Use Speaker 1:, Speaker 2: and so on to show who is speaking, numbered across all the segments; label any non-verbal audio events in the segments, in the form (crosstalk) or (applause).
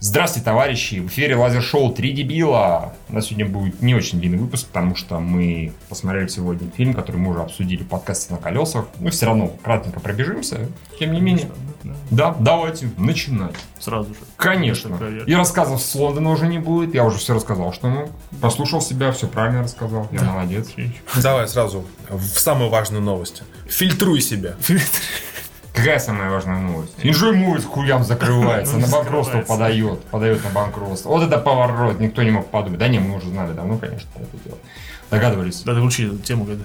Speaker 1: Здравствуйте, товарищи! В эфире лазер-шоу «Три дебила». У нас сегодня будет не очень длинный выпуск, потому что мы посмотрели сегодня фильм, который мы уже обсудили в подкасте «На колесах». Мы все равно кратенько пробежимся, тем не менее. Да, давайте начинать.
Speaker 2: Сразу же.
Speaker 1: Конечно.
Speaker 2: Это проверка.
Speaker 1: И рассказов с Лондона уже не будет. Я уже все рассказал, что мы. Послушал себя, все правильно рассказал. Я молодец.
Speaker 3: Давай сразу в самую важную новость. Фильтруй себя.
Speaker 1: Какая самая важная новость? Инжой мует хуям закрывается,
Speaker 2: Ну,
Speaker 1: на банкротство
Speaker 2: закрывается.
Speaker 1: подает, подает на банкротство. Вот это поворот, никто не мог подумать. Да не, мы уже знали давно, конечно, про это дело. Догадывались.
Speaker 2: Да, ты учи эту тему, когда...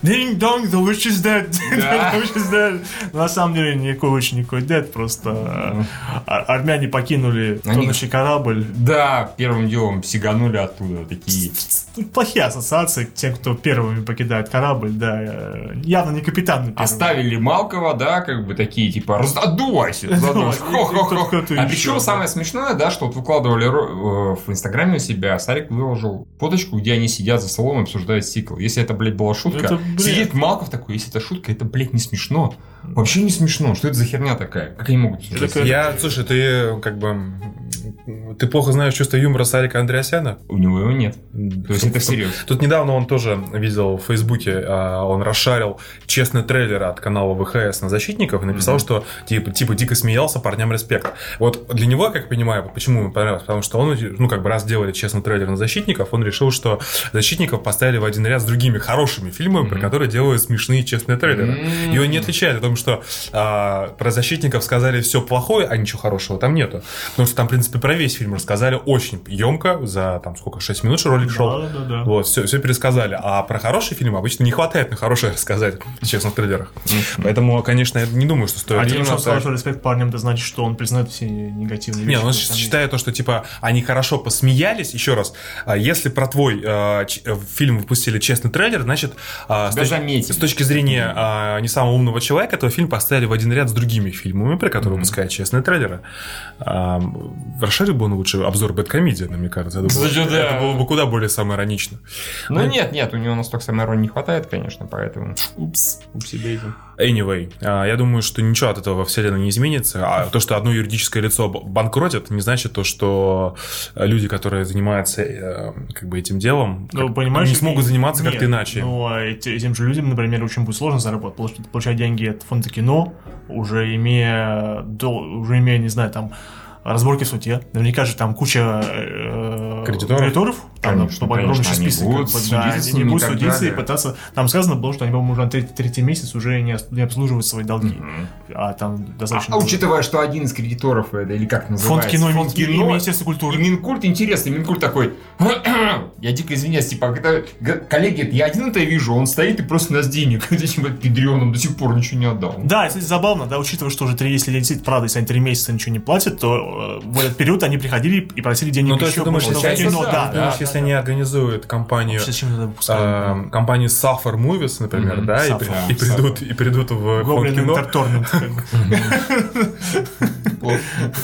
Speaker 2: Динг-донг, the witch is dead! (laughs)
Speaker 1: Да.
Speaker 2: The witch is dead! На самом деле, никакой witch, никакой dead, просто ар- армяне покинули
Speaker 1: Ну. Они-
Speaker 2: тонущий корабль.
Speaker 1: Да, первым делом сиганули оттуда такие.
Speaker 2: Тут плохие ассоциации к тем, кто первыми покидает корабль, да. э, Явно не капитан. первый.
Speaker 1: Оставили Малкова, да, как бы такие, типа, «Раз- отдувайся, задушь,
Speaker 2: Ну, и- и
Speaker 1: хо-хо-хо.
Speaker 2: кто-то
Speaker 1: А
Speaker 2: еще,
Speaker 1: причем
Speaker 2: да.
Speaker 1: самое смешное, да, что вот выкладывали ро- э, в Инстаграме у себя, Сарик выложил фоточку, где они сидят за столом и обсуждают сиквел. Если это, блядь, была шутка,
Speaker 2: Это бред.
Speaker 1: сидит Малков такой, если это шутка, это, блядь, не смешно. Вообще не смешно. Что это за херня такая? Как они могут обсуждать
Speaker 2: Это как-
Speaker 1: сиквел?
Speaker 3: Я, слушай, ты как бы... м, Ты плохо знаешь чувство юмора Сарика Андреасяна?
Speaker 1: У него его нет. То есть это
Speaker 3: Тут-
Speaker 1: всерьез.
Speaker 3: Тут недавно он тоже видел в Фейсбуке, а, он расшарил честный трейлер от канала ВХС на защитников и написал,
Speaker 1: Мгм.
Speaker 3: что типа, типа дико смеялся, парням респект. Вот для него, как я понимаю, почему ему понравилось, потому что он, ну как бы раз делали честный трейлер на защитников, он решил, что защитников поставили в один ряд с другими хорошими фильмами, про
Speaker 1: Мгм.
Speaker 3: которые делают смешные честные трейлеры. И он не отличает о том, что а, про защитников сказали все плохое, а ничего хорошего там нету. Потому что там, в принципе, про весь фильм рассказали очень емко, за там сколько, 6 минут что ролик шел.
Speaker 2: Да, да, да.
Speaker 3: Вот, все, все пересказали. А про хороший фильм обычно не хватает на хорошее (laughs) рассказать, честно, в трейлерах. Поэтому, конечно, я не думаю, что стоит...
Speaker 2: А тем, что он
Speaker 1: Абсолютно
Speaker 2: сказал,
Speaker 1: так.
Speaker 2: что респект парням, это значит, что он признает все негативные
Speaker 3: Не,
Speaker 2: вещи.
Speaker 3: ну, он
Speaker 2: которые там есть.
Speaker 3: считает то, что типа они хорошо посмеялись. Еще раз, а, если про твой э, ч- э, фильм выпустили честный трейлер, значит, а, с
Speaker 1: Тебя
Speaker 3: точ-
Speaker 1: заметили.
Speaker 3: с точки зрения а, не самого умного человека, этого фильм поставили в один ряд с другими фильмами, про которые
Speaker 1: Мгм.
Speaker 3: выпускают честные трейлеры. А, м, расширил бы он лучше обзор Бэткомедиана, мне кажется. Я думаю,
Speaker 1: Кстати, да.
Speaker 3: Это было бы куда более самоиронично.
Speaker 1: Ну нет, нет, у него настолько самоиронии не хватает, конечно, поэтому... Упс. Упси
Speaker 3: Anyway, а, я думаю, что ничего от этого во вселенной не изменится. А то, что одно юридическое лицо б- банкротит, не значит то, что люди, которые занимаются э, как бы этим делом,
Speaker 2: Ну,
Speaker 3: как-
Speaker 2: понимаешь,
Speaker 3: не смогут
Speaker 2: и-
Speaker 3: заниматься
Speaker 2: нет,
Speaker 3: как-то иначе.
Speaker 2: Ну, а эти- этим же людям, например, очень будет сложно заработать, получ- получать деньги от фонда кино, уже имея, дол- уже имея, не знаю, там, разборки в суде. Наверняка же там куча э,
Speaker 3: Кредиторов?
Speaker 2: там,
Speaker 1: Конечно,
Speaker 2: чтобы огромный
Speaker 1: конечно, они
Speaker 2: список.
Speaker 1: будут
Speaker 2: как бы,
Speaker 1: судиться
Speaker 2: да,
Speaker 1: с
Speaker 2: они
Speaker 1: ними и
Speaker 2: будут
Speaker 1: так
Speaker 2: судиться и
Speaker 1: далее.
Speaker 2: пытаться... Там сказано было, что они, по-моему, уже на третий, третий месяц уже не, ос- не обслуживают свои долги. А там
Speaker 1: А,
Speaker 2: достаточно...
Speaker 1: а
Speaker 2: было.
Speaker 1: учитывая, что один из кредиторов, это, или как это
Speaker 2: Фонд
Speaker 1: называется?
Speaker 2: кино, и
Speaker 1: Фонд
Speaker 2: Мин- и
Speaker 1: кино,
Speaker 2: Министерство
Speaker 1: и
Speaker 2: культуры.
Speaker 1: Минкульт, интересно, Минкульт такой, (clears throat) я дико извиняюсь, типа, когда, г- коллеги, это я один это вижу, а он стоит и просто нас денег (laughs) этим вот пидрёном до сих пор ничего не отдал.
Speaker 2: Да, кстати, забавно, да, учитывая, что уже три, если действительно, правда, если они три месяца ничего не платят, то э, в этот период они приходили и просили денег
Speaker 3: Ну, то есть
Speaker 2: еще
Speaker 3: ты думаешь,
Speaker 2: больше.
Speaker 3: если-
Speaker 2: Ну,
Speaker 1: если-
Speaker 2: да,
Speaker 1: ты
Speaker 2: да,
Speaker 3: Думаешь,
Speaker 2: да,
Speaker 3: если
Speaker 2: да.
Speaker 3: они организуют компанию,
Speaker 2: Зачем это
Speaker 3: э,
Speaker 2: выпускают?
Speaker 3: компанию Suffer Movies, например,
Speaker 1: Мгм,
Speaker 3: да, и,
Speaker 2: Suffer,
Speaker 3: при- и придут, и придут в фонд
Speaker 2: Гоблин
Speaker 3: кино,
Speaker 2: Entertainment, как бы.
Speaker 1: Типа, Вот.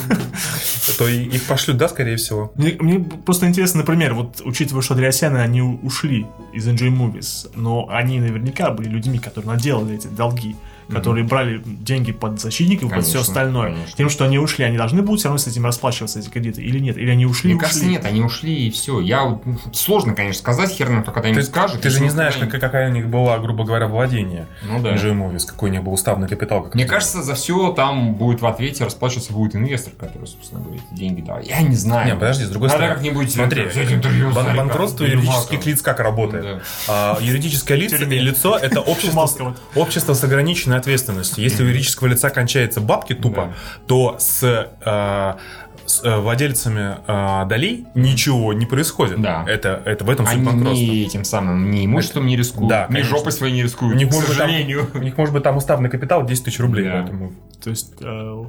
Speaker 1: ну,
Speaker 3: (laughs) то и- их пошлют, да, скорее всего.
Speaker 2: Мне, мне просто интересно, например, вот учитывая, что Адриасяны, они у- ушли из NJ Movies, но они наверняка были людьми, которые наделали эти долги, которые брали деньги под защитников, под все
Speaker 1: Конечно,
Speaker 2: остальное.
Speaker 1: конечно.
Speaker 2: Тем, что они ушли, они должны будут все равно с этим расплачиваться, эти кредиты, или нет? Или они ушли,
Speaker 1: Мне
Speaker 2: и
Speaker 1: кажется,
Speaker 2: ушли?
Speaker 1: нет, они ушли и все. Я вот, ну, сложно, конечно, сказать, хер нам когда
Speaker 3: Ты,
Speaker 1: нибудь скажет.
Speaker 3: ты же
Speaker 1: если
Speaker 3: не
Speaker 1: он
Speaker 3: знаешь, как-
Speaker 1: когда-нибудь-
Speaker 3: какая у них была, грубо говоря, владение.
Speaker 1: Ну да.
Speaker 3: NG Movies, какой у них был уставный капитал. как
Speaker 1: Мне
Speaker 3: это
Speaker 1: кажется, за все там будет в ответе расплачиваться будет инвестор, который, собственно, говорит, деньги да. Я не знаю.
Speaker 3: Не, подожди, с другой
Speaker 1: Надо
Speaker 3: стороны.
Speaker 1: как-нибудь
Speaker 3: Смотри,
Speaker 1: взять интервью у
Speaker 3: бан-
Speaker 1: Сарика.
Speaker 3: банкротство
Speaker 1: Или
Speaker 3: юридических
Speaker 1: Маркова.
Speaker 3: лиц как работает?
Speaker 1: Да.
Speaker 3: А, юридическое лицо,
Speaker 2: Тюрьме.
Speaker 3: лицо это
Speaker 2: Маска
Speaker 3: общество,
Speaker 2: вот.
Speaker 3: общество с ограниченной ответственностью. Если у юридического лица кончаются бабки тупо, то с, э, с, э, владельцами э, долей ничего не происходит.
Speaker 1: Да.
Speaker 3: Это, это в этом суть
Speaker 1: Они
Speaker 3: банкротства.
Speaker 1: не этим самым, не имуществом не рискуют,
Speaker 3: Да,
Speaker 1: ни
Speaker 3: конечно.
Speaker 1: жопой своей не
Speaker 3: У
Speaker 1: рискуют,
Speaker 3: них,
Speaker 1: к
Speaker 3: может быть, там,
Speaker 1: сожалению.
Speaker 3: у них может быть там уставный капитал 10 тысяч рублей,
Speaker 1: Да.
Speaker 3: поэтому
Speaker 2: То есть, э,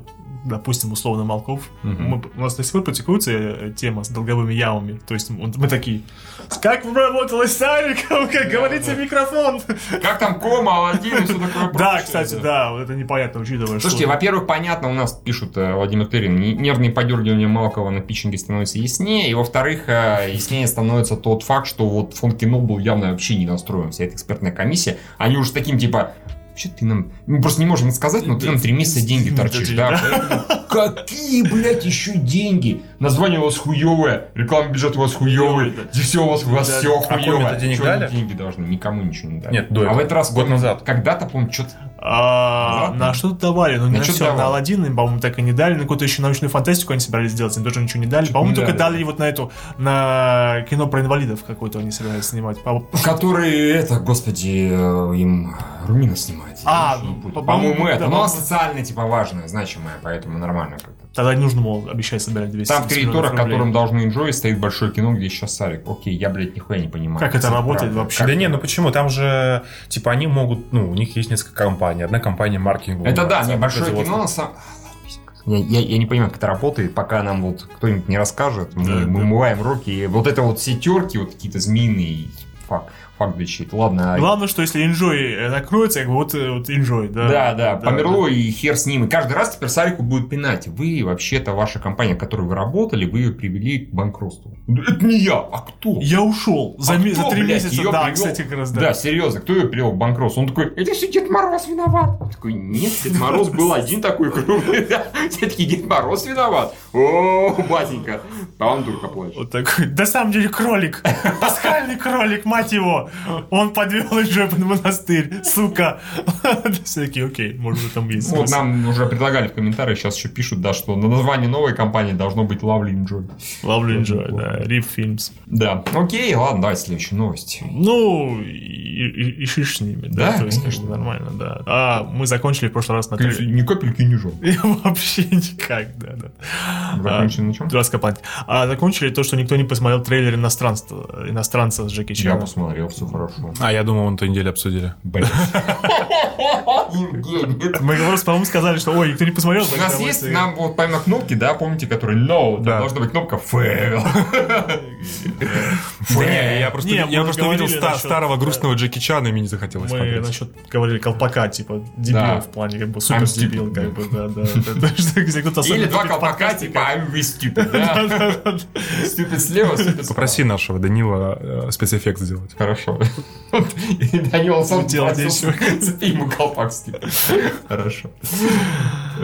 Speaker 2: допустим, условно Малков,
Speaker 1: Мгм.
Speaker 2: мы- у нас до сих пор практикуется э, тема с долговыми ямами. То есть он- мы такие, как работалось с Сариком, (laughs) как говорится, микрофон.
Speaker 1: Как там кома, Аладдин и все такое
Speaker 2: Да,
Speaker 1: прочее,
Speaker 2: кстати, да, вот это непонятно, учитывая, что...
Speaker 1: Слушайте, во-первых, понятно, у нас пишут э, Владимир Перин, не- нервные подергивания Малкова на питчинге становятся яснее, и во-вторых, э, яснее становится тот факт, что вот фонд кино был явно вообще не настроен, вся эта экспертная комиссия, они уже с ну, таким типа, вообще ты нам, мы просто не можем сказать, но ты нам три месяца деньги торчишь, да, поэтому (laughs) какие, блядь, еще деньги? Название у вас хуевое, реклама бюджет у вас хуевый,
Speaker 2: Да.
Speaker 1: все у вас, у вас
Speaker 2: Да.
Speaker 1: все
Speaker 2: А
Speaker 1: хуевое.
Speaker 3: Коме-то денег
Speaker 1: Чё они
Speaker 3: дали?
Speaker 1: деньги должны, никому ничего не дали.
Speaker 3: Нет, до
Speaker 1: А в
Speaker 3: этого.
Speaker 1: этот раз
Speaker 3: Год
Speaker 1: Коме
Speaker 3: назад.
Speaker 1: Когда-то, помню, что-то
Speaker 2: А,
Speaker 1: Да.
Speaker 2: на что-то давали, но не
Speaker 1: На
Speaker 2: на
Speaker 1: что-то
Speaker 2: все.
Speaker 1: давали.
Speaker 2: На Алладин, им, по-моему, так и не дали. На какую-то еще научную фантастику они собирались сделать, им тоже ничего не дали.
Speaker 1: Чё-то
Speaker 2: По-моему,
Speaker 1: не
Speaker 2: только
Speaker 1: дали.
Speaker 2: дали вот на эту, на кино про инвалидов какое-то они собирались снимать. По-
Speaker 1: Который, это, господи, э, им Румина снимает.
Speaker 2: А,
Speaker 1: Я не помню.
Speaker 2: по-моему,
Speaker 1: по-моему,
Speaker 2: да,
Speaker 1: это. Но
Speaker 2: по-моему.
Speaker 1: она социально, типа, важная, значимая, поэтому нормально как-то.
Speaker 2: Тогда не нужно было обещать собирать 200
Speaker 1: Там в кредиторах,
Speaker 2: рублей.
Speaker 1: которым должны инжой, стоит большое кино, где сейчас Сарик. Окей, я, блядь, нихуя не понимаю.
Speaker 2: Как это работает вообще?
Speaker 1: Как
Speaker 3: да не, ну почему? Там же, типа, они могут, ну, у них есть несколько компаний. Одна компания маркетинга.
Speaker 1: Это да,
Speaker 3: занимается,
Speaker 1: не большое
Speaker 3: производством.
Speaker 1: кино, на самом... Я, я, я не понимаю, как это работает, пока нам вот кто-нибудь не расскажет. Мы,
Speaker 2: Да,
Speaker 1: мы
Speaker 2: да.
Speaker 1: умываем руки. И вот это вот все терки, вот какие-то змеиные, фак, фак дичит. Ладно, а-
Speaker 2: Главное, что если Enjoy накроется, как бы вот, э, вот Enjoy, да.
Speaker 1: Да, да, померло и хер с ним. И каждый раз теперь Сарику будет пинать. Вы, вообще-то, ваша компания, в которой вы работали, вы ее привели к банкротству. Да Это не я, а кто?
Speaker 2: Я ушел за,
Speaker 1: А
Speaker 2: ме- за
Speaker 1: кто,
Speaker 2: три
Speaker 1: блядь,
Speaker 2: месяца.
Speaker 1: её
Speaker 2: Да,
Speaker 1: привёл?
Speaker 2: кстати, как раз да.
Speaker 1: Да, серьезно, кто ее привел к банкротству? Он такой, это все Дед Мороз виноват. Он такой, нет, Дед Мороз
Speaker 2: (laughs)
Speaker 1: был один такой крупный. да. Все-таки Дед Мороз виноват. О, батенька. А он дурка плачет.
Speaker 2: Вот такой. Да, самом
Speaker 1: (laughs)
Speaker 2: деле кролик. Пасхальный кролик, мать его. Он подвел Enjoy под монастырь, сука. (laughs) Все такие, окей, может быть, там есть.
Speaker 1: Вот
Speaker 2: смысл».
Speaker 1: нам уже предлагали в комментариях, сейчас еще пишут, да, что на название новой компании должно быть Lovely Enjoy.
Speaker 2: Ловлю Enjoy, да. Рип Films.
Speaker 1: Да, окей, ладно, давай следующую новость.
Speaker 2: Ну, и, и- и шиш с ними, да,
Speaker 1: Да,
Speaker 2: то есть как бы
Speaker 1: конечно.
Speaker 2: нормально, да. А мы закончили в прошлый раз на три-
Speaker 1: Ни капельки не жжет.
Speaker 2: И Вообще никак, да, да.
Speaker 1: Закончили на чем?
Speaker 2: Дурацкая память. А закончили то, что никто не посмотрел трейлер иностранства, иностранца с Джеки
Speaker 1: Я
Speaker 2: Чаном.
Speaker 1: посмотрел, все хорошо.
Speaker 3: А я думал, он эту неделю обсудили.
Speaker 1: Блин.
Speaker 2: Мы как раз, по-моему, сказали, что ой, никто не посмотрел.
Speaker 1: У
Speaker 2: так
Speaker 1: нас
Speaker 2: давайте-
Speaker 1: есть, нам вот помимо кнопки, да, помните, которые no, там
Speaker 3: Да.
Speaker 1: должна быть кнопка fail.
Speaker 3: Да, я просто,
Speaker 2: Не, мы
Speaker 3: я просто
Speaker 2: говорили
Speaker 3: увидел ста-
Speaker 2: насчет-
Speaker 3: старого грустного Джеки Чана, и мне не захотелось
Speaker 2: Мы
Speaker 3: смотреть.
Speaker 2: насчет говорили колпака, типа дебил
Speaker 1: Да.
Speaker 2: в плане, как бы супер дебил,
Speaker 1: stupid,
Speaker 2: как бы, да, (laughs) да. да. То есть, если кто-то
Speaker 1: Или
Speaker 2: особенно
Speaker 1: два
Speaker 2: любит
Speaker 1: колпака,
Speaker 2: подкасты,
Speaker 1: типа
Speaker 2: как-
Speaker 1: I'm with stupid, да?
Speaker 2: Да-да-да.
Speaker 1: Stupid слева, stupid справа.
Speaker 3: Попроси нашего Данила э, спецэффект сделать.
Speaker 1: Хорошо. И Данил сам
Speaker 2: Дело
Speaker 1: делал здесь.
Speaker 2: нечего.
Speaker 1: ему колпак stupid. Хорошо.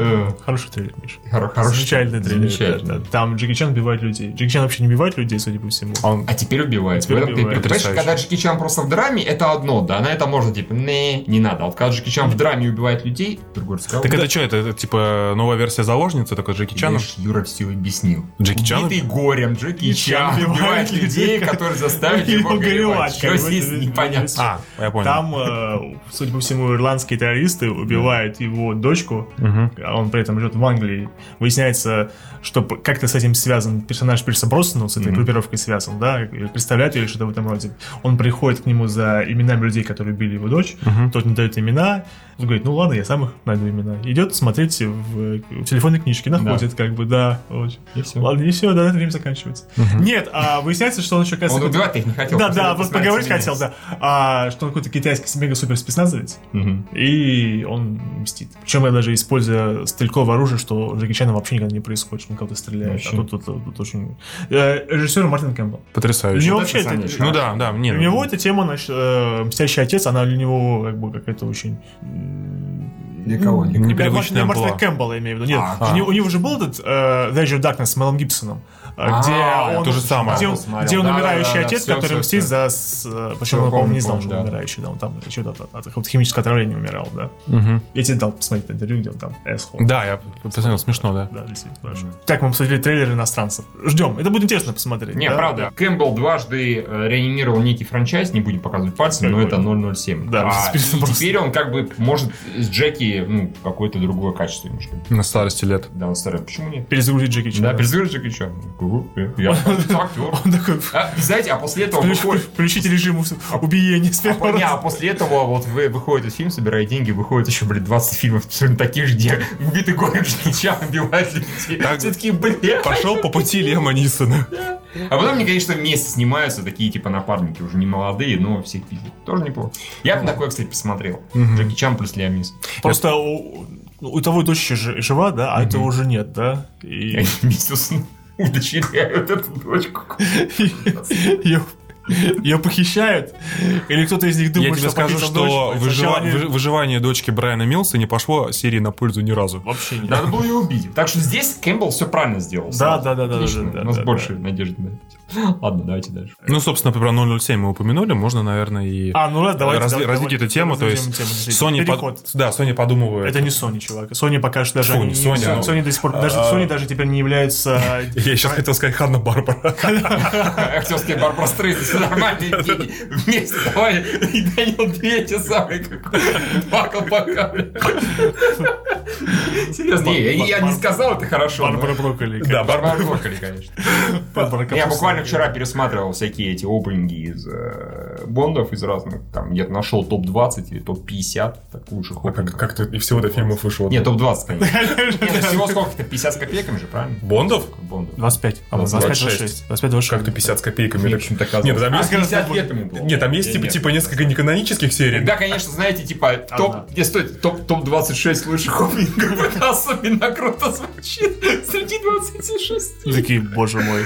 Speaker 1: Э,
Speaker 2: Хороший трейлер, Миша.
Speaker 1: хоро- хороший.
Speaker 2: Замечательный трейлер.
Speaker 1: Замечательный.
Speaker 2: да, да. Там Джеки Чан убивает людей. Джеки Чан вообще не убивает людей, судя по всему.
Speaker 3: А он
Speaker 1: А теперь убивает.
Speaker 2: Теперь
Speaker 1: В этом ты
Speaker 2: убивает.
Speaker 1: понимаешь,
Speaker 3: Потрясающе.
Speaker 1: когда Джеки Чан просто в драме, это одно, да, на это можно, типа, не, не надо. А вот когда Джеки Чан в драме убивает людей, другой разговор.
Speaker 3: Так это что, это, это, типа новая версия заложницы, только с Джеки Чаном?
Speaker 1: Видишь, Юра все объяснил.
Speaker 3: Джеки Чан?
Speaker 1: Убитый горем Джеки
Speaker 2: И
Speaker 1: Чан
Speaker 2: Чан
Speaker 1: убивает
Speaker 2: убивает людей,
Speaker 1: людей, которые заставят его горевать. Что
Speaker 2: как бы,
Speaker 1: здесь
Speaker 2: это-
Speaker 1: непонятно.
Speaker 2: это-
Speaker 3: А, я понял.
Speaker 2: Там, э, судя по всему, ирландские террористы убивают его дочку,
Speaker 3: Мгм.
Speaker 2: а он при этом живет в Англии. Выясняется, что п- как-то с этим связан персонаж Пирса Броссона, с этой группировкой связан, да, и представляет или что-то в этом роде. Он приходит к нему за именами людей, которые убили его дочь, тот не дает имена, он говорит, ну ладно, я сам их найду имена. Идет смотреть в, э, в телефонной книжке, находит, как бы, да. вот.
Speaker 1: И всё.
Speaker 2: Ладно, и все, да, на этом время заканчивается. Нет, а выясняется, что он еще,
Speaker 1: Он
Speaker 2: оказывается,
Speaker 1: убивать их не хотел.
Speaker 2: да,
Speaker 1: просто
Speaker 2: да,
Speaker 1: это
Speaker 2: вот
Speaker 1: знать
Speaker 2: поговорить
Speaker 1: именно.
Speaker 2: хотел, да. А, что он какой-то китайский мега супер спецназовец,
Speaker 1: Мгм.
Speaker 2: и он мстит. Причем я даже используя стрельковое оружие, что у Джеки Чана вообще никогда не происходит, что он кого-то стреляет.
Speaker 1: Вообще.
Speaker 2: А тут, тут- тут очень... Э, режиссер Мартин Кэмпбелл. У
Speaker 3: Потрясающе.
Speaker 2: него
Speaker 1: это
Speaker 2: вообще это...
Speaker 1: занятие.
Speaker 3: Ну да, да,
Speaker 2: У
Speaker 3: мне.
Speaker 2: него эта тема, значит, э, «Мстящий отец», она для него как бы какая-то очень...
Speaker 1: Для кого?
Speaker 2: Не
Speaker 1: Для
Speaker 3: Непереключенная
Speaker 2: Мартина
Speaker 3: была.
Speaker 2: Кэмпбелла, я имею в виду. Нет,
Speaker 1: А,
Speaker 2: у, него, у него же был этот э, «The Edge of Darkness» с Мелом Гибсоном, э,
Speaker 1: А,
Speaker 2: где
Speaker 1: я
Speaker 2: он,
Speaker 3: то же самое.
Speaker 2: где он,
Speaker 1: Посмотрел.
Speaker 2: где он
Speaker 1: Да,
Speaker 2: умирающий
Speaker 1: да, да,
Speaker 2: отец,
Speaker 1: всё,
Speaker 2: который
Speaker 1: всё,
Speaker 2: мстит
Speaker 1: всё.
Speaker 2: за... с- э, Почему
Speaker 1: Всё,
Speaker 2: он, по-моему,
Speaker 1: помню,
Speaker 2: не знал,
Speaker 1: помню,
Speaker 2: что
Speaker 1: да.
Speaker 2: он умирающий, да, он там что-то от, от какого-то химического отравления умирал, да.
Speaker 3: Мгм.
Speaker 2: Я тебе дал посмотреть интервью, где он там эсхол.
Speaker 3: Да, я посмотрел, смешно, да.
Speaker 2: Да, действительно, хорошо. Так, мы посмотрели трейлер иностранцев. Ждем. Это будет интересно посмотреть.
Speaker 1: Не,
Speaker 2: да?
Speaker 1: правда, Кэмпбелл дважды э, реанимировал некий франчайз, не будем показывать пальцем, но
Speaker 2: Какой?
Speaker 1: это 007.
Speaker 2: Да,
Speaker 1: А,
Speaker 2: теперь
Speaker 1: и
Speaker 2: просто-
Speaker 1: теперь он как бы может с Джеки ну, какое-то другое качество немножко.
Speaker 3: На старости лет.
Speaker 1: Да, он старый. Почему нет?
Speaker 2: Перезагрузить Джеки Чана.
Speaker 1: Да, перезагрузишь Джеки Чан. Я актер.
Speaker 2: (laughs) Он такой...
Speaker 1: А, Знаете, а после этого
Speaker 2: «Включ-
Speaker 1: выходит...
Speaker 2: Включите режим ус- убиения с
Speaker 1: А,
Speaker 2: первого
Speaker 1: не, а
Speaker 2: раза».
Speaker 1: после этого вот вы, выходит этот фильм, собирает деньги, выходит еще, блин, 20 фильмов (laughs) абсолютно таких же, где убитый (laughs) горем Чан убивает людей.
Speaker 3: Так.
Speaker 1: Все такие, блин.
Speaker 3: Пошел по пути Лема Нисона.
Speaker 1: А потом они, конечно, вместе снимаются, такие типа напарники, уже не молодые, но всех пиздят. Тоже неплохо. Я бы такое, кстати, посмотрел. Джеки Чан плюс Леонис.
Speaker 2: Просто у, у того дочь еще жи- жива, да, а этого уже нет, да. И
Speaker 3: (laughs)
Speaker 1: Они вместе с- удочеряют эту дочку.
Speaker 2: ее Ее похищают? Или кто-то из них
Speaker 3: Я
Speaker 2: думает,
Speaker 3: тебе
Speaker 2: что
Speaker 3: скажу,
Speaker 2: похитил
Speaker 3: что
Speaker 2: дочь? Сначала
Speaker 3: выжива-
Speaker 2: они-
Speaker 3: выж- выживание дочки Брайана Милса не пошло серии на пользу ни разу.
Speaker 2: Вообще нет.
Speaker 1: Надо было ее убить. Так что здесь Кэмпбелл все правильно сделал.
Speaker 2: Да, да, да, да,
Speaker 1: Отлично.
Speaker 2: да, да,
Speaker 1: У нас
Speaker 2: да,
Speaker 1: больше надежды на это. Ладно, давайте дальше.
Speaker 3: Ну, собственно, про 007 мы упомянули, можно, наверное, и
Speaker 2: А, ну ладно, давайте.
Speaker 3: разви-
Speaker 2: давайте,
Speaker 3: развить
Speaker 2: давайте,
Speaker 3: эту тему. То
Speaker 2: разведем
Speaker 3: есть
Speaker 2: тему, действительно.
Speaker 3: Sony, под-
Speaker 2: Переход.
Speaker 3: да, Sony подумывает.
Speaker 2: Это не Sony, чувак. Sony пока что даже...
Speaker 3: Фу,
Speaker 2: они-
Speaker 3: не Sony,
Speaker 2: Sony,
Speaker 3: а-
Speaker 2: Sony до сих пор... Даже,
Speaker 3: а-
Speaker 2: Sony даже теперь не
Speaker 3: (laughs)
Speaker 2: является...
Speaker 3: Я сейчас хотел сказать Ханна Барбара.
Speaker 1: Актерский бар прострыться нормальные деньги. Вместе давай. И Данил две эти самые какой Бакал пока. Серьезно. Не,
Speaker 2: Бар-
Speaker 1: я
Speaker 2: бар-
Speaker 1: не сказал, это хорошо. но-
Speaker 2: Барбара Брокколи.
Speaker 3: Да,
Speaker 1: Барбара Брокколи, конечно.
Speaker 2: Барбара
Speaker 1: Я
Speaker 2: Капустина.
Speaker 1: буквально
Speaker 2: (laughs)
Speaker 1: вчера пересматривал всякие эти опенинги из э, Бондов, из разных, там, где-то нашел топ-20 или топ-50 так, лучших опенингов.
Speaker 3: Как-то и всего-то фильмов вышло.
Speaker 1: Нет, топ-20,
Speaker 3: (laughs)
Speaker 1: конечно. Нет, ну всего сколько-то? 50 с копейками же, правильно?
Speaker 3: Бондов?
Speaker 1: Бондов.
Speaker 2: 25. А, 25, 26. 25, 26.
Speaker 3: Как-то 50 с копейками.
Speaker 1: Мне
Speaker 3: так-
Speaker 1: почему-то казалось.
Speaker 3: Нет, там
Speaker 1: А,
Speaker 3: есть...
Speaker 1: 50 лет ему было.
Speaker 3: Нет, там есть типа,
Speaker 1: А, Нет.
Speaker 3: типа несколько неканонических серий.
Speaker 1: Тогда, конечно, знаете, типа,
Speaker 2: Одна.
Speaker 1: топ, где стоит, топ, топ-26 лучших опенингов, (laughs) это особенно круто звучит среди 26.
Speaker 2: И Такие, боже мой.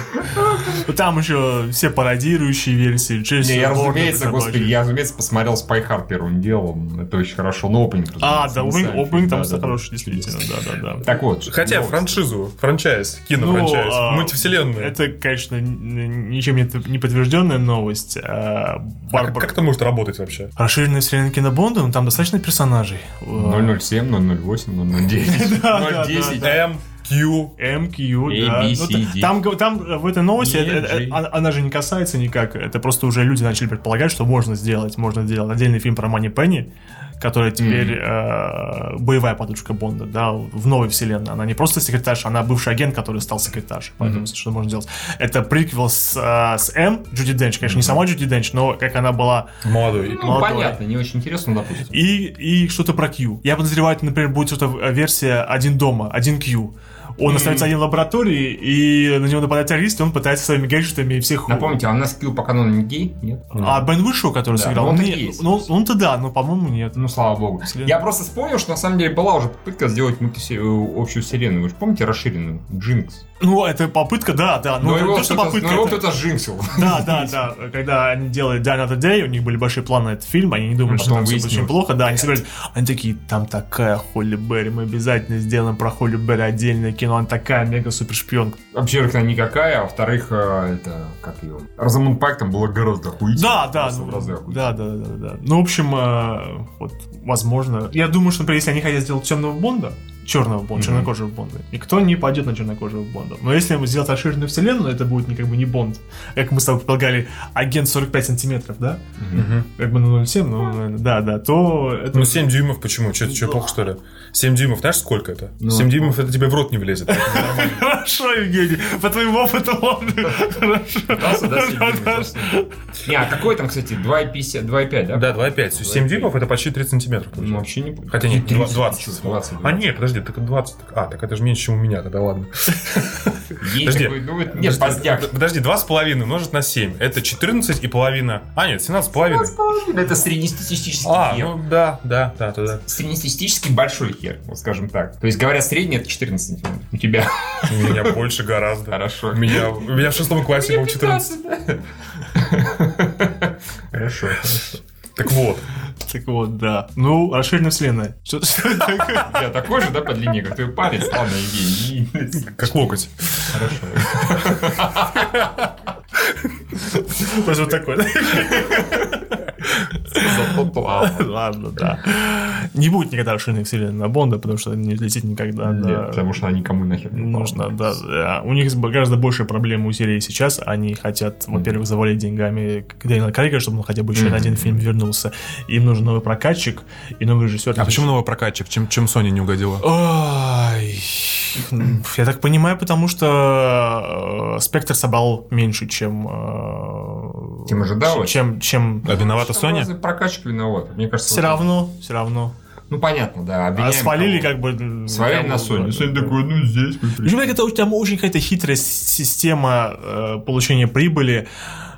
Speaker 2: Ну, Там еще все пародирующие версии. Джейсон
Speaker 1: Не, я,
Speaker 2: Борн,
Speaker 1: разумеется,
Speaker 2: собачий.
Speaker 1: господи, я, разумеется, посмотрел Spy Hard первым делом, это очень хорошо, но опенинг,
Speaker 2: А, да,
Speaker 1: разумеется, не
Speaker 2: Opening
Speaker 1: сами
Speaker 2: Opening
Speaker 1: фильм,
Speaker 2: там
Speaker 1: да, да, да.
Speaker 2: хороший, действительно, да-да-да.
Speaker 1: Так ну, вот.
Speaker 3: Хотя
Speaker 1: вот.
Speaker 3: франшизу, франчайз, кинофранчайз,
Speaker 2: а,
Speaker 3: мультивселенную.
Speaker 2: Это, конечно, н- ничем не, т- не подтвержденная новость. а,
Speaker 3: А
Speaker 2: Барбара.
Speaker 3: Как это может работать вообще?
Speaker 2: Расширенная вселенная Кино Бонда, ну там достаточно персонажей.
Speaker 1: Ну, 007, 008, 009,
Speaker 2: (laughs) Да, да,
Speaker 1: 010.
Speaker 2: да, да.
Speaker 3: М, Q.
Speaker 2: МКЮ,
Speaker 1: A,
Speaker 2: да.
Speaker 1: B,
Speaker 2: Ну,
Speaker 1: C,
Speaker 2: т-
Speaker 1: D.
Speaker 2: там, г- там э, в этой новости,
Speaker 1: E,
Speaker 2: э, э,
Speaker 1: G.
Speaker 2: она, она же не касается никак. Это просто уже люди начали предполагать, что можно сделать. Можно сделать отдельный фильм про Мани Пенни, которая теперь э, боевая подушка Бонда, да, в новой вселенной. Она не просто секретарь, она бывший агент, который стал секретарь. Поэтому что можно делать? Это приквел с, э, с М, Джуди Денч. Конечно, не сама Джуди Денч, но как она была
Speaker 3: Молодой.
Speaker 1: Ну,
Speaker 2: Молодой.
Speaker 1: понятно, не очень интересно, но допустим.
Speaker 2: и, и что-то про Q. Я подозреваю, это, например, будет что-то версия один дома, один Q. Он остается один в лаборатории, и на него нападают террористы, он пытается своими гаджетами всех...
Speaker 1: Напомните, а у нас скилл по канону не гей? Нет?
Speaker 2: А Бен Вышоу, который
Speaker 1: Да,
Speaker 2: сыграл,
Speaker 1: он
Speaker 2: он,
Speaker 1: так и
Speaker 2: не-
Speaker 1: есть.
Speaker 2: ну, он-то да, но, по-моему, нет.
Speaker 1: Ну, слава богу.
Speaker 2: Вселенная.
Speaker 1: Я просто вспомнил, что на самом деле была уже попытка сделать мультисе- э, общую вселенную. Вы же помните расширенную? Джинкс.
Speaker 2: Ну, это попытка, да, да. Ну,
Speaker 1: Но
Speaker 2: не
Speaker 1: его
Speaker 2: то, что
Speaker 1: кто-то-
Speaker 2: попытка.
Speaker 1: но его
Speaker 2: это-
Speaker 1: кто-то сжинксил.
Speaker 2: (laughs) Да, да, да. Когда они делали Die Another Day, у них были большие планы на этот фильм, они не думали,
Speaker 1: Ну,
Speaker 2: что
Speaker 1: потом
Speaker 2: там все будет очень
Speaker 1: выяснилось.
Speaker 2: плохо. Да, они собирались. Они такие, там такая Холли Берри, мы обязательно сделаем про Холли Берри отдельное кино, она такая мега-супер шпионка.
Speaker 1: Вообще, во-первых, она никакая, а во-вторых, э, это, как ее, Розамунд Пайк там было гораздо охуительно.
Speaker 2: Да, да,
Speaker 1: Просто в
Speaker 2: ну,
Speaker 1: разы охуительно.
Speaker 2: да, да, да, да, да. Ну, в общем, э, вот, возможно. Я думаю, что, например, если они хотят сделать темного Бонда, черного Бонда,
Speaker 1: Мгм.
Speaker 2: чернокожего Бонда, никто не пойдет на чернокожего Бонда. Но если ему сделать расширенную вселенную, это будет не как бы не Бонд, как мы с тобой предполагали, агент 45 сантиметров, да?
Speaker 1: Мгм.
Speaker 3: Мгм.
Speaker 2: Как бы на 0,7, ну, наверное, да, да, то это...
Speaker 3: Ну, 7 дюймов почему? Что, что, плохо, что ли? 7 дюймов, знаешь, сколько это?
Speaker 1: Ну,
Speaker 3: 7 дюймов это тебе в рот не влезет.
Speaker 2: (laughs) Хорошо, Евгений, по твоему опыту, ладно, хорошо.
Speaker 1: Да, да,
Speaker 2: (laughs)
Speaker 1: да,
Speaker 2: Да,
Speaker 1: Сидим,
Speaker 2: да.
Speaker 1: просто. Не, а какой там, кстати, 2,50, 2,5, да?
Speaker 3: Да, 2,5. 7 дюймов это почти 30 сантиметров.
Speaker 1: Ну,
Speaker 3: получается.
Speaker 1: вообще не будет.
Speaker 3: Хотя нет,
Speaker 1: 30,
Speaker 3: 20.
Speaker 1: 20.
Speaker 3: А нет, подожди, так 20. так- А, так это же меньше, чем у меня, тогда ладно.
Speaker 1: Ей
Speaker 3: Подожди.
Speaker 1: такой ну, думает, нет,
Speaker 3: Подожди,
Speaker 1: поздняк.
Speaker 3: д- Подожди, 2,5 умножить на 7. Это 14 и половина. А, нет, 17,5.
Speaker 1: Это среднестатистический
Speaker 3: А,
Speaker 1: хер.
Speaker 3: ну да, да, да, да. да.
Speaker 1: Среднестатистически большой хер, вот скажем так. То есть, говоря средний, это 14 сантиметров. У
Speaker 3: (laughs)
Speaker 1: тебя (laughs)
Speaker 3: У меня больше гораздо.
Speaker 1: хорошо.
Speaker 3: У меня, у меня в шестом классе было 14. (laughs)
Speaker 1: Хорошо.
Speaker 3: Так вот.
Speaker 2: (laughs) Так вот, да. Ну, расширенная вселенная. Что что такое? (laughs)
Speaker 1: Я такой же, да, по длине, как твой палец. Ладно, Евгений.
Speaker 3: Как локоть.
Speaker 2: Просто вот такой, да?
Speaker 1: Зато плавно.
Speaker 2: (laughs) Ладно, да. Не будет никогда расширенной вселенной на Бонда, потому что не летит никогда.
Speaker 1: Нет,
Speaker 2: да.
Speaker 1: потому что она никому нахер не
Speaker 2: Нужно,
Speaker 1: нужна.
Speaker 2: да, да. У них гораздо больше проблем у серии сейчас. Они хотят, во-первых, завалить деньгами Дэниела Крейга, чтобы он хотя бы еще на один фильм вернулся. Им нужен новый прокатчик и новый режиссер.
Speaker 3: А почему новый прокатчик? Чем, чем Sony не угодила?
Speaker 2: Ой, я так понимаю, потому что э, Спектр собрал меньше, чем... э,
Speaker 1: Чем ожидалось?
Speaker 2: Чем... чем
Speaker 3: А виновата
Speaker 1: Ну, Что
Speaker 3: Sony?
Speaker 1: за Прокачка виновата. Мне кажется,
Speaker 2: все
Speaker 1: ну вот-
Speaker 2: равно, все равно.
Speaker 1: Ну, понятно, да.
Speaker 2: А
Speaker 1: обвиняем
Speaker 2: свалили
Speaker 1: кого.
Speaker 2: как бы... м,
Speaker 1: Свалили
Speaker 2: кого
Speaker 1: на Sony.
Speaker 2: угодно.
Speaker 1: Sony такой, ну, здесь мы
Speaker 2: Причем это, очень- там очень какая-то хитрая с- система э, получения прибыли.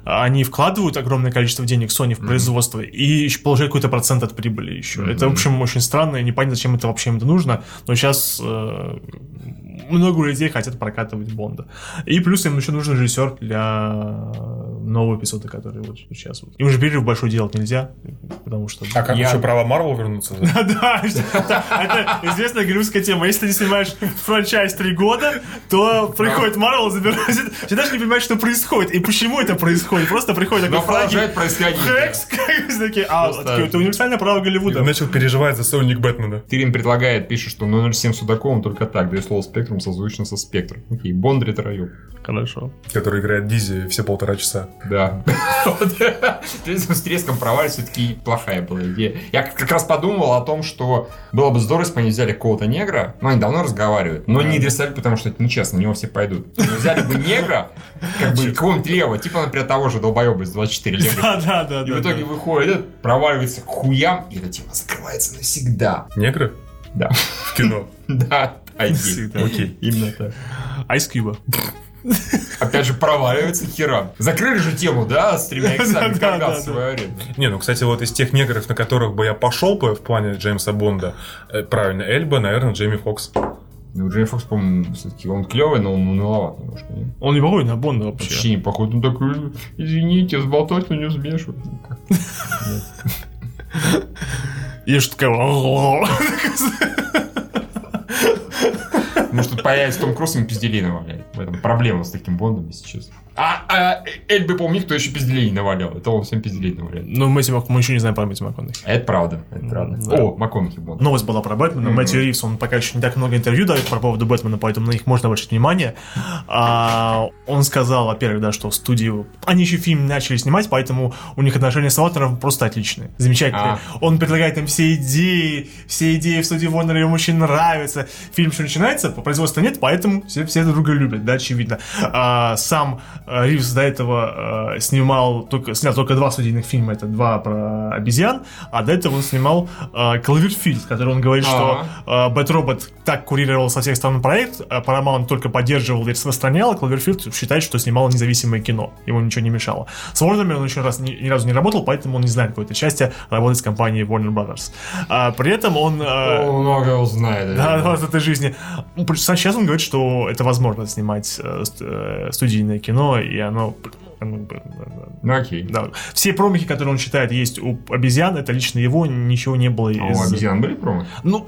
Speaker 2: Они вкладывают огромное количество денег Sony в производство и еще получают какой-то процент от прибыли еще. Это, в общем, очень странно и непонятно, зачем это вообще им это нужно. Но э, сейчас много людей хотят прокатывать Бонда. И плюс им еще нужен режиссер для новые эпизоды, которые вот сейчас. вот. Им же перерыв большой делать нельзя, потому что...
Speaker 3: А как
Speaker 1: Я- Ну
Speaker 3: еще права Марвел
Speaker 1: (laughs)
Speaker 3: вернуться?
Speaker 2: (laughs) Да, это известная голливудская тема. Если ты не снимаешь франчайз три года, то приходит Марвел, забирает... Ты даже не понимаешь, что происходит и почему это происходит. Просто приходит
Speaker 1: Но
Speaker 2: такой флаги.
Speaker 1: продолжает происходить.
Speaker 2: Хекс, как бы такие, а,
Speaker 1: Просто-
Speaker 2: такие, это универсальное право Голливуда.
Speaker 3: Начал переживать за сольник Бэтмена.
Speaker 1: Тирин предлагает, пишет, что 007 Судаковым только так, да и слово спектрум созвучно со спектром. Окей, Бонд ретроюб.
Speaker 2: Хорошо.
Speaker 3: Который играет Дизи все полтора часа.
Speaker 1: Да. (laughs) Вот. С треском проваль все-таки плохая была идея. Я как как раз подумал о том, что было бы здорово, если бы они взяли какого-то негра, но они давно разговаривают, но не рисовали, потому что это нечестно, на него все пойдут. Но Взяли бы негра, как бы какого-нибудь левого, типа, например, того же долбоеба из 24 лего.
Speaker 2: Да, да, да.
Speaker 1: И
Speaker 2: да,
Speaker 1: в итоге
Speaker 2: да.
Speaker 1: выходит, этот проваливается к хуям, и эта тема закрывается навсегда.
Speaker 3: Негры?
Speaker 1: Да.
Speaker 3: В
Speaker 1: (laughs)
Speaker 3: кино.
Speaker 1: Да, ID.
Speaker 2: Всегда.
Speaker 3: Окей.
Speaker 2: Именно так. Ice Cube.
Speaker 1: Опять же, проваливается к херам. Закрыли же тему, да, с тремя иксами,
Speaker 2: (laughs) Да, да,
Speaker 1: как раз
Speaker 2: да,
Speaker 1: в свое время.
Speaker 3: Не, ну, кстати, вот из тех негров, на которых бы я пошел бы в плане Джеймса Бонда, э, правильно, Эльба, наверное, Джейми Фокс.
Speaker 1: Ну, Джейми Фокс, по-моему, все-таки он клевый, но он уныловат немножко. не?
Speaker 2: Он не похож на Бонда вообще.
Speaker 1: Вообще не похож. Он такой, извините, сболтать на не смешу.
Speaker 2: И что такое...
Speaker 1: Может, тут появится Том Круз, ему пизделей наваляет. В этом проблема с таким Бондом, если честно. А, а Эльбе, помни, кто еще пизделей навалял. Это он всем пизделей наваляет.
Speaker 2: Ну, Мэтью Мак- мы еще не знаем про Мэтью МакКонахи.
Speaker 1: А Это правда, это правда.
Speaker 2: Да.
Speaker 1: О, МакКонахи Бонд.
Speaker 2: Новость была про Бэтмена.
Speaker 1: Мгм.
Speaker 2: Мэтью Ривз, он пока еще не так много интервью дает про поводу Бэтмена, поэтому на них можно обращать внимание. А, он сказал, во-первых, да, что студию... Они еще фильм начали снимать, поэтому у них отношения с автором просто отличные, замечательные.
Speaker 1: А.
Speaker 2: Он предлагает им все идеи, все идеи в студии Warner ему очень нравятся. Фильм еще начинается, по производству нет, поэтому все, все друг друга любят, да, очевидно. А, сам э, Ривз до этого э, снимал только, снял только два студийных фильма, это два про обезьян, а до этого он снимал э, Кловерфильд, который он говорит, что э, Бэт-Робот так курировал со всех сторон проект, а Paramount только поддерживал и распространял, а Кловерфилд считает, что снимал независимое кино, ему ничего не мешало. С Warner он еще раз ни, ни разу не работал, поэтому он не знает какое-то счастье работать с компанией Warner Brothers. А, при этом он... э,
Speaker 1: Он много узнает.
Speaker 2: да, да, в этой жизни. Ну, при- Сейчас он говорит, что это возможно снимать э, ст- э, студийное кино, и оно... оно-
Speaker 1: Ну, окей.
Speaker 2: Да. Все промахи, которые он считает есть у обезьян, это лично его, ничего не было
Speaker 1: А
Speaker 2: из...
Speaker 1: у обезьян были промахи?
Speaker 2: Ну,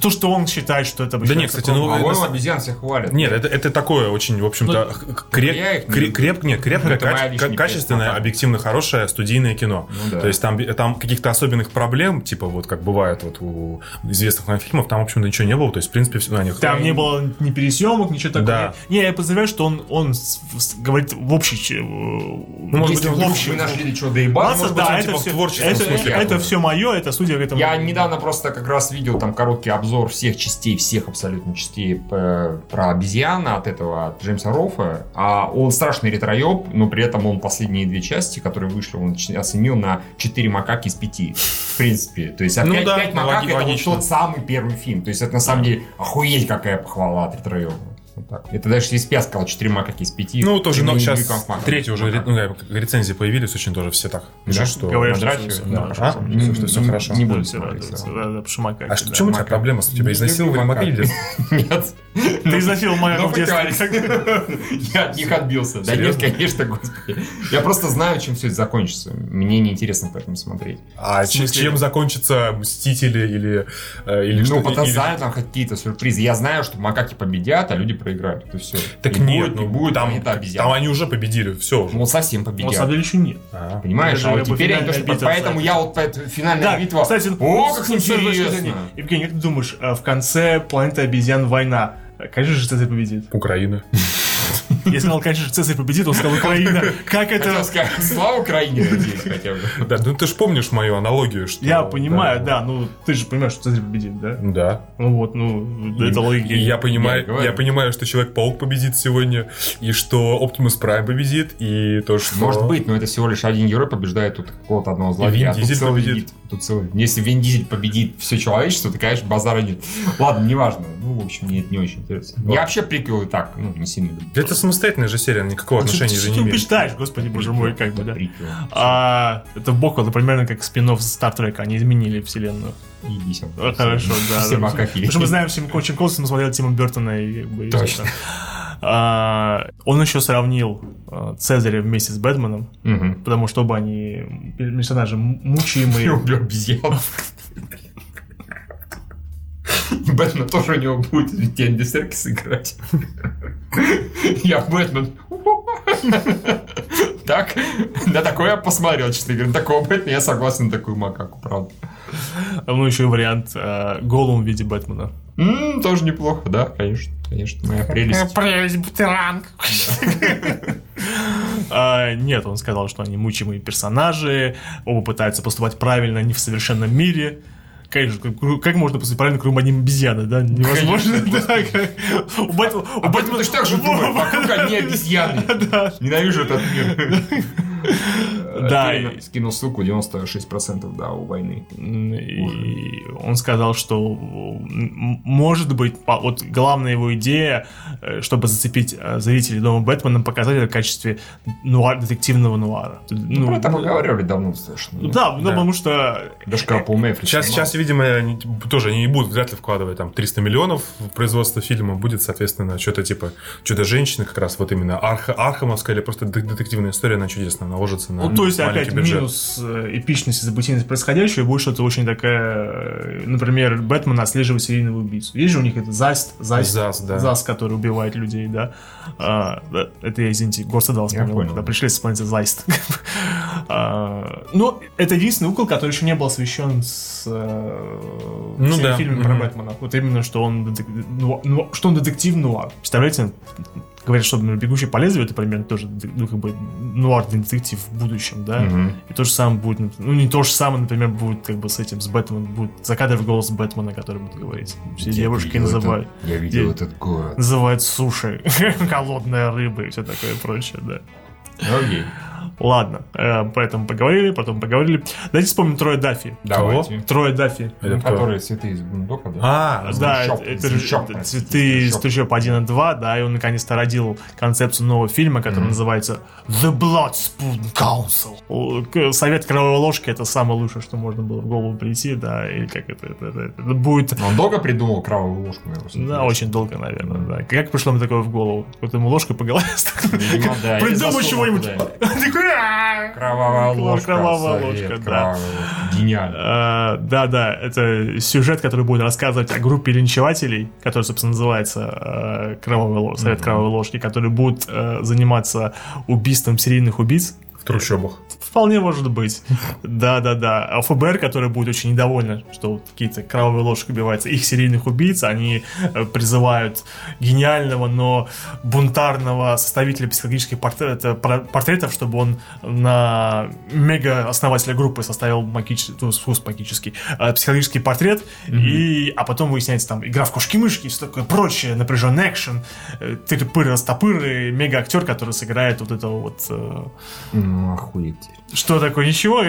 Speaker 2: то, что он считает, что это...
Speaker 3: Да не,
Speaker 2: считается
Speaker 3: кстати, ну,
Speaker 2: промахом.
Speaker 3: это
Speaker 1: По-моему,
Speaker 3: с-
Speaker 1: обезьян всех хвалят.
Speaker 3: Нет, это, это такое очень, в общем-то,
Speaker 1: Ну,
Speaker 3: х- креп-
Speaker 1: я их не
Speaker 3: кре-
Speaker 1: люблю.
Speaker 3: креп- не, крепкое,
Speaker 1: Это моя
Speaker 3: каче-
Speaker 1: личная
Speaker 3: ка- качественное,
Speaker 1: песня, да.
Speaker 3: объективно хорошее студийное кино.
Speaker 1: Ну да.
Speaker 3: То есть там, бе- там каких-то особенных проблем, типа вот как бывает вот у известных нам фильмов, там, в общем-то, ничего не было. То есть, в принципе, ну, все на них.
Speaker 2: Там не было ни пересъемок, ничего такого.
Speaker 3: Да.
Speaker 2: Не, я подозреваю, что он, он с- с- говорит в общей... ч- э,
Speaker 3: может
Speaker 1: Если
Speaker 3: быть, он
Speaker 1: вдруг
Speaker 3: вообще-
Speaker 1: вы
Speaker 2: Ну,
Speaker 1: нашли до чего доебаться,
Speaker 2: масса,
Speaker 3: быть, он,
Speaker 2: да,
Speaker 3: типа,
Speaker 2: это
Speaker 3: в
Speaker 2: все,
Speaker 3: творческом
Speaker 2: это,
Speaker 1: смысле
Speaker 2: это
Speaker 1: каком-то.
Speaker 2: все мое, это судья к этому...
Speaker 1: Я недавно просто как раз видел там короткий обзор всех частей, всех абсолютно частей э, про обезьяна от этого от Джеймса Рофа. А он страшный ретроеб, но при этом он последние две части, которые вышли, он ч- оценил на 4 макаки из 5. В принципе. То есть опять
Speaker 3: Ну да,
Speaker 1: 5 макак
Speaker 3: логи-
Speaker 1: это вот
Speaker 3: логично.
Speaker 1: тот самый первый фильм. То есть это на самом деле охуеть какая похвала от ретроеба. Вот так. Это даже если бы я сказал 4 макаки из 5.
Speaker 3: Ну, тоже, но сейчас третий уже ре- ну, да, рецензии появились, очень тоже все так.
Speaker 1: Ну,
Speaker 3: пишут, что-
Speaker 2: говорят,
Speaker 1: на
Speaker 2: что
Speaker 1: драке,
Speaker 2: всё
Speaker 1: да,
Speaker 2: хорошо,
Speaker 1: а?
Speaker 3: всё- что всё
Speaker 1: Не-
Speaker 3: хорошо.
Speaker 1: Не
Speaker 2: Да,
Speaker 1: буду
Speaker 2: все радуются,
Speaker 1: смотреть.
Speaker 2: да, да, потому что макаки,
Speaker 3: А что,
Speaker 2: да.
Speaker 3: в чем у тебя
Speaker 1: макак.
Speaker 3: проблема? С типа, тебя
Speaker 1: Не
Speaker 3: изнасиловали
Speaker 1: люблю
Speaker 3: макаки в
Speaker 1: макак.
Speaker 3: детстве?
Speaker 1: (laughs) Нет.
Speaker 2: Ты изнасиловал
Speaker 1: Ну,
Speaker 2: макаку в
Speaker 1: пытались.
Speaker 2: детстве. (laughs)
Speaker 1: Я от них отбился. Да нет,
Speaker 3: Серьезно?
Speaker 1: конечно, господи. Я просто знаю, чем все это закончится. Мне неинтересно поэтому смотреть.
Speaker 3: А
Speaker 2: В
Speaker 3: чем,
Speaker 2: смысле?
Speaker 3: чем закончатся Мстители или, э, или
Speaker 1: ну,
Speaker 3: что-то-
Speaker 1: потом
Speaker 3: или-
Speaker 1: знаю, там какие-то сюрпризы. Я знаю, что макаки победят, а люди проиграют. Это все.
Speaker 3: Так
Speaker 1: не
Speaker 3: нет,
Speaker 1: будет,
Speaker 3: ну,
Speaker 1: не будет,
Speaker 3: там,
Speaker 1: там это
Speaker 3: там
Speaker 1: обезьяна.
Speaker 3: они уже победили, все уже.
Speaker 1: Ну, совсем
Speaker 2: На самом
Speaker 1: победят.
Speaker 2: деле еще нет.
Speaker 3: А.
Speaker 1: Понимаешь,
Speaker 2: Это
Speaker 1: а
Speaker 2: же
Speaker 1: вот
Speaker 2: как бы
Speaker 1: теперь они
Speaker 2: финальная
Speaker 1: тоже...
Speaker 2: битва,
Speaker 1: Поэтому
Speaker 2: кстати.
Speaker 1: я вот поэту- финальная
Speaker 2: Да,
Speaker 1: битва...
Speaker 2: кстати,
Speaker 1: О, как
Speaker 2: с- с- сорвалось
Speaker 1: интересно!
Speaker 2: предложение. Евгений, как ты думаешь, э, в конце планета обезьян война, э, конечно же Цезарь победит.
Speaker 3: Украина.
Speaker 2: Я сказал, конечно же Цезарь победит, он сказал Украина. Как
Speaker 1: Хотел
Speaker 2: это...
Speaker 1: сказать, слава Украине, надеюсь, хотя бы.
Speaker 3: Да, ну ты же помнишь мою аналогию, что...
Speaker 2: Я понимаю, да, ну ты же понимаешь, что Цезарь победит, да?
Speaker 3: Да.
Speaker 2: Ну вот, ну,
Speaker 3: И-
Speaker 2: это логика.
Speaker 3: и я понимаю,
Speaker 1: Я говорю.
Speaker 3: я, понимаю, что Человек-паук победит сегодня, и что Оптимус Прайм победит, и то, что...
Speaker 1: Может быть, но это всего лишь один герой побеждает тут какого-то одного злодея.
Speaker 3: Вин
Speaker 1: а тут
Speaker 3: Дизель
Speaker 1: целый
Speaker 3: победит.
Speaker 1: вид, Тут целый... Если Вин Дизель победит все человечество, то, конечно, базара нет. (laughs) Ладно, неважно. Ну, в общем, мне это не очень интересно.
Speaker 3: Ладно.
Speaker 1: Я вообще приквел и так, ну, не сильно люблю.
Speaker 3: Это самостоятельная же серия, никакого
Speaker 2: Ну, что-
Speaker 3: отношения
Speaker 2: что ты
Speaker 3: же не имеет.
Speaker 2: убеждаешь, господи, боже мой, как бы, да.
Speaker 1: Приквел.
Speaker 2: А, это в бок, это примерно как спин-офф Стартрека, они изменили вселенную.
Speaker 1: Иди сюда.
Speaker 2: А, Хорошо, да.
Speaker 1: Все
Speaker 2: да.
Speaker 1: макаки.
Speaker 2: Потому что мы знаем, чем Кочем Колсом смотрел Тима Бертона и как бы... и
Speaker 1: Точно.
Speaker 2: всё А, он еще сравнил а, Цезаря вместе с Бэтменом,
Speaker 1: Мгм.
Speaker 2: потому что оба они персонажи м- мучимые.
Speaker 1: люблю обезьян. Бэтмен тоже у него будет в Тенди Серкис играть. Я Бэтмен. Так, на такое я посмотрел, честно говоря. На такого Бэтмена я согласен на такую макаку, правда.
Speaker 2: Ну, еще и вариант а, Голум в виде Бэтмена.
Speaker 1: М, Тоже неплохо, да, конечно. Конечно, моя прелесть.
Speaker 2: Прелесть, бутеранг. А, Нет, он сказал, что они мучимые персонажи, оба пытаются поступать правильно, не в совершенном мире. Как, же- как- как можно поступить правильно, кроме одним обезьяны, да? Невозможно.
Speaker 1: Конечно,
Speaker 2: да, как- У Бэтмена... у
Speaker 1: А Бэтмен точно так же думает, вокруг одни обезьяны.
Speaker 2: (laughs) Да.
Speaker 1: Ненавижу этот мир.
Speaker 2: Да.
Speaker 1: Э, Скинул ссылку 96% да, у войны.
Speaker 2: И он сказал, что м, может быть, по- вот главная его идея, э, чтобы зацепить э, зрителей дома Бэтмена, показать это в качестве нуар, детективного нуара. Ну,
Speaker 1: Про это
Speaker 2: ну,
Speaker 1: мы говорили давно достаточно.
Speaker 2: Да, ну,
Speaker 3: Да.
Speaker 2: потому что
Speaker 1: Даже когда Пол Мэй
Speaker 3: Сейчас,
Speaker 1: снимал.
Speaker 3: сейчас, видимо, они тоже не будут вряд ли вкладывать там 300 миллионов в производство фильма. Будет, соответственно, что-то типа «Чудо-женщины», как раз вот именно Арх, Архамовская или просто де- детективная история, она чудесно наложится на
Speaker 2: Ну, то есть,
Speaker 3: маленький
Speaker 2: опять,
Speaker 3: бюджет.
Speaker 2: минус э, эпичность и событийность происходящего, и будет что-то очень такая... э, Например, Бэтмен отслеживает серийного убийцу. Есть же у них это Заст, Заст,
Speaker 3: Зас, да.
Speaker 2: Зас, который убивает людей, да. А, да, это я, извините, Госта дал
Speaker 1: Я понял.
Speaker 2: когда пришли с планеты Зайст. А, Но это единственный угол, который еще не был освещен с э,
Speaker 3: Ну
Speaker 2: всеми
Speaker 3: да,
Speaker 2: фильмами про
Speaker 3: мгм.
Speaker 2: Бэтмена. Вот именно, что он детек- ну, ну, что он детектив нуар. Представляете, говорят, что например, «Бегущий по лезвию» это примерно тоже ну, как бы нуарный детектив в будущем, да.
Speaker 1: Мгм.
Speaker 2: И то же самое будет, нап- ну не то же самое, например, будет как бы с этим, с Бэтменом, будет закадровый голос Бэтмена, который будет говорить. Все
Speaker 1: Я
Speaker 2: девушки
Speaker 1: видел
Speaker 2: называют
Speaker 1: этот- Я видел
Speaker 2: Де-
Speaker 1: этот город.
Speaker 2: (laughs) называют (laughs) суши, голодная рыба и все такое прочее, да.
Speaker 1: Ну, Окей.
Speaker 2: Ладно, э, поэтому поговорили, потом поговорили. Давайте вспомним Троя Даффи.
Speaker 1: Давайте.
Speaker 2: Троя Даффи.
Speaker 3: Это
Speaker 1: Ну,
Speaker 3: кто?
Speaker 1: Которые цветы из Бундока, да?
Speaker 3: А,
Speaker 1: Звучок,
Speaker 2: Да, это- это же
Speaker 1: звучок,
Speaker 2: это
Speaker 1: простите,
Speaker 2: цветы из
Speaker 1: звучок.
Speaker 2: трущоб 1 и 2, да, и он наконец-то родил концепцию нового фильма, который называется The Bloodspoon Council. О, к- Совет кровавой ложки это самое лучшее, что можно было в голову прийти, да, и как это, это, это- это будет
Speaker 1: Но Он долго придумал кровавую ложку? я просто не
Speaker 2: Да,
Speaker 1: знаю.
Speaker 2: очень долго, наверное, да. Как пришло мне такое в голову? Вот ему ложкой по голове (laughs) стукнули.
Speaker 1: Видимо, Ну да, или
Speaker 2: Придумай
Speaker 1: засунул
Speaker 2: чего-нибудь. (laughs)
Speaker 1: куда-нибудь.
Speaker 2: Такой, «Ааа».
Speaker 1: Кровавая ложка.
Speaker 2: Кровавая
Speaker 1: совет,
Speaker 2: ложка, да.
Speaker 1: кровавая ложка. Гениально.
Speaker 2: А, Да, да, это сюжет, который будет рассказывать о группе линчевателей, который, собственно, называется э, Кровавый ло- Совет Кровавой Ложки, которые будут э, заниматься убийством серийных убийц.
Speaker 3: в трущобах.
Speaker 2: Вполне может быть. Да, да, да. А ФБР, которое будет очень недовольно, что вот какие-то кровавые ложки убиваются, их серийных убийц, они э, призывают гениального, но бунтарного составителя психологических портрета- пор- портретов, чтобы он на мега основателя группы составил магический, ну, вкус магический, э, психологический портрет, и, а потом выясняется там игра в кошки-мышки и все такое прочее, напряженный экшен, э, тыры-пыры-растопыры, мега-актер, который сыграет вот этого вот э,
Speaker 1: Ну, охуеть.
Speaker 2: что такое? Ничего?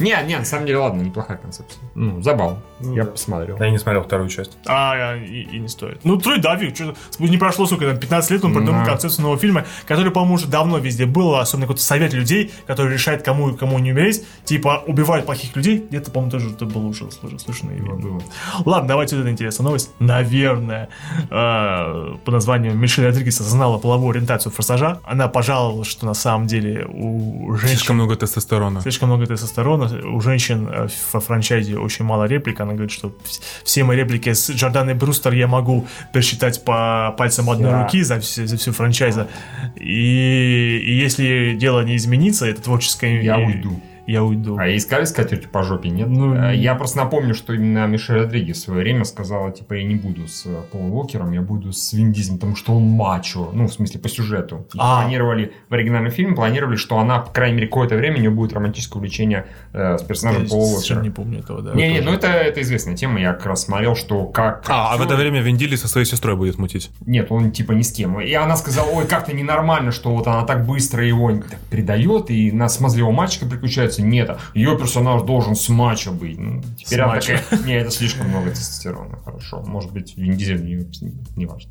Speaker 1: Не, не, на самом деле, ладно, неплохая концепция. Ну, забавно. Я посмотрел.
Speaker 3: Я не смотрел вторую часть.
Speaker 2: (laughs) А, и, и не стоит. Ну, Трой Дави, что не прошло, сколько там, 15 лет, он придумал
Speaker 1: Да.
Speaker 2: концепцию нового фильма, который, по-моему, уже давно везде был, особенно какой-то совет людей, который решает, кому и кому не умереть, типа, убивают плохих людей, где-то, по-моему, тоже это было уже слыш- слышно и видно. Ладно, давайте вот эта интересная новость. Наверное, э, по названию Мишель Родригес осознала половую ориентацию форсажа. Она пожаловалась, что на самом деле у женщин
Speaker 3: Слишком много тестостерона.
Speaker 2: Слишком много тестостерона. У женщин э, во франчайзе очень мало реплик. Она говорит, что вс- все мои реплики с Джорданой Брустер я могу пересчитать по пальцам одной
Speaker 1: Да.
Speaker 2: руки за, все, за всю франчайза. И, и если дело не изменится, это творческое...
Speaker 1: Я
Speaker 2: и-
Speaker 1: уйду.
Speaker 2: Я уйду.
Speaker 1: А ей сказали скатерть по жопе, нет?
Speaker 2: Ну,
Speaker 1: А,
Speaker 2: не-
Speaker 1: я просто напомню, что именно Мишель Родригес в свое время сказала, типа, я не буду с э, Полом Уокером, я буду с Вин Дизелем, потому что он мачо, ну, в смысле, по сюжету. И
Speaker 2: А.
Speaker 1: планировали, в оригинальном фильме планировали, что она, по крайней мере, какое-то время у нее будет романтическое увлечение э, с персонажем
Speaker 2: Я
Speaker 1: Пола
Speaker 2: совершенно
Speaker 1: Уокера.
Speaker 2: не помню этого, да.
Speaker 1: Не, не,
Speaker 2: тоже.
Speaker 1: ну это, это известная тема, я как раз смотрел, что как...
Speaker 3: А, а в
Speaker 1: актер-
Speaker 3: это время Вендили со своей сестрой будет мутить.
Speaker 1: Нет, он типа ни с кем. И она сказала, ой, как-то ненормально, что вот она так быстро его так предает, и на смазливого мальчика приключается, появляется мета. Ее персонаж должен с матча быть. Ну, теперь она
Speaker 2: Смача.
Speaker 1: такая, не, это слишком много тестостерона, хорошо. Может быть, Вин Дизель не, не важно.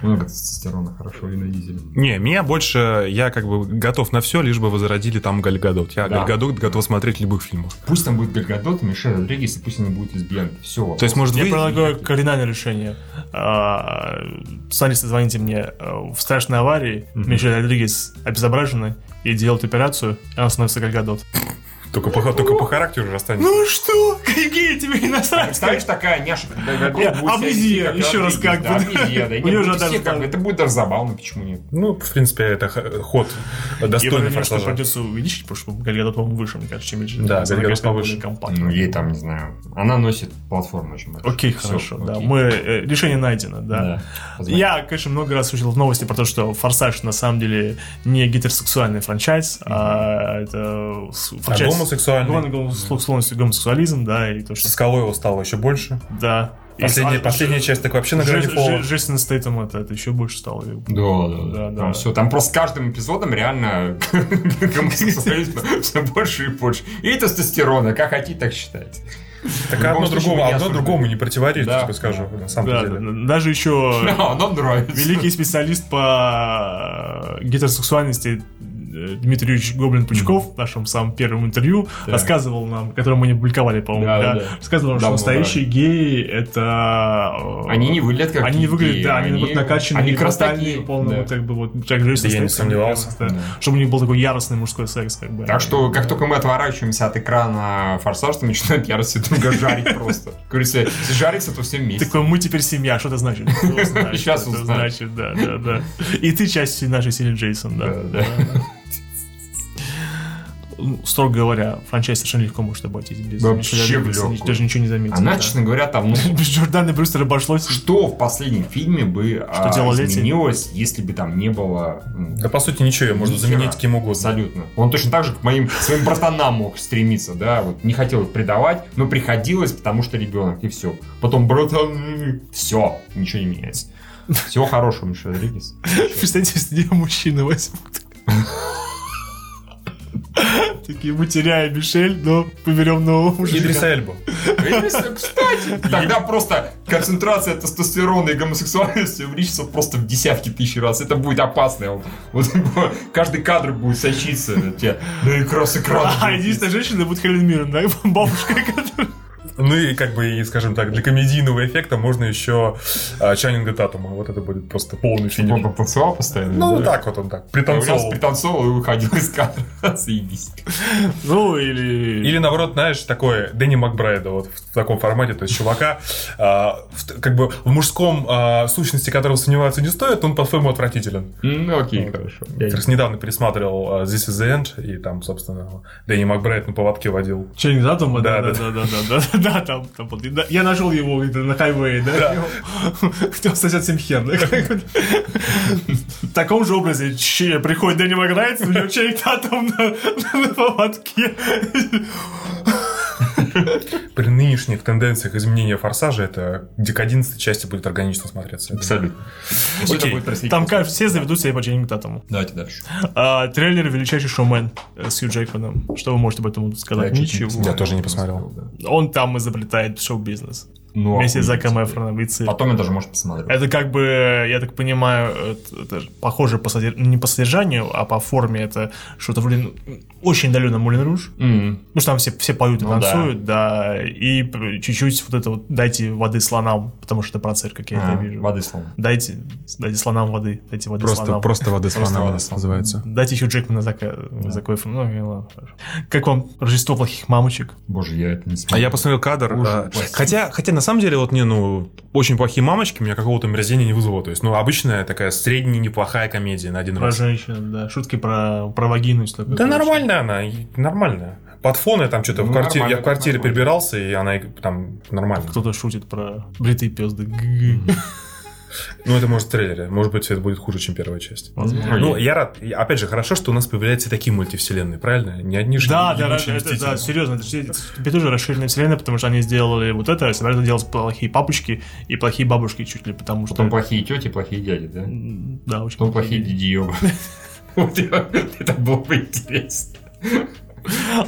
Speaker 1: Много тестостерона, хорошо, Вин Дизель.
Speaker 3: Не, меня больше, я как бы готов на все, лишь бы возродили там Гальгадот. Я
Speaker 1: Да.
Speaker 3: Гальгадот готов смотреть в любых фильмах.
Speaker 1: Пусть там будет Гальгадот, Мишель Родригес, и пусть они будут лесбиянки. Все.
Speaker 3: То есть, может,
Speaker 2: Я
Speaker 3: вы...
Speaker 2: предлагаю кардинальное решение. А, Сценаристы, звоните мне. А, В страшной аварии Мишель Родригес обезображена и делает операцию, и она становится как Гадот.
Speaker 3: Только по, только по характеру же останется.
Speaker 2: Ну, что? Какие тебе
Speaker 1: Представляешь,
Speaker 2: иностранцы?
Speaker 1: такая няша, как Гальгадот
Speaker 2: Не,
Speaker 1: будет себя
Speaker 2: амнезия,
Speaker 1: вести,
Speaker 2: еще раз
Speaker 1: Родригес,
Speaker 2: как
Speaker 1: да,
Speaker 2: бы.
Speaker 1: амнезия, да.
Speaker 2: У
Speaker 1: Не,
Speaker 2: нее
Speaker 1: ну,
Speaker 2: же
Speaker 1: все
Speaker 2: даже-
Speaker 1: как бы, Это будет даже забавно, почему нет.
Speaker 3: Ну, в принципе, это х- ход
Speaker 2: Я
Speaker 3: достойный
Speaker 2: понимаю, что
Speaker 3: форсажа.
Speaker 2: придется увеличить, потому что Гальгадот, по-моему, выше, мне кажется, чем Мишель.
Speaker 3: Да,
Speaker 2: Родригес. Она,
Speaker 3: Гальгадот
Speaker 2: конечно, более
Speaker 3: повыше.
Speaker 2: компактная.
Speaker 1: Ну, ей там, не знаю. Она носит платформу очень большую.
Speaker 2: Окей,
Speaker 1: Всё,
Speaker 2: хорошо, да.
Speaker 1: окей.
Speaker 2: Мы... э, Решение найдено, да.
Speaker 1: Позвони.
Speaker 2: Я, конечно, много раз слышал в новости про то, что «Форсаж» на самом деле не гетеросексуальный франчайз, а это с-
Speaker 3: А
Speaker 2: франчайз...
Speaker 3: гомосексуальный.
Speaker 2: Главный гомос- сексуальность и гомосексуализм, да, и то, что...
Speaker 3: Со Скалой его стало еще больше.
Speaker 2: Да. И
Speaker 3: Последняя,
Speaker 2: с-
Speaker 3: последняя часть так вообще на
Speaker 2: Ж-
Speaker 3: грани
Speaker 2: Ж-
Speaker 3: пола.
Speaker 2: Ж- Джейсон Стейтем это, это еще больше стало.
Speaker 1: Да, да, да.
Speaker 2: Да, да.
Speaker 1: Там все, там просто с каждым эпизодом реально (laughs) гомосексуализм все больше и больше. И тестостерона, как хотите, так считайте.
Speaker 3: Так
Speaker 1: В любом
Speaker 3: одно
Speaker 1: случае
Speaker 3: другому,
Speaker 1: мы не
Speaker 3: одно
Speaker 1: осуждаем.
Speaker 3: другому не противоречит,
Speaker 1: Да.
Speaker 3: я тебе скажу, на самом
Speaker 2: Да,
Speaker 3: деле.
Speaker 2: да,
Speaker 1: (laughs)
Speaker 2: даже еще
Speaker 1: Но нам нравится.
Speaker 2: великий специалист по э, гетеросексуальности э, Дмитрий Юрьевич Гоблин Пучков в нашем самом первом интервью
Speaker 1: Так.
Speaker 2: рассказывал нам, которое мы не публиковали, по-моему,
Speaker 1: Да, да,
Speaker 2: да,
Speaker 1: да.
Speaker 2: рассказывал, что
Speaker 1: Давно,
Speaker 2: настоящие геи это э,
Speaker 1: Они не выглядят как
Speaker 2: они не выглядят, да, они, вот накачаны,
Speaker 1: они
Speaker 2: и
Speaker 1: как раз
Speaker 2: брутальные,
Speaker 1: такие.
Speaker 2: полные,
Speaker 1: да.
Speaker 2: вот как бы вот как Джейсон
Speaker 3: Да я не
Speaker 2: Стейтем, мне
Speaker 3: сомневался.
Speaker 2: кажется,
Speaker 1: Да.
Speaker 2: чтобы у них был такой яростный мужской секс, как бы.
Speaker 1: (laughs) Так что, как только мы отворачиваемся от экрана форсаж, то начинают ярости друга жарить просто. Говорится, если жарится, то все вместе.
Speaker 2: Такой, мы теперь семья, что это значит? Что это значит?
Speaker 1: Сейчас
Speaker 2: Это
Speaker 1: узнаем.
Speaker 2: значит, да, да, да. И ты часть нашей семьи Джейсон, да.
Speaker 1: Да, да.
Speaker 2: Ну, Строго говоря, франчайз совершенно легко может обойтись. Без
Speaker 1: Вообще
Speaker 2: Мишеля
Speaker 1: в
Speaker 2: Дэвиса,
Speaker 1: легкую.
Speaker 2: Даже ничего не заметил.
Speaker 1: А Она,
Speaker 2: да.
Speaker 1: честно говоря, там, ну,
Speaker 2: (laughs) Без Джордана и Брюстера обошлось.
Speaker 1: Что в последнем фильме бы а,
Speaker 2: делал Лети?
Speaker 1: изменилось, если бы там не было... м,
Speaker 3: Да, по сути, ничего, ее можно
Speaker 1: Нихера.
Speaker 3: заменить кем угодно.
Speaker 1: Абсолютно. Он точно так же к моим своим братанам мог стремиться, да, вот не хотел их предавать, но приходилось, потому что ребенок, и все. Потом братан, все, ничего не меняется. Всего хорошего, Мишель Родригес.
Speaker 2: Представьте, сидел мужчина возьмут. Такие, мы теряем Мишель, но поберем нового
Speaker 3: Ну, Идрис
Speaker 2: мужика.
Speaker 3: Эльба.
Speaker 1: Если, Кстати, тогда просто концентрация тестостерона и гомосексуальности увеличится просто в десятки тысяч раз. Это будет опасно. Вот, вот каждый кадр будет сочиться. на тебя. Да и кросс экран.
Speaker 2: (laughs) А, единственная женщина будет Хелен Миррен, да? (laughs) Бабушка, которая...
Speaker 3: Ну и как бы, и, скажем так, для комедийного эффекта можно еще а, Чаннинга Татума. Вот это будет просто полный
Speaker 1: Он
Speaker 3: фильм.
Speaker 1: потанцевал постоянно?
Speaker 3: Ну,
Speaker 1: да?
Speaker 3: так вот он так,
Speaker 1: Раз
Speaker 3: пританцовывал.
Speaker 1: пританцовывал и выходил из кадра. (laughs) Заебись.
Speaker 2: Ну, или...
Speaker 3: Или наоборот, знаешь, такое Дэнни Макбрайда вот в таком формате, то есть чувака, а, в т- как бы в мужском а, сущности которого сомневаться не стоит, он по-своему отвратителен.
Speaker 1: Ну, окей, хорошо.
Speaker 3: Я как раз недавно пересматривал а, This is the End, и там, собственно, Дэнни Макбрайд на поводке водил.
Speaker 2: Чейн Татума, да, да, да,
Speaker 3: Да,
Speaker 2: да, да, да, да, там, там, вот, и да, я нашел его где-то на хайвее, да, хотел сосед Симхен, да, как вот. в таком же образе че- приходит Дэнни Маграйт, у него Чейн Татум на, на поводке.
Speaker 3: При нынешних тенденциях изменения форсажа это к 11 части будет органично смотреться. Это-
Speaker 1: Абсолютно. Всё это
Speaker 2: Окей,
Speaker 1: будет проследить.
Speaker 2: там как, все заведут себя по Чейну Татуму.
Speaker 1: Давайте дальше.
Speaker 2: А, трейлер «Величайший шоумен» э, с Ю Джекманом. Что вы можете об этом
Speaker 1: Я
Speaker 2: сказать?
Speaker 1: чуть не
Speaker 2: Ничего.
Speaker 1: посмотрел.
Speaker 3: Я тоже не посмотрел.
Speaker 1: Да.
Speaker 2: Он там изобретает шоу-бизнес.
Speaker 1: Ну,
Speaker 2: Вместе с Заком
Speaker 1: охуеть.
Speaker 2: Эфроном и цирк.
Speaker 1: Потом я даже, может, посмотрю.
Speaker 2: Это как бы, я так понимаю, это, это же похоже по содер- не по содержанию, а по форме это что-то вроде ну, очень отдаленно Мулин Руж.
Speaker 1: М.
Speaker 2: Ну, что там все, все поют и
Speaker 1: Ну да.
Speaker 2: танцуют, да. И п- чуть-чуть вот это вот дайте воды слонам, потому что это про цирк, как я
Speaker 1: А,
Speaker 2: это вижу.
Speaker 1: Воды слон.
Speaker 2: Дайте, дайте слонам воды, дайте воды слонам.
Speaker 3: воды
Speaker 1: Просто слона вода у нас слона. называется.
Speaker 2: Дайте еще Джекмана за, за кофе. Ну, и ладно, хорошо. Как вам Рождество плохих мамочек?
Speaker 1: Боже, я это не
Speaker 3: А
Speaker 1: смотрел.
Speaker 3: я посмотрел кадр.
Speaker 1: Ужас,
Speaker 3: а,
Speaker 1: ужас.
Speaker 3: хотя, хотя на самом деле, вот не, ну, очень плохие мамочки меня какого-то мерзения не вызвало. То есть, ну, обычная такая средняя неплохая комедия на один
Speaker 2: Про
Speaker 3: раз.
Speaker 2: женщин, да. Шутки про, про вагину. и всё такое
Speaker 3: Да
Speaker 2: прочее.
Speaker 3: нормально она, и- нормально. Под фон я там что-то
Speaker 1: Ну,
Speaker 3: в квартире,
Speaker 1: нормально,
Speaker 3: я в квартире
Speaker 1: нормально.
Speaker 3: прибирался, и она и там нормально.
Speaker 2: Кто-то шутит про бритые пезды. Г-г-г.
Speaker 3: Ну, это может в трейлере. Может быть, это будет хуже, чем первая часть.
Speaker 1: Возможно.
Speaker 3: Ну, я рад. И, Опять же, хорошо, что у нас появляются такие мультивселенные, правильно? Не одни же
Speaker 2: Да, да,
Speaker 3: ебучие
Speaker 2: ра- это,
Speaker 3: «Мстители».
Speaker 2: да, серьезно, это, же- теперь тоже расширенная вселенная, потому что они сделали вот это, а собираются делать плохие папочки и плохие бабушки чуть ли, потому что...
Speaker 1: Потом плохие тети, плохие дяди, да?
Speaker 2: М, Да, очень
Speaker 3: (laughs)
Speaker 1: Потом плохие
Speaker 2: плохие.
Speaker 1: дядиёбы. Вот я- Это было бы интересно.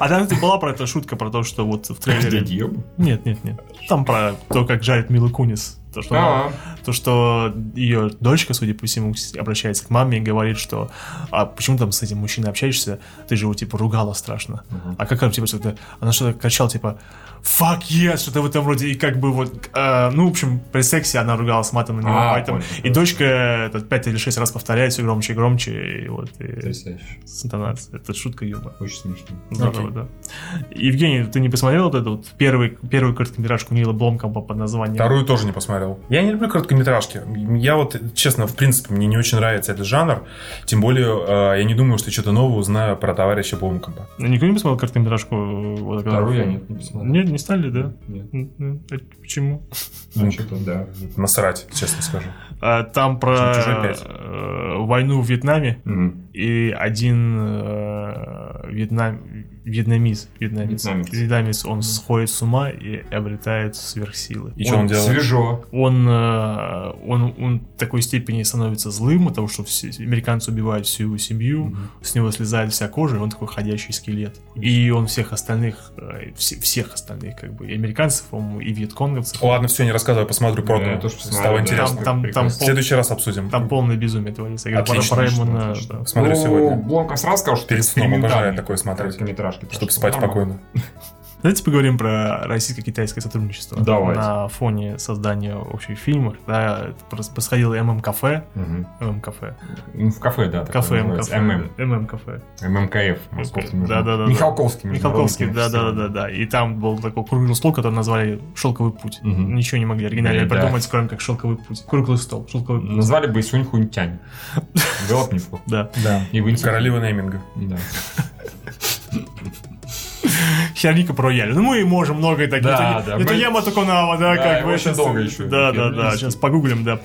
Speaker 2: А там это была про это шутка, про то, что вот в трейлере... Нет, нет, нет. Там про то, как жарит Мила Кунис. То, что она-
Speaker 1: Да.
Speaker 2: то, что ее дочка, судя по всему, с- обращается к маме и говорит, что а почему там с этим мужчиной общаешься? Ты же его типа ругала страшно. А как она типа что-то, она что-то кричала типа fuck yes, что-то в этом роде, и как бы вот, э, ну, в общем, при сексе она ругалась матом на него,
Speaker 1: А,
Speaker 2: поэтому,
Speaker 1: понял,
Speaker 2: и
Speaker 1: да.
Speaker 2: дочка это, 5 или 6 раз повторяет все громче и громче, и вот, и
Speaker 1: Потрясающе.
Speaker 2: с интонацией, это шутка юмора.
Speaker 1: Очень смешно.
Speaker 2: Да,
Speaker 1: Окей.
Speaker 2: да, да. Евгений, ты не посмотрел вот эту вот первый, первую короткометражку Нила Бломкомпа под названием?
Speaker 3: Вторую тоже не посмотрел. Я не люблю короткометражки. Я вот, честно, в принципе, мне не очень нравится этот жанр. Тем более, э, я не думаю, что что-то новое узнаю про товарища Бломкомпа.
Speaker 2: Ну, Никто не посмотрел короткометражку? э,
Speaker 1: Вторую
Speaker 2: Вот,
Speaker 1: я
Speaker 2: которую-
Speaker 1: нет, не посмотрел.
Speaker 2: Не, не стали, да?
Speaker 1: Нет.
Speaker 2: М, м, а Почему?
Speaker 1: Ну, что-то, да.
Speaker 3: Насрать, честно скажу.
Speaker 2: А, Там про
Speaker 3: Чужой пять.
Speaker 2: э, войну в Вьетнаме
Speaker 1: Мгм.
Speaker 2: и один э, вьетнам, вьетнамец, вьетнамец,
Speaker 1: Вьетнамец.
Speaker 2: вьетнамец, он сходит с ума и обретает сверхсилы.
Speaker 3: И что он делает?
Speaker 1: Свежо.
Speaker 2: он, э, он, он в такой степени становится злым от того, что все, американцы убивают всю его семью, с него слезает вся кожа, и он такой ходящий скелет. И он всех остальных, э, все- всех остальных, как бы, и американцев, по-моему, и вьетконговцев.
Speaker 3: Ладно, все, не рассказывай, посмотрю про
Speaker 1: Да, я
Speaker 3: это.
Speaker 1: тоже посмотрю,
Speaker 3: Стало
Speaker 1: да.
Speaker 3: интересно.
Speaker 2: Там, там, там,
Speaker 1: Прекрасно.
Speaker 3: В
Speaker 2: пол-
Speaker 3: следующий раз обсудим.
Speaker 2: там полное безумие творится. Я говорю,
Speaker 3: Отлично,
Speaker 2: про
Speaker 3: отлично,
Speaker 2: Раймона,
Speaker 3: отлично.
Speaker 2: да.
Speaker 3: Смотрю
Speaker 1: Ну,
Speaker 3: сегодня.
Speaker 1: Бломков сразу сказал, что
Speaker 3: Перед сном обожаю
Speaker 1: экспериментальные
Speaker 3: такое смотреть,
Speaker 1: короткометражки, так
Speaker 3: чтобы
Speaker 1: что
Speaker 3: спать
Speaker 1: нормально.
Speaker 3: спокойно.
Speaker 2: Давайте поговорим про российско-китайское сотрудничество.
Speaker 1: Давайте.
Speaker 2: На фоне создания общих фильмов, да, это прос- происходило ММ ММ-кафе,
Speaker 1: Мгм.
Speaker 2: ММ-кафе,
Speaker 1: Ну, В кафе, да. такое
Speaker 2: кафе,
Speaker 1: называется.
Speaker 2: ММ-кафе,
Speaker 1: ММ.
Speaker 2: ММ-кафе.
Speaker 1: ММКФ, Московский международный.
Speaker 2: Да-да-да.
Speaker 1: Михалковский
Speaker 2: Михалковский,
Speaker 1: международный
Speaker 2: да, да, да, да. И там был такой круглый стол, который назвали Шелковый путь.
Speaker 1: Мгм.
Speaker 2: Ничего не могли оригинально
Speaker 1: Блин, да. Ну,
Speaker 2: придумать, кроме как Шелковый путь. Круглый стол, Шелковый путь.
Speaker 1: Назвали бы Исунь
Speaker 2: (laughs)
Speaker 1: Хунтянь. Было бы неплохо.
Speaker 2: Да.
Speaker 3: Да.
Speaker 1: И вы не-
Speaker 3: Королева нейминга.
Speaker 1: Да.
Speaker 2: Херника рояль. Ну, мы можем много таких.
Speaker 1: Да,
Speaker 2: это,
Speaker 1: да,
Speaker 2: не- это
Speaker 1: мы-
Speaker 2: яма Токунава, да,
Speaker 1: Да,
Speaker 2: как
Speaker 1: его
Speaker 2: бы.
Speaker 1: очень
Speaker 2: щас-
Speaker 1: долго еще
Speaker 2: Да, да,
Speaker 1: херники.
Speaker 2: да, сейчас погуглим, да,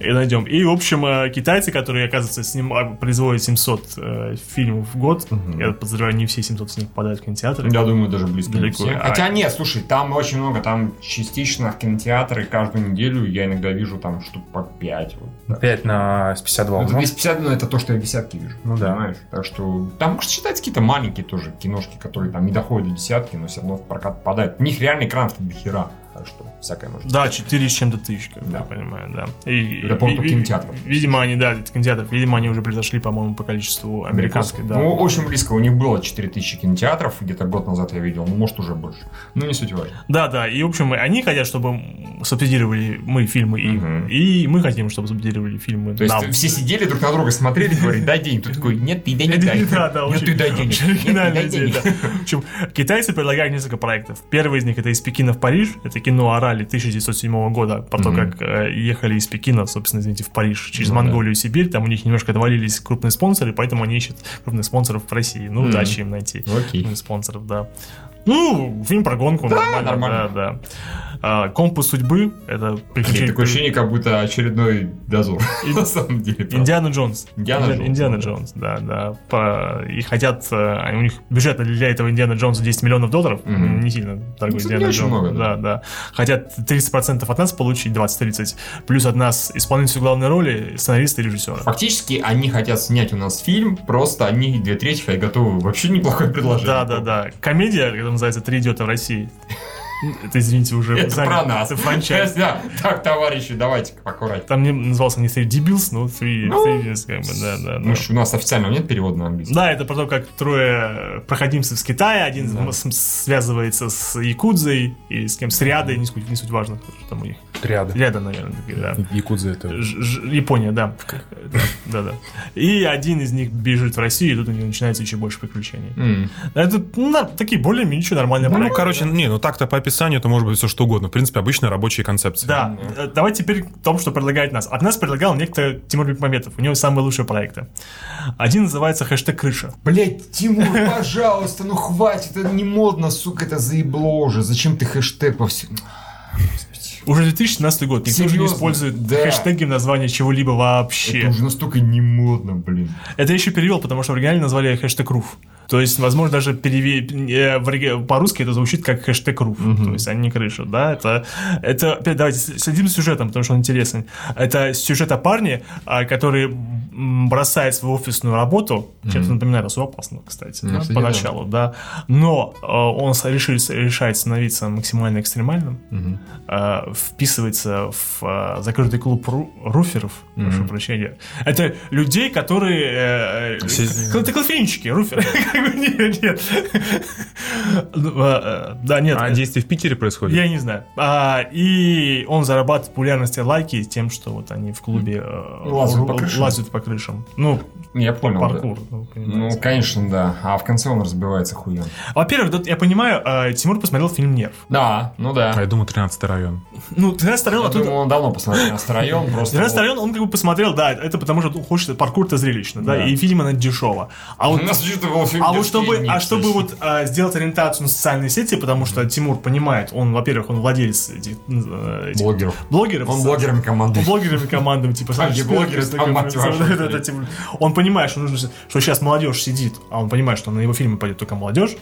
Speaker 2: и найдем. И, в общем, э, китайцы, которые, оказывается, с ним а, производят 700 э, фильмов в год,
Speaker 1: Мгм.
Speaker 2: я подозреваю, не все 700 с них попадают в кинотеатры.
Speaker 1: Ну, Я думаю, даже близко не
Speaker 2: Далеко.
Speaker 1: все.
Speaker 2: А-
Speaker 1: Хотя нет, слушай, там очень много, там частично в кинотеатры каждую неделю я иногда вижу там штук по 5.
Speaker 3: Опять на 52
Speaker 1: Это
Speaker 3: ну.
Speaker 1: 250, но это то, что я десятки вижу.
Speaker 3: Ну да.
Speaker 1: Понимаешь? Так что там, может, считать какие-то маленькие тоже киношки, которые там не доходят до десятки, но все равно в прокат попадают. У них реально экранов до хера. Так что всякое может.
Speaker 2: Да, 4 с чем-то тысяч, как бы,
Speaker 1: Да.
Speaker 2: я понимаю, да. И,
Speaker 1: Это, по-моему,
Speaker 2: ви- ви-
Speaker 1: кинотеатров.
Speaker 2: Видимо, они, да, это кинотеатров, видимо, они уже превзошли, по-моему, по количеству американских, да.
Speaker 1: Ну, очень близко. У них было 4000 кинотеатров, где-то год назад я видел, ну, может, уже больше. Ну, не суть важно.
Speaker 2: Да, да, и, в общем, они хотят, чтобы м, субсидировали мы фильмы им,
Speaker 1: Мгм.
Speaker 2: и мы хотим, чтобы субсидировали фильмы
Speaker 1: То есть
Speaker 2: нам.
Speaker 1: все сидели друг на друга, смотрели, говорили, дай денег. Тут такой, нет, ты дай не
Speaker 2: Да,
Speaker 1: дай.
Speaker 2: (laughs) да, да,
Speaker 1: Нет,
Speaker 2: очень-
Speaker 1: Ну, ты дай денег.
Speaker 2: очень
Speaker 1: Нет, ты
Speaker 2: оригинальная
Speaker 1: дай
Speaker 2: идея,
Speaker 1: денег.
Speaker 2: да. В общем, китайцы предлагают несколько проектов. Первый из них это из Пекина в Париж. Это кино о ралли 1907 года, про то,
Speaker 1: Мгм.
Speaker 2: как э, ехали из Пекина, собственно, извините, в Париж через
Speaker 1: Ну да.
Speaker 2: Монголию и Сибирь. Там у них немножко отвалились крупные спонсоры, поэтому они ищут крупных спонсоров в России. Ну,
Speaker 1: Мгм.
Speaker 2: удачи им найти.
Speaker 1: Ну, Окей.
Speaker 2: Фильм спонсоров, да. Ну, фильм про гонку, нормально,
Speaker 1: нормально.
Speaker 2: да, да. А, «Компас судьбы» — это
Speaker 1: Блин,
Speaker 2: приключение...
Speaker 1: Такое ощущение, как будто очередной дозор. (laughs) На самом деле. правда.
Speaker 2: Индиана Джонс.
Speaker 1: Индиана
Speaker 2: Инди-
Speaker 1: Джонс,
Speaker 2: Индиана
Speaker 1: да.
Speaker 2: Джонс, да, да. По- И хотят, э, у них бюджет для этого Индиана Джонса 10 миллионов долларов.
Speaker 1: Мгм.
Speaker 2: Не сильно дорогой
Speaker 1: кстати,
Speaker 2: Индиана
Speaker 1: не очень
Speaker 2: Джонс.
Speaker 1: много, да.
Speaker 2: да. да, Хотят 30% от нас получить, 20-30, плюс от нас исполнитель главной роли, сценариста и режиссера.
Speaker 1: Фактически они хотят снять у нас фильм, просто они две трети а готовы вообще неплохое (laughs) предложение.
Speaker 2: Да, да, да. Комедия, которая называется «Три идиота в России». Это, извините, уже...
Speaker 1: Это
Speaker 2: сами-
Speaker 1: про нас.
Speaker 2: Это франчайз.
Speaker 1: Да, Так, товарищи, давайте поаккуратнее.
Speaker 2: Там не назывался не Three Дебилс, но Three,
Speaker 1: Ну,
Speaker 2: Three Idiots, как бы, да, да.
Speaker 1: Ну,
Speaker 2: да.
Speaker 1: ж у нас официально нет перевода на английский.
Speaker 2: Да, это про то, как трое проходимцев с Китая, один
Speaker 1: Да.
Speaker 2: с- связывается с Якудзой и с кем с Рядой, не суть, не суть важно, кто же там у них.
Speaker 3: Триада.
Speaker 2: Ряда, наверное, такие, да.
Speaker 3: Якудза это.
Speaker 2: Ж- ж- Япония, да. Да, да. И один из них бежит в Россию, и тут у него начинается еще больше приключений.
Speaker 1: М.
Speaker 2: Это ну, на- такие более-менее ничего нормальные
Speaker 3: Ну,
Speaker 2: проекты.
Speaker 3: короче, не, ну так-то по описанию это может быть все что угодно. В принципе, обычная рабочая концепция.
Speaker 2: Да, э, давай теперь к тому, что предлагает нас. От нас предлагал некто Тимур Бекмаметов. У него самые лучшие проекты. Один называется хэштег крыша.
Speaker 1: Блять, Тимур, пожалуйста, ну хватит, это не модно, сука, это заебло уже. Зачем ты хэштег во всем?
Speaker 2: Уже 2017 год. Никто уже не
Speaker 1: Серьезно?
Speaker 2: использует
Speaker 1: Да.
Speaker 2: хэштеги в названии чего-либо вообще.
Speaker 1: Это уже настолько не модно, блин.
Speaker 2: Это я еще перевел, потому что в оригинале назвали хэштег руф. То есть, возможно, даже переве- э, в оригинале- по-русски это звучит как хэштег руф.
Speaker 1: Мгм.
Speaker 2: То есть они крыша, да? Это, это опять давайте с- следим за сюжетом, потому что он интересен. Это сюжет о парне, а, который м, бросает свою офисную работу. Чем-то напоминает особо опасно, кстати, да,
Speaker 1: Ну, кстати, да.
Speaker 2: поначалу, да. Но э, он с- решил, решает становиться максимально экстремальным
Speaker 1: Мгм.
Speaker 2: э, вписывается в э, закрытый клуб ру- руферов, прошу
Speaker 1: Мгм.
Speaker 2: прощения. Это людей, которые... э, э,
Speaker 3: Все-
Speaker 2: кл- Это клофенщики, руферы. (laughs) Как бы, Нет, нет. Ну, э, э, Да, нет.
Speaker 3: А
Speaker 2: э,
Speaker 3: действие в Питере происходит?
Speaker 2: Я не знаю. А, и он зарабатывает популярность и лайки тем, что вот они в клубе э,
Speaker 1: Лазают
Speaker 2: ру-
Speaker 1: Ну, по крышам.
Speaker 2: лазят по крышам. Ну,
Speaker 1: Я понял. да.
Speaker 2: паркур. ну, понимаете.
Speaker 1: Ну, конечно, да. А в конце он разбивается хуем.
Speaker 2: Во-первых, тут я понимаю, э, Тимур посмотрел фильм «Нерв».
Speaker 1: Да, ну
Speaker 3: А
Speaker 1: да.
Speaker 3: я думаю, 13 район.
Speaker 2: Ну, 13 район,
Speaker 1: Я
Speaker 2: а тут
Speaker 1: думаю, он давно посмотрел на район, просто...
Speaker 2: Раз
Speaker 1: вот-
Speaker 2: район, он как бы посмотрел, да, это потому что он хочет паркур-то зрелищно, да,
Speaker 1: Да.
Speaker 2: и фильм она дешево. А вот,
Speaker 1: У нас что-то был фильм
Speaker 2: а вот
Speaker 1: «Детские
Speaker 2: чтобы,
Speaker 1: дни»,
Speaker 2: а чтобы
Speaker 1: кстати.
Speaker 2: вот а, сделать ориентацию на социальные сети, потому что Тимур понимает, он, во-первых, он владелец этих, э, этих
Speaker 1: Блогеров.
Speaker 2: блогеров.
Speaker 1: Он А,
Speaker 2: с-
Speaker 1: блогером команды.
Speaker 2: он блогерами командам, типа,
Speaker 1: Там, где
Speaker 2: Спилберг,
Speaker 1: блогеры, там, мать вашу,
Speaker 2: да, да, да,
Speaker 1: блядь.
Speaker 2: типа, Он понимает, что нужно, что сейчас молодежь сидит, а он понимает, что на его фильмы пойдет только молодежь,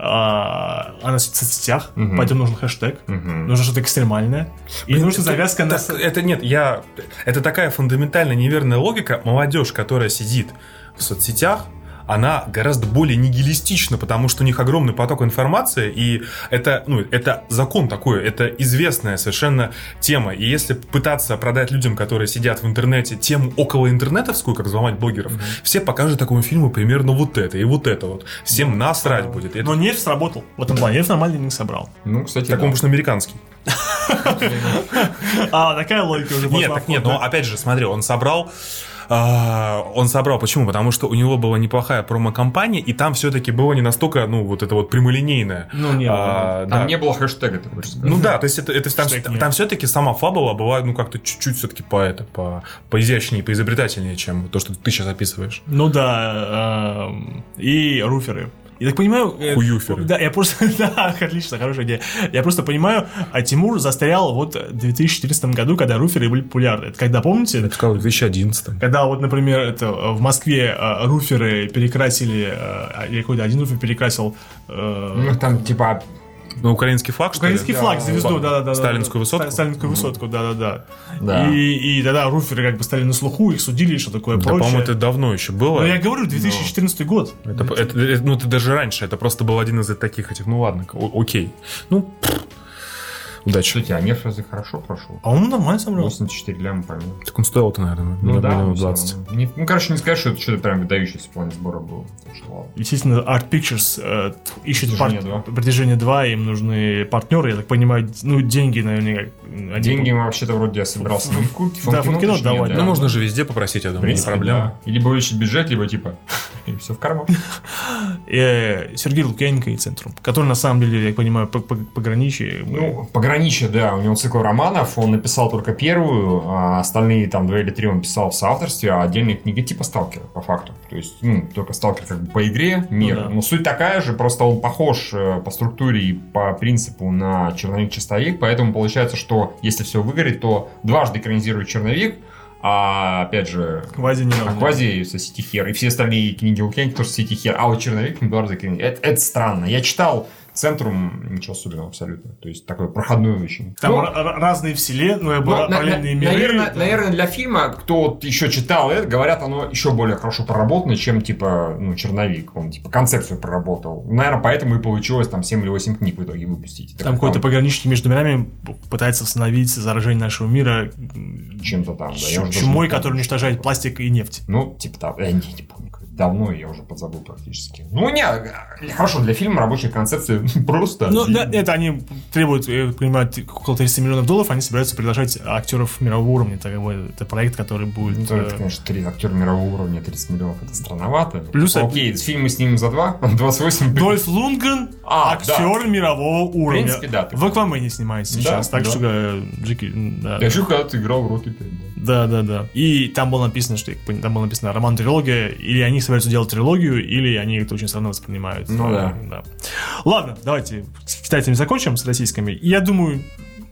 Speaker 2: а, она сидит в соцсетях,
Speaker 1: Мгм.
Speaker 2: поэтому нужен хэштег,
Speaker 1: Мгм.
Speaker 2: нужно что-то экстремальное, и
Speaker 3: Блин,
Speaker 2: нужна
Speaker 3: это-
Speaker 2: завязка на...
Speaker 3: так, это нет, я... Это такая фундаментально неверная логика. Молодежь, которая сидит в соцсетях, она гораздо более нигилистична, потому что у них огромный поток информации, и это, ну, это закон такой, это известная совершенно тема. И если пытаться продать людям, которые сидят в интернете, тему около интернетовскую, как взломать блогеров, все покажут такому фильму примерно вот это и вот это вот.
Speaker 2: Ну,
Speaker 3: Всем насрать будет. Это
Speaker 2: Но нефть сработал. В этом плане нефть нормально не собрал.
Speaker 1: Ну, кстати, да.
Speaker 3: такому, потому что американский.
Speaker 2: (coughs) А, такая логика уже
Speaker 3: Нет,
Speaker 2: пошла в
Speaker 3: так
Speaker 2: ход,
Speaker 3: нет,
Speaker 2: да?
Speaker 3: но опять же, смотри, он собрал. а, Он собрал, почему? Потому что у него была неплохая промо-компания, и там все-таки было не настолько, ну, вот это вот прямолинейное.
Speaker 2: Ну, не
Speaker 3: А,
Speaker 1: Там
Speaker 3: да.
Speaker 1: не было хэштега, ты хочешь сказать.
Speaker 3: Ну да, то есть это, это там,
Speaker 2: Штек нет.
Speaker 3: там все-таки сама фабула была, ну, как-то чуть-чуть все-таки по это, по, поизящнее, поизобретательнее, чем то, что ты сейчас описываешь.
Speaker 2: Ну да, эм, и руферы. Я так понимаю... э,
Speaker 3: Хуюферы.
Speaker 2: Да, я просто... (laughs) Да, отлично, хорошая идея. Я просто понимаю, а Тимур застрял вот в 2014 году, когда руферы были популярны. Это когда, помните,
Speaker 3: Это сказал в 2011
Speaker 2: когда вот, например, это, э, в Москве э, руферы перекрасили, э, или какой-то один руфер перекрасил э,
Speaker 1: Ну, там, типа,
Speaker 3: Ну, украинский флаг, что ли?
Speaker 2: Украинский
Speaker 1: Да,
Speaker 2: флаг, звезду,
Speaker 3: флаг.
Speaker 2: да, да, да.
Speaker 3: Сталинскую высотку?
Speaker 2: Ста- Сталинскую высотку, да, да, да.
Speaker 1: Да.
Speaker 2: И, и тогда руферы как бы стали на слуху, их судили, что такое
Speaker 3: Да,
Speaker 2: прочее.
Speaker 3: по-моему, это давно еще было.
Speaker 2: Но Ну, я говорю, 2014 год.
Speaker 3: Это, это- это- ну, это даже раньше, это просто был один из таких этих, ну ладно, о- окей. Ну, пф, удачи.
Speaker 1: что тебя, нефть а разве хорошо прошел?
Speaker 2: А он нормально собрал.
Speaker 1: 84 ляма, по-моему.
Speaker 3: Так он стоил-то, наверное,
Speaker 2: Ну
Speaker 3: миллион- миллион Ну, двадцать.
Speaker 1: Ну всё равно. Не- ну, короче, не сказать, что это что-то прям выдающееся в плане сбора было. Так что ладно.
Speaker 2: Естественно, Art Pictures э, т- ищет
Speaker 1: «Притяжение
Speaker 2: пар- «Притяжение 2», им нужны партнеры, я так понимаю, д- ну, деньги, наверняка. они
Speaker 1: Деньги вообще-то вроде я собирался на фунт-
Speaker 2: А типа Да, функино
Speaker 1: точнее,
Speaker 2: давать,
Speaker 1: да.
Speaker 3: Ну, можно же везде попросить, я
Speaker 1: В
Speaker 3: думаю, не
Speaker 1: принципе,
Speaker 3: проблема.
Speaker 1: да. Или увеличить бюджет, либо типа, (laughs) и все в карман.
Speaker 2: будут. Э, Сергей Лукьяненко и Центрум, который, на самом деле, я так понимаю, по- по- пограничье.
Speaker 1: Ну, пограничье, да, у него цикл романов, он написал только первую, а остальные там два или три он писал в соавторстве, а отдельные книги типа Сталкера, по факту. То есть, ну, только Сталкер как бы по игре, мир.
Speaker 2: да.
Speaker 1: Но суть такая же, просто он похож э, по структуре и по принципу на Черновик Чистовик, поэтому получается, что если все выгорит, то дважды экранизирует Черновик, а опять же,
Speaker 2: Квази не
Speaker 1: а
Speaker 2: надо.
Speaker 1: Квази со Сити Хер, и все остальные книги Лукьяненко тоже Сити Хер, а вот Черновик не дважды Кенни. Это, это странно. Я читал Центрум, ничего особенного абсолютно. То есть, такое проходное очень.
Speaker 2: Там
Speaker 1: Ну,
Speaker 2: р- р- разные вселенные,
Speaker 1: ну, на- на-
Speaker 2: параллельные миры.
Speaker 1: наверное,
Speaker 2: да.
Speaker 1: наверное, для фильма, кто вот еще читал это, говорят, оно еще более хорошо проработано, чем, типа, ну, Черновик. Он, типа, концепцию проработал. Наверное, поэтому и получилось там 7 или 8 книг в итоге выпустить. Так
Speaker 2: Там
Speaker 1: как
Speaker 2: какой-то пограничник между мирами пытается остановить заражение нашего мира м,
Speaker 1: Чем-то там, да. я
Speaker 2: чу-
Speaker 1: уже даже
Speaker 2: чумой,
Speaker 1: не помню.
Speaker 2: который уничтожает пластик и нефть.
Speaker 1: Ну, типа там,
Speaker 2: Э,
Speaker 1: я не, не помню, как. давно я уже подзабыл практически. Ну, не, э, хорошо, для фильма рабочая концепция (laughs) просто.
Speaker 2: Ну, да, это они требуют, я понимаю, т- около 30 миллионов долларов, они собираются приглашать актеров мирового уровня. Это, как бы, это проект, который
Speaker 1: Ну,
Speaker 2: будет...
Speaker 1: то это,
Speaker 2: э,
Speaker 1: конечно, три актера мирового уровня, 30 миллионов, это странновато.
Speaker 2: Плюс-
Speaker 1: Окей, фильм мы снимем за два, (laughs) 28.
Speaker 2: Дольф Лунган,
Speaker 1: А,
Speaker 2: актер мирового уровня.
Speaker 1: принципе, да, ты-
Speaker 2: В Аквамене снимается
Speaker 1: Да,
Speaker 2: сейчас, так
Speaker 1: да.
Speaker 2: что э, Джеки... Да.
Speaker 1: Я еще когда ты играл в Роты 5, да.
Speaker 2: Да, да, да. И там было написано, что я так пони- там было написано роман трилогия, или они собираются делать трилогию, или они это очень странно воспринимают.
Speaker 1: Ну
Speaker 2: Э, да. Ладно, давайте с китайцами закончим, с российскими. И Я думаю,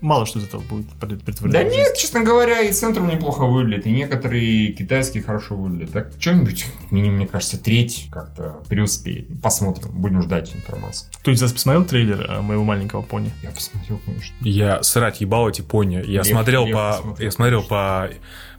Speaker 2: мало что из этого будет пред-
Speaker 1: Да
Speaker 2: представлять.
Speaker 1: нет, честно говоря, и центром неплохо выглядит, и некоторые китайские хорошо выглядят. Так что-нибудь, мне, мне кажется, треть как-то преуспеет. Посмотрим, будем ждать информации.
Speaker 2: Кто из вас посмотрел трейлер э, моего маленького пони?
Speaker 1: Я посмотрел, конечно.
Speaker 3: Я срать ебал эти пони. Я
Speaker 1: Лев-
Speaker 3: смотрел
Speaker 1: Лев
Speaker 3: по...
Speaker 1: посмотрел.
Speaker 3: Я смотрел по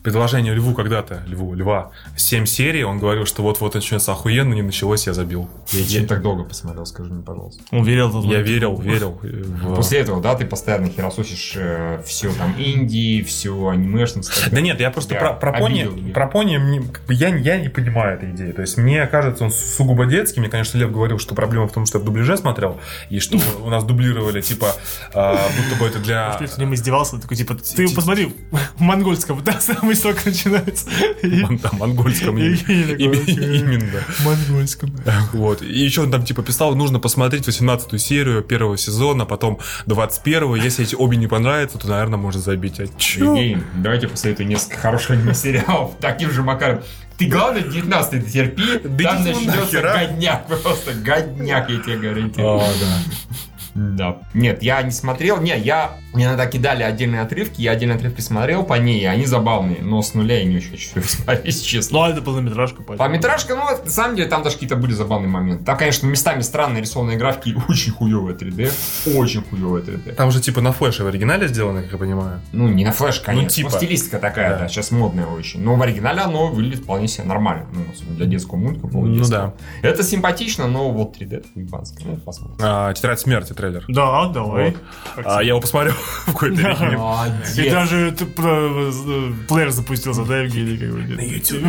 Speaker 3: предложению Льву когда-то. Льву, Льва. Семь серий. Он говорил, что вот-вот начнется охуенно. Не началось, я забил. Я,
Speaker 1: Зачем
Speaker 3: я-
Speaker 1: так долго посмотрел, скажи мне, пожалуйста.
Speaker 2: Он верил. тот
Speaker 3: я
Speaker 2: момент.
Speaker 3: верил, верил. э, в-
Speaker 1: Ну, После этого, да, ты постоянно херососишь все там Индии, все анимешных.
Speaker 3: Да нет, я просто
Speaker 1: Я
Speaker 3: про, про пони,
Speaker 1: обидел, я-
Speaker 3: про пони мне- как бы я, я не понимаю этой идеи. То есть мне кажется, он сугубо детский. Мне, конечно, Лев говорил, что проблема в том, что я в дубляже смотрел,
Speaker 1: (laughs)
Speaker 3: и что у нас дублировали, типа, а, будто бы это для...
Speaker 2: Ты с ним издевался, такой типа, ты посмотри, в монгольском, да, самый сок начинается. И-
Speaker 3: Мон- да, монгольском
Speaker 2: и-
Speaker 3: именно.
Speaker 2: и такой, окей.
Speaker 3: Именно.
Speaker 2: В монгольском.
Speaker 3: Вот. И еще он там типа писал, нужно посмотреть 18 серию первого сезона, а потом 21 Если эти обе не понравятся, то, наверное, можно забить. А чё?
Speaker 1: Евгений, давайте посоветую несколько хороших аниме-сериалов (laughs) таким же макаром. Ты главное 19 терпи,
Speaker 3: Да
Speaker 1: там
Speaker 3: иди ты
Speaker 1: начнется
Speaker 3: нахер, а.
Speaker 1: годняк, просто годняк, я тебе гарантирую.
Speaker 3: А, да.
Speaker 1: Да. Нет, я не смотрел. Не, я... Мне иногда кидали отдельные отрывки, я отдельные отрывки смотрел по ней, и они забавные, но с нуля я не очень хочу (laughs) смотреть, честно.
Speaker 2: Ну, а это полнометражка,
Speaker 1: По
Speaker 2: поэтому.
Speaker 1: метражке, ну, это, на самом деле, там даже какие-то были забавные моменты. Там, конечно, местами странные рисованные графики, (laughs) и очень хуевое 3D, очень хуевое 3D.
Speaker 3: Там же типа на флеше в оригинале сделано, как я понимаю.
Speaker 1: Ну, не на флеш, конечно,
Speaker 3: типа.
Speaker 1: ну, стилистика такая,
Speaker 3: Да.
Speaker 1: да. сейчас модная очень. Но в оригинале оно выглядит вполне себе нормально, ну, особенно для детского мультика.
Speaker 3: Ну да.
Speaker 1: Это симпатично, но вот 3D, это ебанское. Ну, посмотрим.
Speaker 3: А, Тетрадь смерти трейлер.
Speaker 2: Да, давай.
Speaker 3: Вот. А, я его посмотрю (laughs) в какой-то
Speaker 2: Да.
Speaker 3: летний
Speaker 1: Молодец.
Speaker 2: И даже ты, э, э, плеер запустился, да, Евгений? Как бы, нет?
Speaker 3: На YouTube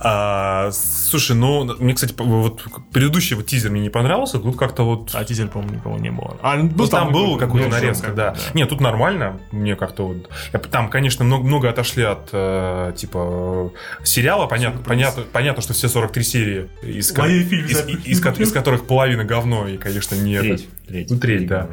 Speaker 3: А, слушай, ну, мне, кстати, по- вот предыдущий вот тизер мне не понравился, тут как-то вот...
Speaker 2: А тизер, по-моему, никого не было. А, ну,
Speaker 3: Ну, там, был какой-то
Speaker 2: ну,
Speaker 3: нарезка,
Speaker 2: как-
Speaker 3: да. Нет, тут нормально, мне как-то вот... я- Там, конечно, много, много отошли от, э, типа, э, сериала, понятно, понятно, понятно, что все 43 серии, из, ко-
Speaker 2: Лови фильм,
Speaker 3: из-
Speaker 2: да.
Speaker 3: из ко- из которых половина говно, и, конечно, не... этот.
Speaker 1: Треть, треть.
Speaker 3: Ну, треть, да.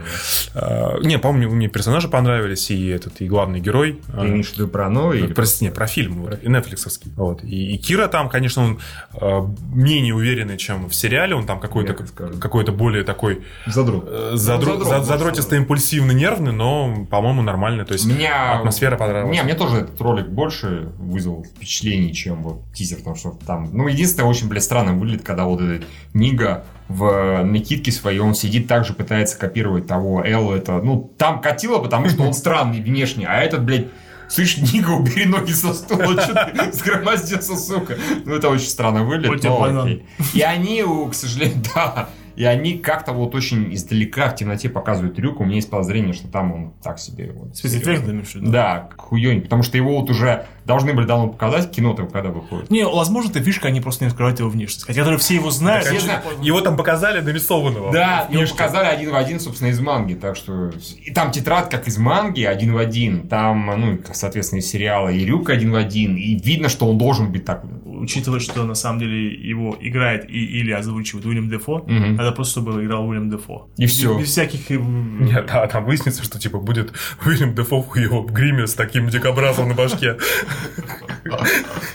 Speaker 3: А, не, по-моему, мне персонажи понравились, и этот, и главный герой.
Speaker 1: Ты имеешь в виду про новый? или
Speaker 3: Про, не, про фильм, вот, и нетфликсовский. Вот. И, и Кира там, конечно, он э, менее уверенный, чем в сериале. Он там какой-то
Speaker 1: Мягко скажем.
Speaker 3: какой-то более такой
Speaker 1: Задруг.
Speaker 3: э, задро-
Speaker 1: задрот,
Speaker 3: за-
Speaker 1: может,
Speaker 3: задротистый, импульсивный, нервный, но, по-моему, нормальный. То есть
Speaker 1: Меня-
Speaker 3: атмосфера понравилась.
Speaker 1: Не, мне тоже этот ролик больше вызвал впечатлений, чем вот тизер, потому что там... Ну, единственное, очень, блядь, странно выглядит, когда вот этот Нига в э, накидке своей, он сидит также пытается копировать того Эл, это... Ну, там катило, потому что он странный внешне, а этот, блядь, Слышь, Нига, убери ноги со стула, (laughs) что ты сгромоздился, сука. Ну, это очень странно
Speaker 2: Хоть
Speaker 1: выглядит,
Speaker 2: и
Speaker 1: но
Speaker 2: банан.
Speaker 1: окей. И они, у- к сожалению, (laughs) да, и они как-то вот очень издалека в темноте показывают трюк. У меня есть подозрение, что там он так себе. Вот,
Speaker 2: Спецэффектами, что ли?
Speaker 1: Да, хуёнь, потому что его вот уже должны были давно показать, кино там когда выходит.
Speaker 2: Не, возможно, это фишка, они просто не раскрывают его внешность. Хотя даже все его знают.
Speaker 1: Так,
Speaker 2: но-
Speaker 1: конечно,
Speaker 3: Его там показали нарисованного.
Speaker 1: Да,
Speaker 3: в
Speaker 1: его
Speaker 3: книжке.
Speaker 1: показали один в один, собственно, из манги, так что... И там тетрадь как из манги, один в один, там, ну, и, соответственно, из сериала и Рюк один в один, и видно, что он должен быть так.
Speaker 2: Учитывая, что на самом деле его играет и или озвучивает Уильям Дефо,
Speaker 1: Мгм.
Speaker 2: надо просто чтобы играл Уильям Дефо.
Speaker 1: И всё.
Speaker 2: Без всяких... э, м,
Speaker 3: Нет, да, там выяснится, что типа будет Уильям Дефо в его гриме с таким дикобразом на башке.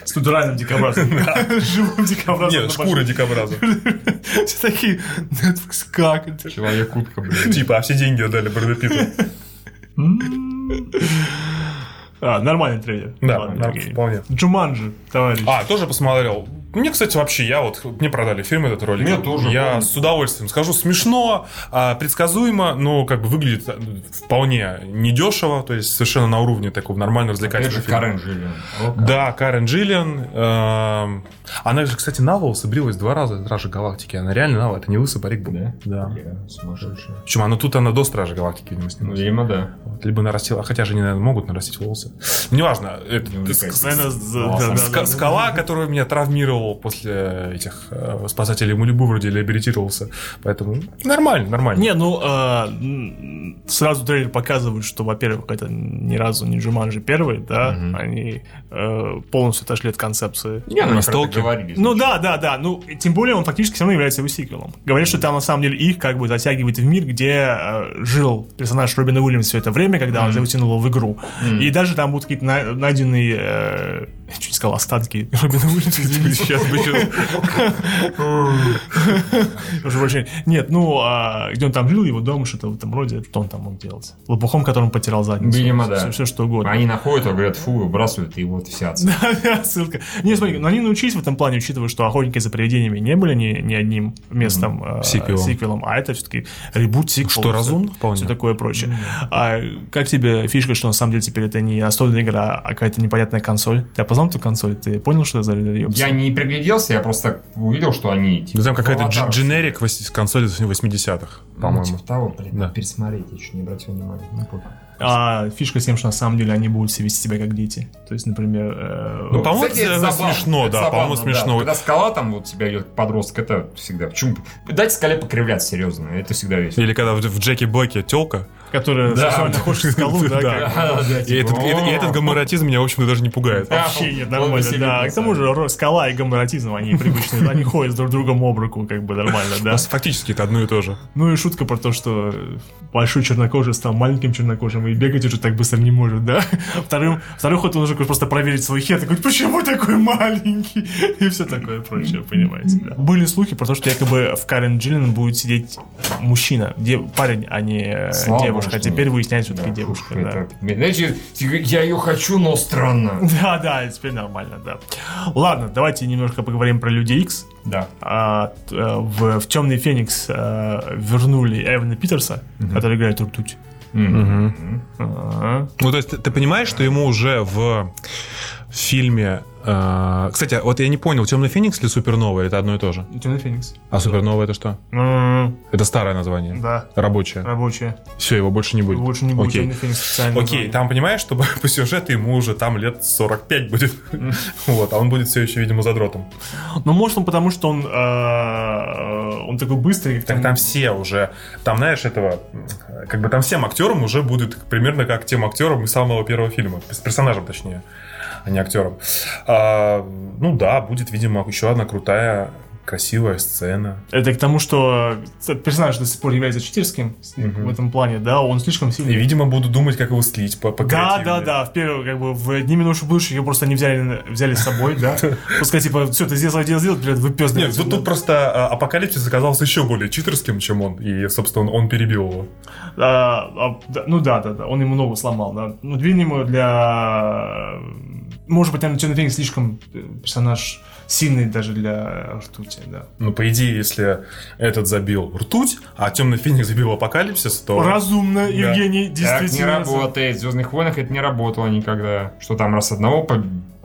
Speaker 2: С натуральным
Speaker 3: (laughs)
Speaker 2: дикобразом. Живым дикобразом.
Speaker 3: Нет, шкура дикобраза.
Speaker 2: (laughs) Все такие, Netflix, как это?
Speaker 1: Человек утка, блядь.
Speaker 3: Типа, а все деньги отдали Брэду Питту.
Speaker 1: (laughs)
Speaker 2: А, нормальный трейлер.
Speaker 3: Да,
Speaker 2: Ладно,
Speaker 3: норм-
Speaker 2: Евгений.
Speaker 3: вполне.
Speaker 2: Джуманджи, товарищ.
Speaker 3: А, тоже посмотрел. Мне, кстати, вообще, я вот, мне продали фильм этот ролик.
Speaker 1: Мне тоже,
Speaker 3: Я
Speaker 1: помню.
Speaker 3: с удовольствием скажу, смешно, а, предсказуемо, но как бы выглядит э, вполне недешево, то есть совершенно на уровне такого нормального
Speaker 1: Это
Speaker 3: развлекательного
Speaker 1: же
Speaker 3: фильма.
Speaker 1: Карен Джиллиан. О, как.
Speaker 3: Да, Карен Джиллиан. эм, она же, кстати, на волосы брилась два раза, Стражи Галактики. Она реально на лоб, это не лысый парик был.
Speaker 1: Да?
Speaker 3: Да.
Speaker 1: Бля, сумасшедшая.
Speaker 3: Причем она тут, она до Стражи Галактики, видимо,
Speaker 1: Ну,
Speaker 3: снималась.
Speaker 1: видимо, да.
Speaker 3: Вот, Либо нарастила, хотя же они, наверное, могут нарастить волосы. Неважно. Это,
Speaker 1: Не увлекайся.
Speaker 3: с-
Speaker 2: Наверное, за-
Speaker 1: Классно.
Speaker 2: да, да,
Speaker 3: Ска-
Speaker 2: да, да.
Speaker 3: скала, которая меня травмировала после этих э, спасателей Малибу, вроде реабилитировался. Поэтому нормально, нормально.
Speaker 2: Не, ну, э, м, сразу трейлер показывает, что, во-первых, это ни разу не Джуманджи первый, да, они э, полностью отошли от концепции.
Speaker 1: Не, ну,
Speaker 3: Настолки.
Speaker 1: говорили.
Speaker 2: Ну да, да, да. Ну, и тем более он фактически все равно является его сиквелом. Говорят, что там на самом деле их как бы затягивает в мир, где э, жил персонаж Робина Уильямс все это время, когда он затянул его в игру. И даже там будут какие-то на- найденные э, Я чуть не сказал Останки. (laughs) Робина Уильямс, извините.
Speaker 3: Сейчас бы еще...
Speaker 2: Уже больше... Нет, ну, а, где он там жил, его дом, что-то в этом роде, что он там мог делать? Лопухом, которым потерял задницу.
Speaker 1: Видимо,
Speaker 2: Всё-
Speaker 1: да.
Speaker 2: Все, что угодно.
Speaker 1: Они находят, а говорят, фу, выбрасывают, и вот вся отсылка.
Speaker 2: Да, (laughs) ссылка. Не, смотри, но они научились в этом плане, учитывая, что охотники за привидениями не были ни, ни одним местом э,
Speaker 3: Сиквелом.
Speaker 2: сиквелом, а это все-таки ребут, сиквел.
Speaker 3: Что разумно вполне.
Speaker 2: Все такое прочее. А как тебе фишка, что на самом деле теперь это не настольная игра, а какая-то непонятная консоль? Ты опознал эту консоль? Ты понял, что это за ёбс?
Speaker 1: Я не пригляделся, я просто так увидел, что они...
Speaker 3: Ну,
Speaker 1: типа,
Speaker 3: Там какая-то дж-
Speaker 1: аватар.
Speaker 3: дженерик вос- консоли 80-х,
Speaker 1: По-моему,
Speaker 3: по-моему.
Speaker 1: типа того, блин,
Speaker 3: Да.
Speaker 1: пересмотреть, я еще не обратил внимания. Не понял.
Speaker 2: А фишка с тем, что на самом деле они будут все вести себя как дети. То есть, например... э,
Speaker 3: Ну, по-моему,
Speaker 1: Кстати,
Speaker 3: это
Speaker 1: забавно,
Speaker 3: смешно,
Speaker 1: это
Speaker 3: да, по-моему,
Speaker 1: забавно, да.
Speaker 3: смешно.
Speaker 1: Когда скала там вот тебя идет подросток, это всегда... Почему? Дайте скале покривляться, серьезно, это всегда весело.
Speaker 3: Или когда в, в Джеке Блэке телка.
Speaker 2: Которая
Speaker 1: Да.
Speaker 2: совсем хочет
Speaker 3: (laughs)
Speaker 2: скалу, да?
Speaker 3: Да.
Speaker 1: (laughs)
Speaker 2: как-
Speaker 1: Да, да,
Speaker 3: И
Speaker 1: типа,
Speaker 3: этот, и, и
Speaker 1: «О,
Speaker 3: этот гоморотизм меня, в общем-то, даже не пугает.
Speaker 1: Да.
Speaker 2: Вообще нет,
Speaker 1: он
Speaker 2: нормально,
Speaker 1: веселее,
Speaker 2: да.
Speaker 1: на
Speaker 2: К тому же ро- скала и гоморотизм, они привычные, они ходят друг с другом об руку, как бы нормально,
Speaker 3: У
Speaker 2: да.
Speaker 3: нас фактически это одно и то же.
Speaker 2: Ну и шутка про то, что большой чернокожий стал маленьким чернокожим и бегать уже так быстро не может, да. Вторым, второй ход он уже просто проверить свой хет, такой, почему такой маленький? И все такое прочее, понимаете, да. Были слухи про то, что якобы в Карен Джиллен будет сидеть мужчина, де- парень, а не э,
Speaker 1: Слава
Speaker 2: девушка. А
Speaker 1: богу, что
Speaker 2: теперь
Speaker 1: нет.
Speaker 2: выясняется
Speaker 1: да,
Speaker 2: все-таки
Speaker 1: ух,
Speaker 2: девушка, да.
Speaker 1: это- Знаете, типа, я ее хочу, но странно.
Speaker 2: (laughs) Да, да, и теперь нормально, да. Ладно, давайте немножко поговорим про Люди Икс.
Speaker 1: Да.
Speaker 2: А, т- э, в, в Темный Феникс э, вернули Эвана Питерса, который играет Ртуть. Ага.
Speaker 3: Ну, то есть, ты, ты понимаешь, что ему уже в фильме... э, кстати, вот я не понял, Темный Феникс или Супернова, или это одно и то же?
Speaker 2: Темный Феникс.
Speaker 3: А Супернова это что?
Speaker 2: М,
Speaker 3: Это старое название.
Speaker 2: Да,
Speaker 3: Рабочее.
Speaker 2: рабочая.
Speaker 3: Все, его больше не будет.
Speaker 2: Лучше не будет Темный
Speaker 3: Окей.
Speaker 2: Феникс специально.
Speaker 3: Окей, там, понимаешь, что (laughs) по сюжету ему уже там лет 45 будет. (laughs) Вот, а он будет все еще, видимо, задротом.
Speaker 2: Ну, может, он потому, что он, э, он такой быстрый. как
Speaker 3: Так там все уже, там, знаешь, этого, м, как бы там всем актерам уже будет примерно как тем актерам из самого первого фильма, с персонажем точнее, а не актером. А, ну да, будет, видимо, еще одна крутая, красивая сцена.
Speaker 2: Это к тому, что э, персонаж до сих пор является читерским
Speaker 3: Мгм.
Speaker 2: в этом плане, да, он слишком
Speaker 3: И,
Speaker 2: сильный.
Speaker 3: видимо, буду думать, как его слить по, по
Speaker 2: Да, да,
Speaker 3: креативнее.
Speaker 2: да. В первую, как бы в дни минувшего будущего ее просто не взяли, взяли с собой, да. Пускай типа, все, ты сделал, сделал, сделал, блядь, вы пёс,
Speaker 3: Нет,
Speaker 2: блядь».
Speaker 3: тут, тут просто а, апокалипсис оказался еще более читерским, чем он. И, собственно, он, он перебил его.
Speaker 2: А, а, да, ну да, да, да, он ему ногу сломал, да. Ну, видимо, для... Может быть, наверное, Темный Феникс слишком э, персонаж сильный даже для ртути, да.
Speaker 3: Ну, по идее, если этот забил ртуть, а темный феникс забил апокалипсис, то.
Speaker 2: Разумно, Евгений,
Speaker 1: Так
Speaker 2: действительно.
Speaker 1: не работает. В Звездных войнах это не работало никогда. Что там раз одного поб-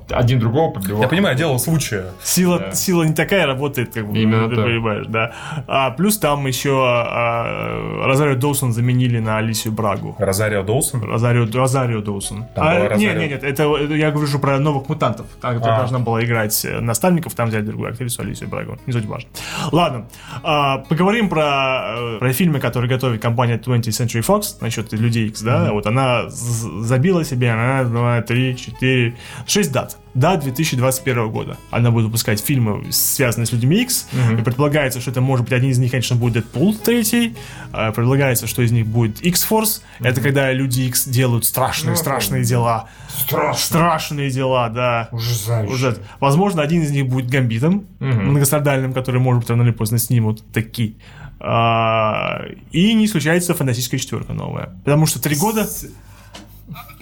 Speaker 1: один другого побивал.
Speaker 3: Я понимаю, дело случая.
Speaker 2: Сила,
Speaker 1: Да.
Speaker 2: сила не такая работает, как бы, ну,
Speaker 1: Именно
Speaker 2: ты
Speaker 1: так.
Speaker 2: понимаешь, да. А плюс там еще а, Розарио Доусон заменили на Алисию Брагу.
Speaker 3: Розарио Доусон.
Speaker 2: Розарио, Розарио Доусон.
Speaker 3: Там была
Speaker 2: А,
Speaker 3: Розарио.
Speaker 2: нет, нет, нет, это это я говорю про новых мутантов. Та, которая
Speaker 3: А.
Speaker 2: должна была играть э, наставников, там взять другую актрису Алисию Брагу. Не суть важно. Ладно, а, поговорим про, э, про фильмы, которые готовит компания 20th Century Fox насчет Людей X, да. Вот она з- забила себе, она, два, три, четыре, шесть дат. До 2021 года. Она будет выпускать фильмы, связанные с людьми X. И предполагается, что это может быть один из них, конечно, будет Дэдпул третий. А, Предполагается, что из них будет X-Force. Это когда люди X делают страшные,
Speaker 1: Ну,
Speaker 2: страшные
Speaker 1: это-
Speaker 2: дела.
Speaker 1: Страшно.
Speaker 2: Страшные дела, да.
Speaker 1: Ужасающе.
Speaker 2: Уже. Возможно, один из них будет гамбитом, многострадальным, который, может быть, рано или поздно снимут. Такие. А, и не исключается фантастическая четверка новая. Потому что три года...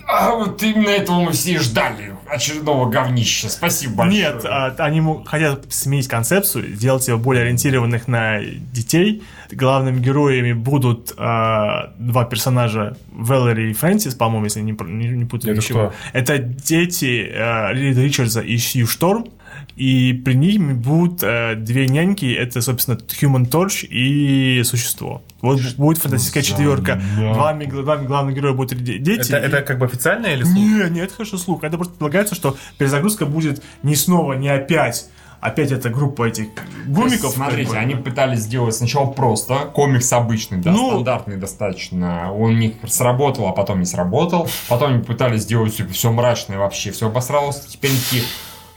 Speaker 1: А вот именно этого мы все и ждали. Очередного говнища. Спасибо большое.
Speaker 2: Нет, а, они му- хотят сменить концепцию, сделать его более ориентированных на детей. Главными героями будут а, два персонажа, Веллери и Фрэнсис, по-моему, если не, пр- не, не путаю
Speaker 3: Это
Speaker 2: ничего.
Speaker 3: кто?
Speaker 2: Это дети а, Рида Ричардса и Сью Шторм. И при них будут э, две няньки, это, собственно, Human Torch и Существо. Вот будет фантастическая
Speaker 1: за
Speaker 2: четверка.
Speaker 1: нахуй?
Speaker 2: Два главных героя будут ре- дети.
Speaker 3: Это,
Speaker 2: и-
Speaker 3: это как бы официальное или слух?
Speaker 2: не, не, это хорошо слух. Это просто предполагается, что перезагрузка будет не снова, не опять. Опять эта группа этих гумиков.
Speaker 1: Смотрите,
Speaker 2: как бы.
Speaker 1: они пытались сделать сначала просто комикс обычный, да,
Speaker 2: Ну.
Speaker 1: стандартный достаточно. Он у них сработал, а потом не сработал. Потом они пытались сделать все мрачное вообще, все обосралось. Теперь они такие,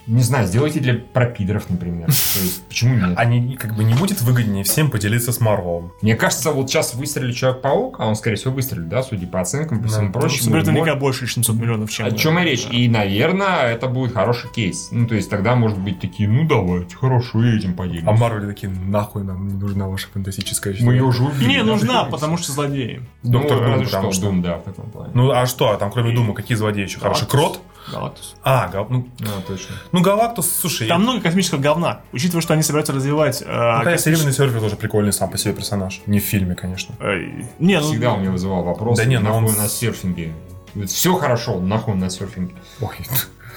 Speaker 1: Не знаю, сделайте для пропидоров, например. То есть, почему нет?
Speaker 2: А
Speaker 3: Они как бы А не будет выгоднее всем поделиться с Марвелом.
Speaker 1: Мне кажется, вот сейчас выстрелит Человек-паук, а он, скорее всего, выстрелит, да, судя по оценкам, по
Speaker 3: Да.
Speaker 1: всему прочему.
Speaker 2: Соберет
Speaker 1: Может-
Speaker 2: наверняка больше 700 миллионов, чем...
Speaker 1: О чем и речь? И, наверное, это будет хороший кейс. Ну, то есть тогда, может быть, такие, ну, давайте, хорошо, и этим поделимся.
Speaker 3: А Марвеле такие, нахуй нам не нужна ваша фантастическая
Speaker 1: Мы ее
Speaker 3: история».
Speaker 1: уже убили.
Speaker 2: Не,
Speaker 1: да,
Speaker 2: нужна,
Speaker 1: прикольно.
Speaker 2: потому что злодеи.
Speaker 1: Ну,
Speaker 3: Доктор Дум,
Speaker 1: разве
Speaker 3: потому
Speaker 1: что
Speaker 3: что-
Speaker 1: Дум, да, в таком плане.
Speaker 3: Ну а что, а там кроме Дума какие злодеи еще? Хороший Крот?
Speaker 2: Галактус.
Speaker 3: А, Гал- ну,
Speaker 1: А, точно.
Speaker 3: ну Галактус, слушай,
Speaker 2: Там много космического говна. Учитывая, что они собираются развивать... э,
Speaker 3: Хотя
Speaker 2: космич-
Speaker 3: Серебряный серфер тоже прикольный сам по себе персонаж. Не в фильме, конечно.
Speaker 2: Эй, Не, ну...
Speaker 1: Всегда у меня вызывал вопрос,
Speaker 3: Да не, но
Speaker 1: нахуй
Speaker 3: он-
Speaker 1: на серфинге. Все хорошо, нахуй на серфинге.
Speaker 3: Ой,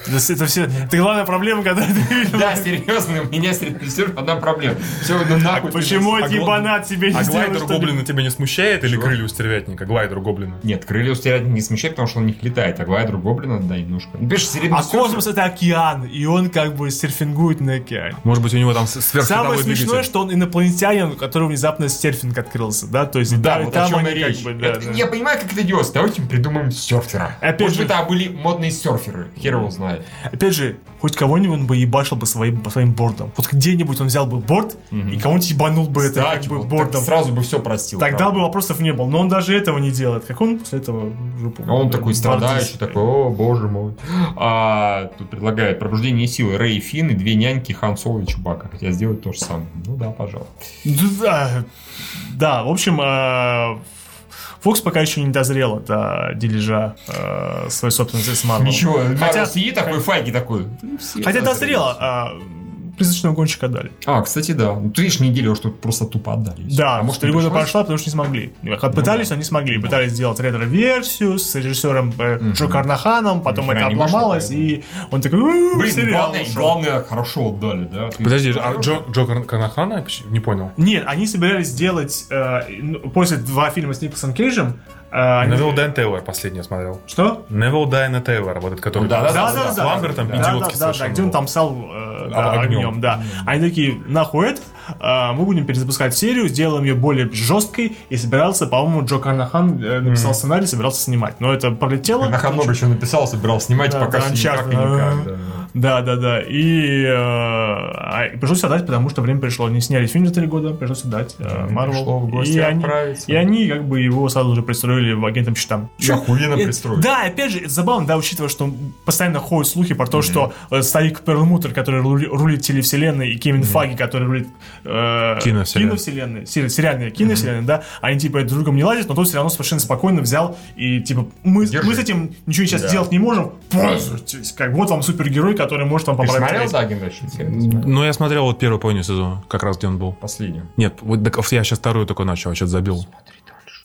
Speaker 2: да с- Это все... Это главная проблема, когда ты видел...
Speaker 1: Да, серьезно, у меня с серф одна проблема. Все, ну нахуй.
Speaker 2: (laughs) Почему
Speaker 1: ты нас-
Speaker 2: типа эти
Speaker 1: а гл-
Speaker 2: ебанат тебе не
Speaker 3: А
Speaker 2: сделали
Speaker 3: глайдер
Speaker 2: что-нибудь?
Speaker 3: гоблина тебя не смущает или
Speaker 1: Чего?
Speaker 3: крылья у стервятника? Глайдер гоблина.
Speaker 1: Нет, крылья у стереотипа не смещает, потому что он не летает, а глайдер гоблина, да, немножко. Ну, пишешь, серебряный
Speaker 2: А
Speaker 1: серфер-
Speaker 2: космос это океан, и он как бы серфингует на океане.
Speaker 3: Может быть, у него там с-
Speaker 2: Самое
Speaker 3: сверхсветовой
Speaker 2: смешное,
Speaker 3: двигатель.
Speaker 2: что он инопланетянин, у которого внезапно серфинг открылся, да? То есть и там,
Speaker 1: Да,
Speaker 2: и
Speaker 1: вот о
Speaker 2: там
Speaker 1: чем и
Speaker 2: они
Speaker 1: речь.
Speaker 2: как бы, да,
Speaker 1: Это-
Speaker 2: да.
Speaker 1: Я понимаю, как это делается. Давайте мы придумаем серфера.
Speaker 2: Опять
Speaker 1: Может
Speaker 2: же-
Speaker 1: быть, там были модные серферы. Хер его знает.
Speaker 2: Опять же, хоть кого-нибудь он бы ебашил бы своим, по своим бордом. Вот где-нибудь он взял бы борт и кого-нибудь ебанул бы это
Speaker 1: Да,
Speaker 2: как
Speaker 1: типа,
Speaker 2: бы
Speaker 1: вот
Speaker 2: бордом.
Speaker 1: так сразу бы все простил.
Speaker 2: Тогда
Speaker 1: правда.
Speaker 2: бы вопросов не было, но он даже этого не делает. Как он после этого уже
Speaker 1: А он такой
Speaker 2: бордист.
Speaker 1: страдающий, такой, о, боже мой. А, тут предлагают пробуждение силы Рэй и Финн и две няньки Хан Соло и Чубака. Хотя сделать то же самое. Ну да, пожалуй.
Speaker 2: Да, да, в общем, э, Фокс пока еще не дозрела до дележа э, своей собственности с Марвел.
Speaker 1: Ничего,
Speaker 2: Хотя-
Speaker 1: Хотя... сидит такой, Файги такой. «Ну, все
Speaker 2: Хотя
Speaker 1: созрели».
Speaker 2: дозрела, э, призрачного гонщика дали.
Speaker 1: А, кстати, да. Ну, ты видишь, неделю что-то просто тупо отдали.
Speaker 2: Да,
Speaker 1: а может,
Speaker 2: три
Speaker 1: не
Speaker 2: года
Speaker 1: пришлось?
Speaker 2: прошла, потому что не смогли. Как пытались, они смогли. Пытались сделать ретро-версию с режиссером э,
Speaker 1: Мгм.
Speaker 2: Джо Карнаханом, потом
Speaker 1: Нихера
Speaker 2: это
Speaker 1: не пошло,
Speaker 2: обломалось,
Speaker 1: поэтому.
Speaker 2: и он такой, «У-у-у,
Speaker 1: Блин, ну
Speaker 2: сериал
Speaker 1: главное,
Speaker 2: ушел».
Speaker 1: главное, хорошо отдали, да? Ты-
Speaker 3: Подожди, а Джо, Джо Кар- Карнахана? Я почти Не понял.
Speaker 2: Нет, они собирались сделать э, ну, после два фильма с Николасом Кейджем. э, они-
Speaker 3: Невил Дайн Тейлор последний я смотрел.
Speaker 2: Что?
Speaker 3: Невил Дайна Тейлор, вот этот, который...
Speaker 1: Ну да,
Speaker 2: Да, да,
Speaker 3: с
Speaker 2: да, да.
Speaker 3: Ламбертом,
Speaker 2: да, да,
Speaker 3: идиотский
Speaker 2: да, да,
Speaker 3: совершенно
Speaker 2: где он
Speaker 3: был.
Speaker 2: там сал
Speaker 3: А,
Speaker 2: огнем.
Speaker 3: огнем.
Speaker 2: да. Они такие, нахуй это, э, мы будем перезапускать серию, сделаем ее более жесткой, и собирался, по-моему, Джо Карнахан э, написал сценарий, собирался снимать. Но это пролетело.
Speaker 1: На Ханобе еще написал, собирал снимать,
Speaker 2: Да,
Speaker 1: пока
Speaker 2: да,
Speaker 1: что никак и
Speaker 2: Uncharted,
Speaker 1: никак.
Speaker 2: да.
Speaker 1: да.
Speaker 2: Да, да, да. И э, а, и пришлось отдать, потому что время пришло. Они сняли фильм за три года, пришлось отдать э,
Speaker 1: Пришло в
Speaker 2: Марвел.
Speaker 1: гости
Speaker 2: И они-
Speaker 1: отправиться.
Speaker 2: и они как бы его сразу же пристроили в агентам щитам.
Speaker 1: И охуенно пристроили.
Speaker 2: Да, опять же, это забавно, да, учитывая, что постоянно ходят слухи про то, что э, старик Перламутр, который рули- рулит телевселенной, и Кевин Фаги, который рулит э,
Speaker 3: Киновселенной.
Speaker 2: киновселенной, сери- сериальной киновселенной, да, они типа друг с другом не ладят, но тот все равно совершенно спокойно взял и типа мы,
Speaker 1: Держи.
Speaker 2: мы с этим ничего сейчас
Speaker 1: Да.
Speaker 2: делать не можем, пользуйтесь, как вот вам супергерой, который может вам
Speaker 1: Ты
Speaker 2: поправить.
Speaker 1: смотрел,
Speaker 2: рейтинг.
Speaker 1: да, Агент Щит? Я не смотрел.
Speaker 3: Ну, я смотрел вот первую половину сезона, как раз где он был.
Speaker 1: Последнюю.
Speaker 3: Нет, вот так я сейчас вторую только начал, а что-то забил.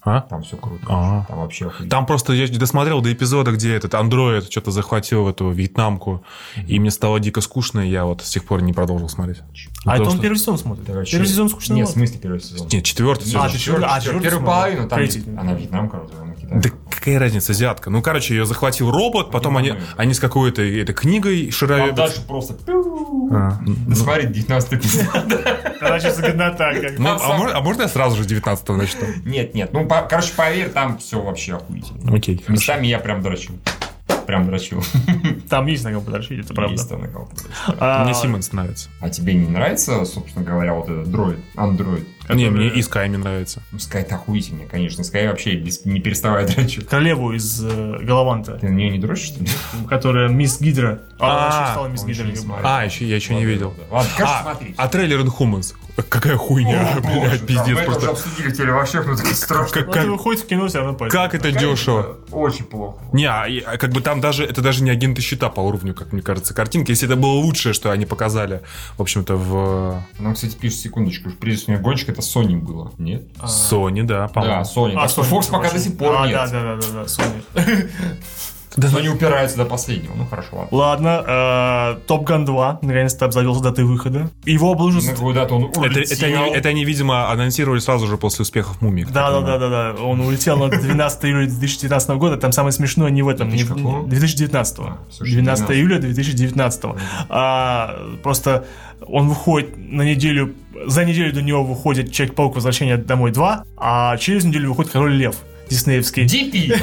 Speaker 3: А?
Speaker 1: Там все круто.
Speaker 3: Ага.
Speaker 1: Там вообще охуенно.
Speaker 3: Там просто я досмотрел до эпизода, где этот андроид что-то захватил эту вьетнамку, и мне стало дико скучно, и я вот с тех пор не продолжил
Speaker 2: А
Speaker 3: смотреть.
Speaker 2: это
Speaker 3: Потому
Speaker 2: он
Speaker 3: что-
Speaker 2: первый сезон смотрит.
Speaker 1: Это вообще-
Speaker 2: Первый сезон скучно.
Speaker 1: Нет, в смысле первый сезон?
Speaker 3: Нет, четвертый сезон.
Speaker 2: А, ты
Speaker 1: Четвёртый,
Speaker 2: а,
Speaker 1: четвёртый,
Speaker 2: четвёртый
Speaker 1: Первую
Speaker 2: смотрел.
Speaker 1: половину там...
Speaker 2: Третий.
Speaker 1: Она вьетнамка, вроде, она китайка.
Speaker 3: Да какая разница, азиатка? Ну, короче, ее захватил робот, потом они,
Speaker 1: понимаю.
Speaker 3: они с какой-то этой книгой
Speaker 1: Там
Speaker 3: шаровед.
Speaker 1: дальше просто... Да
Speaker 3: А, ну,
Speaker 1: смотри, 19 эпизод. (laughs)
Speaker 2: Короче, загоднота. как бы.
Speaker 3: ну, а, мож- а можно я сразу же 19-го начну?
Speaker 1: Нет, нет. Ну, по- короче, поверь, там все вообще
Speaker 2: Ну,
Speaker 1: охуительно.
Speaker 3: Окей, хорошо.
Speaker 1: Местами я прям дрочил. Прям дрочил.
Speaker 2: Там есть на кого подожди, это правда.
Speaker 1: Есть там на кого-то дрочить.
Speaker 2: А,
Speaker 3: Мне Симмонс нравится.
Speaker 1: А тебе не нравится, собственно говоря, вот этот дроид, андроид?
Speaker 3: Не, мне
Speaker 2: который-
Speaker 3: и Скайми нравится.
Speaker 1: Ну, Скай это охуительнее, конечно. Скай вообще без- не переставая дрочу.
Speaker 2: Королеву из э, Голованта,
Speaker 1: Ты на нее не дрочишь, что ли?
Speaker 2: которая мисс Гидра.
Speaker 3: А,
Speaker 2: А, она ещё стала мисс
Speaker 1: он
Speaker 2: Гидра.
Speaker 1: ещё не смотрел.
Speaker 3: А, еще, я еще не видел.
Speaker 1: Ладно, короче,
Speaker 3: А,
Speaker 1: смотри.
Speaker 3: а (laughs) трейлер Инхуманс. Какая хуйня, блядь, пиздец.
Speaker 1: Мы это уже
Speaker 3: Просто
Speaker 1: обсудили, теперь вообще, ну, так страшно.
Speaker 3: как-
Speaker 2: Ну, ты
Speaker 3: как-
Speaker 2: выходит в кино, все равно пойдет.
Speaker 3: как это дешево.
Speaker 1: Очень плохо.
Speaker 3: Не, а и- а как бы там даже, это даже не агенты щита по уровню, как мне кажется, картинки. Если это было лучшее, что они показали, в общем-то, в
Speaker 1: Нам, кстати, пишут, секундочку, в призрачный гонщик это Sony было, нет?
Speaker 2: А.
Speaker 3: Sony,
Speaker 1: Да,
Speaker 3: да, по-моему.
Speaker 1: Sony.
Speaker 2: А,
Speaker 1: Так что
Speaker 2: Sony,
Speaker 1: Fox
Speaker 2: ты
Speaker 1: пока
Speaker 2: можешь.
Speaker 1: до сих пор
Speaker 2: А,
Speaker 1: нет.
Speaker 2: да, да, да, да, да, Sony.
Speaker 3: Да,
Speaker 1: Но
Speaker 3: ну,
Speaker 1: не упирается до последнего. Ну, хорошо, ладно.
Speaker 2: Ладно, э, Топ Ган 2 наконец-то обзавелся датой выхода. Его
Speaker 1: На
Speaker 2: обложат...
Speaker 1: куда-то Ну, он
Speaker 3: Это, это, они,
Speaker 1: улетел.
Speaker 3: это они, видимо, анонсировали сразу же после успехов «Мумии». как я
Speaker 2: Да, да, да,
Speaker 3: понимаю.
Speaker 2: да, да. Он улетел на 12 июля 2019 года. Там самое смешное не в этом. не в-
Speaker 1: Тысяча какого?
Speaker 2: 2019.
Speaker 1: А, слушай,
Speaker 2: 12
Speaker 1: 12.
Speaker 2: июля 2019. А, Просто он выходит на неделю... За неделю до него выходит Человек-паук Возвращение домой 2, а через неделю выходит Король Лев. Диснеевский.
Speaker 1: DP!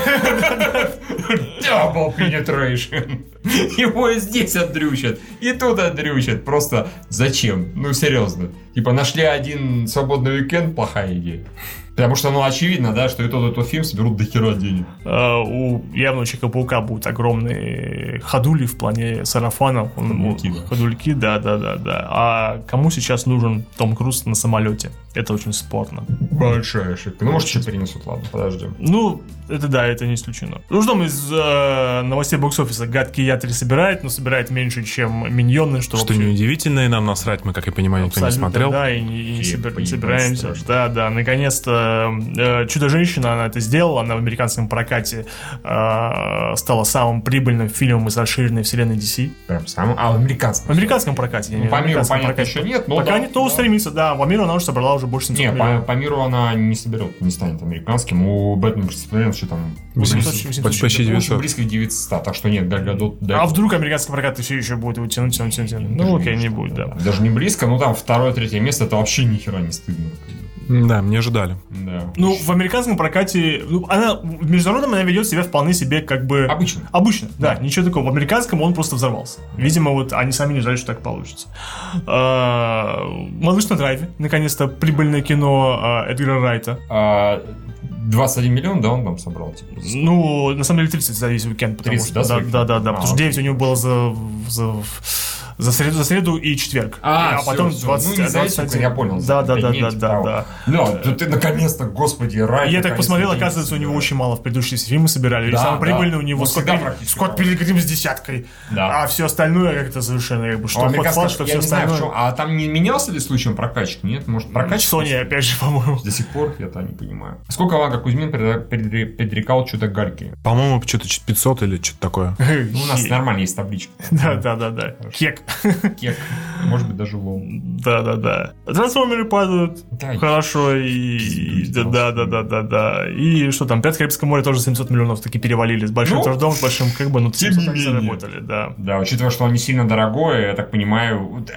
Speaker 1: Double penetration. Его и здесь отдрючат, и тут отдрючат. Просто зачем? Ну, серьезно. Типа, нашли один свободный уикенд, плохая идея. Потому что, ну, очевидно, да, что и тот, и тот фильм соберут до хера денег.
Speaker 2: А, у явно у Человека-паука будут огромные ходули в плане сарафанов. Он-
Speaker 1: Ходульки, да.
Speaker 2: Ходульки, да, да, да, да. А кому сейчас нужен Том Круз на самолете? Это очень спорно.
Speaker 1: Большая ошибка. Ну, может, что перенесут, ладно, подождем.
Speaker 2: Ну, это да, это не исключено. Ну, ждем из э, новостей бокс-офиса. Гадкий я 3 собирает, но собирает меньше, чем Миньоны, что,
Speaker 3: Что
Speaker 2: вообще
Speaker 3: неудивительно, и нам насрать, мы, как я понимаю,
Speaker 1: Ну,
Speaker 3: никто не
Speaker 2: Абсолютно,
Speaker 3: смотрел.
Speaker 2: Да, и не, и не
Speaker 1: И
Speaker 2: собир-
Speaker 1: поебать
Speaker 2: собираемся.
Speaker 1: страшно.
Speaker 2: Да, да, наконец-то э, Чудо-женщина, она это сделала, она в американском прокате э, стала самым прибыльным фильмом из расширенной вселенной DC.
Speaker 1: Прям сам. А, в
Speaker 2: В
Speaker 1: американском.
Speaker 2: американском прокате. я
Speaker 1: Ну,
Speaker 2: имею в
Speaker 1: по
Speaker 2: виду, в
Speaker 1: миру,
Speaker 2: американском
Speaker 1: понятно,
Speaker 2: прокате.
Speaker 1: еще нет, но
Speaker 2: Пока
Speaker 1: да,
Speaker 2: не то
Speaker 1: да.
Speaker 2: стремится, да, по миру она уже собрала уже больше 700
Speaker 1: Не, по,
Speaker 2: миллионов.
Speaker 1: по миру она не соберет, не станет американским. У Бэтмена против Супермена что там?
Speaker 2: 800,
Speaker 3: 800,
Speaker 2: 800,
Speaker 3: почти
Speaker 1: очень
Speaker 3: 900.
Speaker 1: близко к 900, так что нет, Галь Гадот, да.
Speaker 2: А вдруг американский прокат все еще будет его тянуть, тянуть, тянуть, тянуть?
Speaker 1: Даже
Speaker 2: Ну, окей, не
Speaker 1: знаю,
Speaker 2: будет, да.
Speaker 1: Даже не близко, но там второе, третье место, это вообще ни хера не стыдно.
Speaker 3: Да, мне ожидали.
Speaker 1: Да.
Speaker 2: Ну, в американском прокате, ну, она, в международном она ведет себя вполне себе как бы...
Speaker 1: Обычно.
Speaker 2: Обычно, да, ничего такого. В американском он просто взорвался. Видимо, вот они сами не ждали, что так получится. А, Малыш на драйве. Наконец-то прибыльное кино а, Эдгара Райта.
Speaker 1: А, 21 миллион, да, он там собрал, типа. за-
Speaker 2: Ну, на самом деле 30 за весь уикенд, потому
Speaker 1: 30,
Speaker 2: что
Speaker 1: да, за
Speaker 2: да,
Speaker 1: уикенд?
Speaker 2: да, да, да,
Speaker 1: А,
Speaker 2: потому что
Speaker 1: окей.
Speaker 2: 9 у него было за, за, за среду, за среду и четверг.
Speaker 1: А,
Speaker 2: а
Speaker 1: всё,
Speaker 2: потом
Speaker 1: всё.
Speaker 2: 20,
Speaker 1: Ну, не за весь
Speaker 2: 21.
Speaker 1: уикенд, я понял,
Speaker 2: Да,
Speaker 1: за
Speaker 2: да, да,
Speaker 1: пять дней,
Speaker 2: да,
Speaker 1: типа
Speaker 2: да,
Speaker 1: того.
Speaker 2: да.
Speaker 1: Ну, да ты наконец-то, господи, рай.
Speaker 2: Я так посмотрел,
Speaker 1: наконец-то
Speaker 2: оказывается, у него
Speaker 1: денег
Speaker 2: очень мало в предыдущие фильмы собирали. и
Speaker 1: Да,
Speaker 2: самый
Speaker 1: да.
Speaker 2: прибыльный у него
Speaker 1: Он
Speaker 2: Скотт,
Speaker 1: всегда
Speaker 2: Пилигрим-
Speaker 1: практически
Speaker 2: Скотт
Speaker 1: мало.
Speaker 2: Пилигрим с десяткой.
Speaker 1: Да.
Speaker 2: А все остальное как-то совершенно как бы
Speaker 1: А
Speaker 2: что ход
Speaker 1: американская-
Speaker 2: флаг, что
Speaker 1: я
Speaker 2: все
Speaker 1: не знаю, в
Speaker 2: остальное. Ну,
Speaker 1: чём- а там не менялся ли случаем прокачек? Нет, может, прокачка?
Speaker 2: Sony, опять же, по-моему.
Speaker 1: До сих пор я-то не понимаю. Сколько Лага Кузьмин предрек- предрек- предрекал чудо Гарки?
Speaker 3: По-моему, что-то 500 или что-то такое.
Speaker 1: Ну, у нас нормально есть
Speaker 2: (laughs)
Speaker 1: табличка.
Speaker 2: Да, да, да, да. Кек.
Speaker 1: Кек. Может быть, даже лол.
Speaker 2: Да, да, да. Трансформеры падают.
Speaker 1: Да,
Speaker 2: Хорошо, и...
Speaker 1: Пиздец,
Speaker 2: Да, да, да, да, да, да. И что там, «Пятое Карибское море» тоже 700 миллионов таки перевалили. С большим
Speaker 1: Ну,
Speaker 2: трудом, с большим, как бы, ну,
Speaker 1: тем не
Speaker 2: 700 они
Speaker 1: менее.
Speaker 2: заработали, да.
Speaker 1: Да, учитывая, что он не сильно дорогой, я так понимаю, да,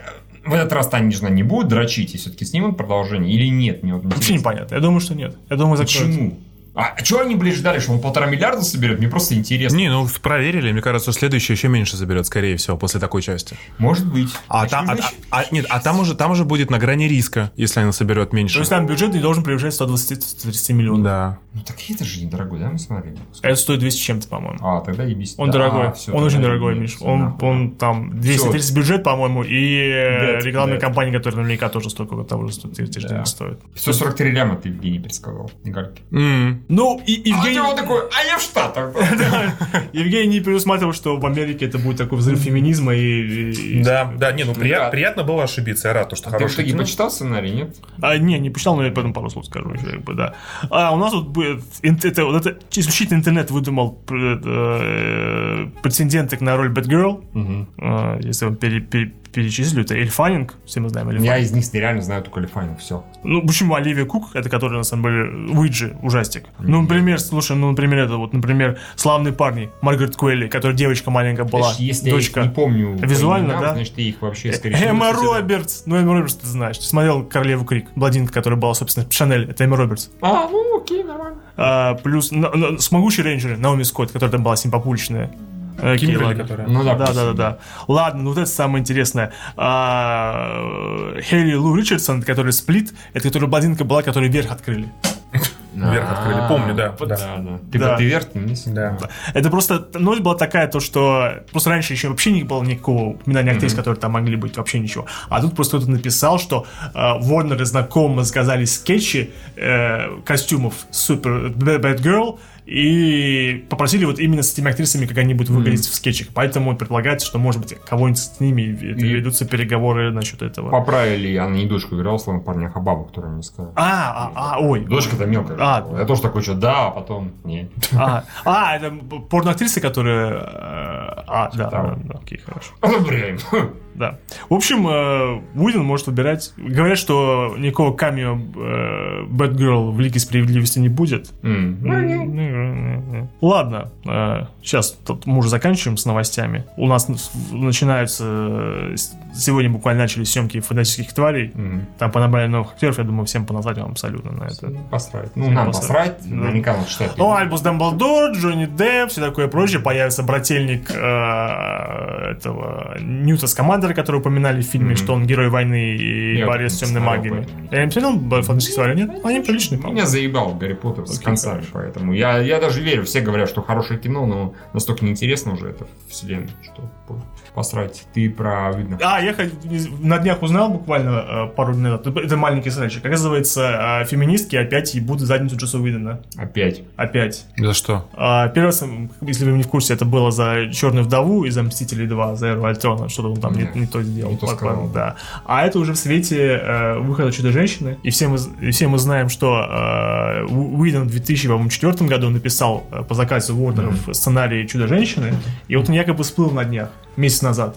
Speaker 1: в этот раз они же не будут дрочить, и все-таки снимут продолжение или нет? Мне вот
Speaker 2: Вообще
Speaker 1: интересно.
Speaker 2: непонятно. Я думаю, что нет. Я думаю, закроют.
Speaker 1: Почему? А, а чего они, блин, ждали, что он полтора миллиарда соберет? Мне просто интересно.
Speaker 3: Не, ну проверили, мне кажется, следующий еще меньше заберет, скорее всего, после такой части.
Speaker 1: Может быть.
Speaker 3: А,
Speaker 1: Почему
Speaker 3: там, а,
Speaker 1: значит?
Speaker 3: а- а- нет, а там уже там уже будет на грани риска, если она соберет меньше.
Speaker 2: То есть там бюджет не должен превышать 120-130 миллионов. А
Speaker 3: Да.
Speaker 1: Ну так это же недорогой, да, мы смотрели?
Speaker 2: Это стоит 200 с чем-то, по-моему.
Speaker 1: А, тогда ебись.
Speaker 2: Он
Speaker 1: Да,
Speaker 2: дорогой.
Speaker 1: а, всё,
Speaker 2: он очень
Speaker 1: тогда
Speaker 2: дорогой,
Speaker 1: ебись,
Speaker 2: Миш. Он,
Speaker 1: нахуй.
Speaker 2: он там 230 бюджет, по-моему, и э,
Speaker 1: Нет,
Speaker 2: рекламная
Speaker 1: нет.
Speaker 2: кампания, которая наверняка тоже столько того же стоит, тысяч
Speaker 1: Да.
Speaker 2: стоит.
Speaker 1: 543 ляма ты, Евгений, предсказал. Игорки.
Speaker 3: М.
Speaker 2: Ну, и
Speaker 1: А
Speaker 2: Евгений, (laughs)
Speaker 1: он такой, а я в Штатах.
Speaker 2: Евгений не предусматривал, что в Америке это будет такой взрыв феминизма и... и-
Speaker 3: Да, да, не, ну прия-
Speaker 1: Да.
Speaker 3: приятно было ошибиться, я рад, то, что
Speaker 1: Ты в
Speaker 3: хороший
Speaker 1: итоге
Speaker 3: кино.
Speaker 1: почитал сценарий, нет?
Speaker 2: А, не, не почитал, но я потом пару слов скажу еще, как бы, да. А у нас вот будет... ин- Это, вот это исключительно интернет выдумал э, э, претенденток на роль Бэтгерл. Э, если он пере- пере- перечислю, это Эльфанинг, все мы знаем Эльфанинг.
Speaker 1: Я из них реально знаю только Лифайна, все.
Speaker 2: Ну, почему Оливия Кук, это который на самом деле Уиджи, ужастик. Ну, например, слушай, ну, например, это вот, например, славные парни, Маргарет Куэлли, которая девочка маленькая была,
Speaker 1: Если я их
Speaker 2: дочка.
Speaker 1: не помню по
Speaker 2: Визуально,
Speaker 1: именам,
Speaker 2: да?
Speaker 1: значит, я их вообще скорее всего,
Speaker 2: Эмма
Speaker 1: не соберу.
Speaker 2: Робертс! Ну, Эмма Робертс ты знаешь. Ты смотрел «Королеву Крик», блондинка, которая была, собственно, Шанель, это Эмма Робертс.
Speaker 1: А, ну окей, нормально.
Speaker 2: А, плюс на- на- смогучий рейнджер Наоми Скотт, которая там была симпопуличная. Окей,
Speaker 3: Кимберли,
Speaker 2: ладно.
Speaker 3: которая.
Speaker 1: Ну да,
Speaker 2: Да, да, да,
Speaker 1: пусть.
Speaker 2: да. Ладно, ну вот это самое интересное. А, Хейли Лу Ричардсон, который сплит, это которая блондинка была, которой вверх открыли.
Speaker 3: Вверх открыли, помню, да,
Speaker 1: А, Вот
Speaker 3: да.
Speaker 1: да. Ты
Speaker 2: Да.
Speaker 1: бы ты вверх, ты вниз.
Speaker 3: Да.
Speaker 2: типа. Это просто ночь была такая, то что просто раньше еще вообще не было никакого упоминания актрис, которые там могли быть, вообще ничего. А тут просто кто-то написал, что э, Ворнеры знакомо сказали скетчи э, костюмов Супер Bad Girl и попросили вот именно с этими актрисами, как они будут выглядеть в скетчах. Поэтому предполагается, что, может быть, кого-нибудь с ними это,
Speaker 1: И-
Speaker 2: ведутся переговоры насчет этого.
Speaker 1: Поправили, она не дочку играла, словно парня Хабаба, который мне сказал.
Speaker 2: А, а, а, ой.
Speaker 1: Дочка-то мелкая.
Speaker 2: А.
Speaker 1: была. Я тоже такой, что да, а потом нет. (laughs)
Speaker 2: А, а, это порноактрисы, которые... э, А, да,
Speaker 1: Там.
Speaker 2: да, да, окей, хорошо.
Speaker 1: А, блин.
Speaker 2: Да. В общем, э, Уидон может выбирать. Говорят, что никакого камео э, Бэтгерл в Лиге Справедливости не будет. Ну,
Speaker 1: М.
Speaker 2: Ладно, э, сейчас тут мы уже заканчиваем с новостями. У нас в- начинаются... э, с- Сегодня буквально начали съемки фантастических тварей.
Speaker 1: М.
Speaker 2: Там понабрали новых актеров, я думаю, всем поназать вам абсолютно на это.
Speaker 1: Посрать. Ну, нам
Speaker 2: Посрать.
Speaker 1: посрать.
Speaker 2: Да.
Speaker 1: Наверняка вот что
Speaker 2: Ну, Альбус Дамблдор, Джонни Депп, все такое прочее. Появится брательник э, этого Ньюта с командера, который упоминали в фильме,
Speaker 1: Мгм.
Speaker 2: что он герой войны и
Speaker 1: Я
Speaker 2: борец
Speaker 1: не
Speaker 2: с темными
Speaker 1: смотрел,
Speaker 2: магиями.
Speaker 1: поэтому.
Speaker 2: Я не смотрел фантастические твари, нет? Они приличные, по-моему.
Speaker 1: Меня заебал Гарри Поттер с
Speaker 2: Ну, Окей,
Speaker 1: концами, поэтому я, я даже верю. Все говорят, что хорошее кино, но настолько неинтересно уже это вселенная, что по- посрать. Ты про видно.
Speaker 2: А, я хот- на днях узнал буквально э, пару дней назад. Это маленький срачик. Оказывается, э, феминистки опять ебут задницу Джосса Уидона.
Speaker 1: Опять.
Speaker 2: Опять.
Speaker 3: За что?
Speaker 2: А, Первый раз, м, если вы не в курсе, это было за Черную вдову и за Мстители 2, за Эру Альтрона, что-то он там не,
Speaker 1: Не,
Speaker 2: не то сделал.
Speaker 1: не то
Speaker 2: Пак-
Speaker 1: сказал.
Speaker 2: да. А это уже в свете э, выхода Чудо-женщины. И все мы, з- и все мы знаем, что э, У- Уидон в 2004 году написал э, по заказу Уорнеров сценарий Чудо-женщины, и вот он якобы всплыл на днях, месяц назад.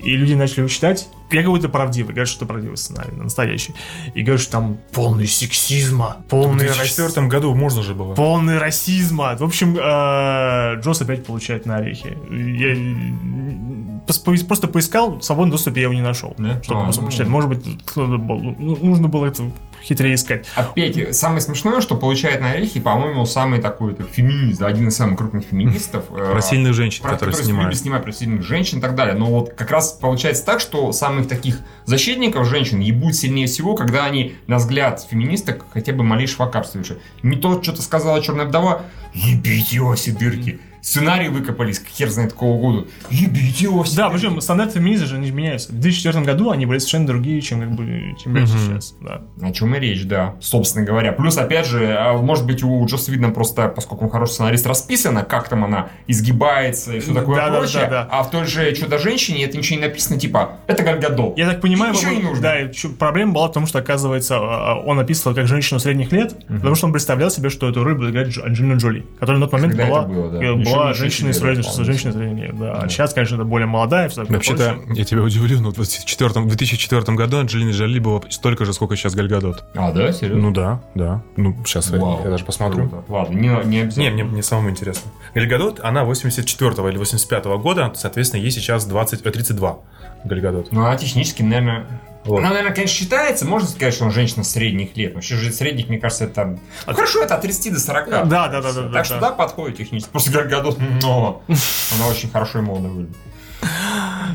Speaker 2: И люди начали его читать. Якобы это правдивый. Говорят, что это правдивый сценарий, настоящий. И говорят, что там полный сексизма,
Speaker 3: В
Speaker 2: полный расизм.
Speaker 3: 2004 году можно же было.
Speaker 2: Полный расизма. В общем, э, Джосс опять получает на орехи. Я э, пос- поис- просто поискал, в свободном доступе я его не нашел.
Speaker 1: Да?
Speaker 2: Чтобы
Speaker 1: А,
Speaker 2: просто
Speaker 1: ну.
Speaker 2: почитать. Может быть, кто-то был- ну, нужно было это хитрее искать.
Speaker 1: Опять, э, самое смешное, что получает на орехи, по-моему, самый такой это, феминист, один из самых крупных феминистов. э,
Speaker 3: Про сильных женщин,
Speaker 1: про-
Speaker 3: которые
Speaker 1: любит
Speaker 3: снимают.
Speaker 1: снимать про сильных женщин и так далее. Но вот как раз получается так, что самых таких защитников женщин ебут сильнее всего, когда они, на взгляд феминисток, хотя бы малейшего акарствующие. Не то, что-то сказала черная вдова, ебите оси дырки. Сценарий выкопались, к хер знает какого года. Ебите оси
Speaker 2: Да,
Speaker 1: дырки.
Speaker 2: причем стандарты феминизма же не меняются. В 2004 году они были совершенно другие, чем как бы чем есть
Speaker 3: Мгм.
Speaker 2: сейчас. Да.
Speaker 1: О чем и речь, да, собственно говоря. Плюс, опять же, а, может быть, у Джосса Видна просто, поскольку он хороший сценарист, расписано, как там она изгибается и все такое
Speaker 2: Да-да-да-да.
Speaker 1: прочее. А в той же «Чудо-женщине» это ничего не написано, типа, это Гальгадо.
Speaker 2: Я так понимаю,
Speaker 1: Ничего не
Speaker 2: вот-
Speaker 1: нужно.
Speaker 2: да, и чё- проблема была в том, что, оказывается, а, а, он описывал как женщину средних лет, потому что он представлял себе, что эту роль будет играть Дж- Анджелина Джоли, которая на тот момент
Speaker 1: Когда это
Speaker 2: была,
Speaker 1: было, да.
Speaker 2: э,
Speaker 1: Еще
Speaker 2: была
Speaker 1: ничего
Speaker 2: женщиной
Speaker 1: себе,
Speaker 2: средних,
Speaker 1: вполне
Speaker 2: женщиной
Speaker 1: себе.
Speaker 2: средних лет. Да. А
Speaker 1: Да.
Speaker 2: сейчас, конечно, это более молодая, все такое
Speaker 3: Вообще-то,
Speaker 2: прочее.
Speaker 3: я тебя удивлю, но в 2004, в 2004 году Анджелина Джоли было столько же, сколько сейчас Гальгадот.
Speaker 1: А, да, серьезно?
Speaker 3: Ну да, да. Ну, сейчас я,
Speaker 1: Вау.
Speaker 3: я даже посмотрю.
Speaker 1: Круто. Ладно, не, не обязательно.
Speaker 3: Ну, Не, мне, мне самому интересно. Гальгадот, она 84 или 85 года, соответственно, ей сейчас 20, э, 32 Гальгадот.
Speaker 1: Ну, она технически, наверное...
Speaker 3: Вот.
Speaker 1: Она, наверное, конечно, считается, можно сказать, что он женщина средних лет. Вообще же средних, мне кажется, это... там- Ну, хорошо, это от 30 до 40.
Speaker 2: Да, да, да, да, да,
Speaker 1: Так
Speaker 2: да.
Speaker 1: что да, подходит технически. Просто Гальгадот, но она очень хорошо и молодо выглядит.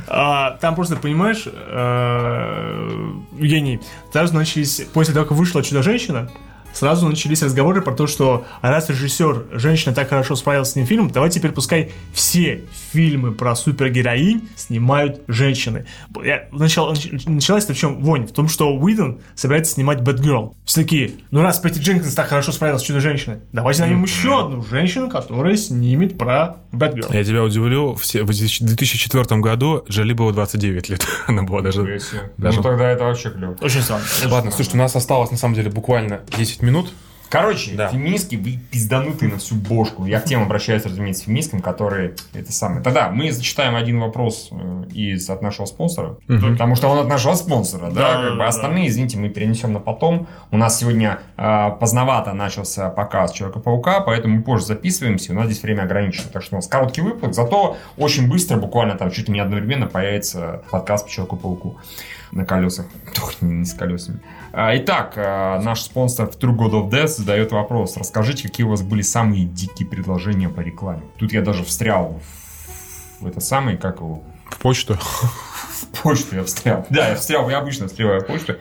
Speaker 2: А, там просто, понимаешь, э, Евгений, сразу начались, после того, как вышла «Чудо-женщина», сразу начались разговоры про то, что раз режиссер «Женщина» так хорошо справилась с ним фильмом, давай теперь пускай все фильмы про супергероинь снимают женщины. Я- начало- нач- началась это в чем вонь? В том, что Уидон собирается снимать «Бэтгерл». Все такие, ну раз Петти Дженкинс так хорошо справилась с «Чудо-женщиной», давайте наймем еще одну женщину, которая снимет про «Бэтгерл».
Speaker 3: Я тебя удивлю, в се- в 2004 году Джоли было 29 лет. (laughs) Она была даже... даже-
Speaker 1: Ну тогда это вообще клево.
Speaker 2: Очень странно.
Speaker 3: Ладно, слушайте, у нас осталось на самом деле буквально 10 минут.
Speaker 1: Короче,
Speaker 3: Да.
Speaker 1: феминистки, вы пизданутые на всю бошку. Я к тем обращаюсь, разумеется, к феминисткам, которые это самое. Тогда мы зачитаем один вопрос э, из от нашего спонсора,
Speaker 3: Мгм.
Speaker 1: потому что он от нашего спонсора, да,
Speaker 2: Да,
Speaker 1: как
Speaker 2: да,
Speaker 1: бы.
Speaker 2: да.
Speaker 1: остальные, извините, мы перенесем на потом. У нас сегодня э, поздновато начался показ Человека-паука, поэтому мы позже записываемся, у нас здесь время ограничено, так что у нас короткий выпуск, зато очень быстро, буквально там чуть ли не одновременно появится подкаст по Человеку-пауку на колесах. Только не, не с колесами. А, Итак, а, наш спонсор в True God of Death задает вопрос. Расскажите, какие у вас были самые дикие предложения по рекламе? Тут я даже встрял в- в это самое, как его,
Speaker 3: В почту.
Speaker 1: в почту я встрял. Да, я встрял, я обычно встреваю в почту.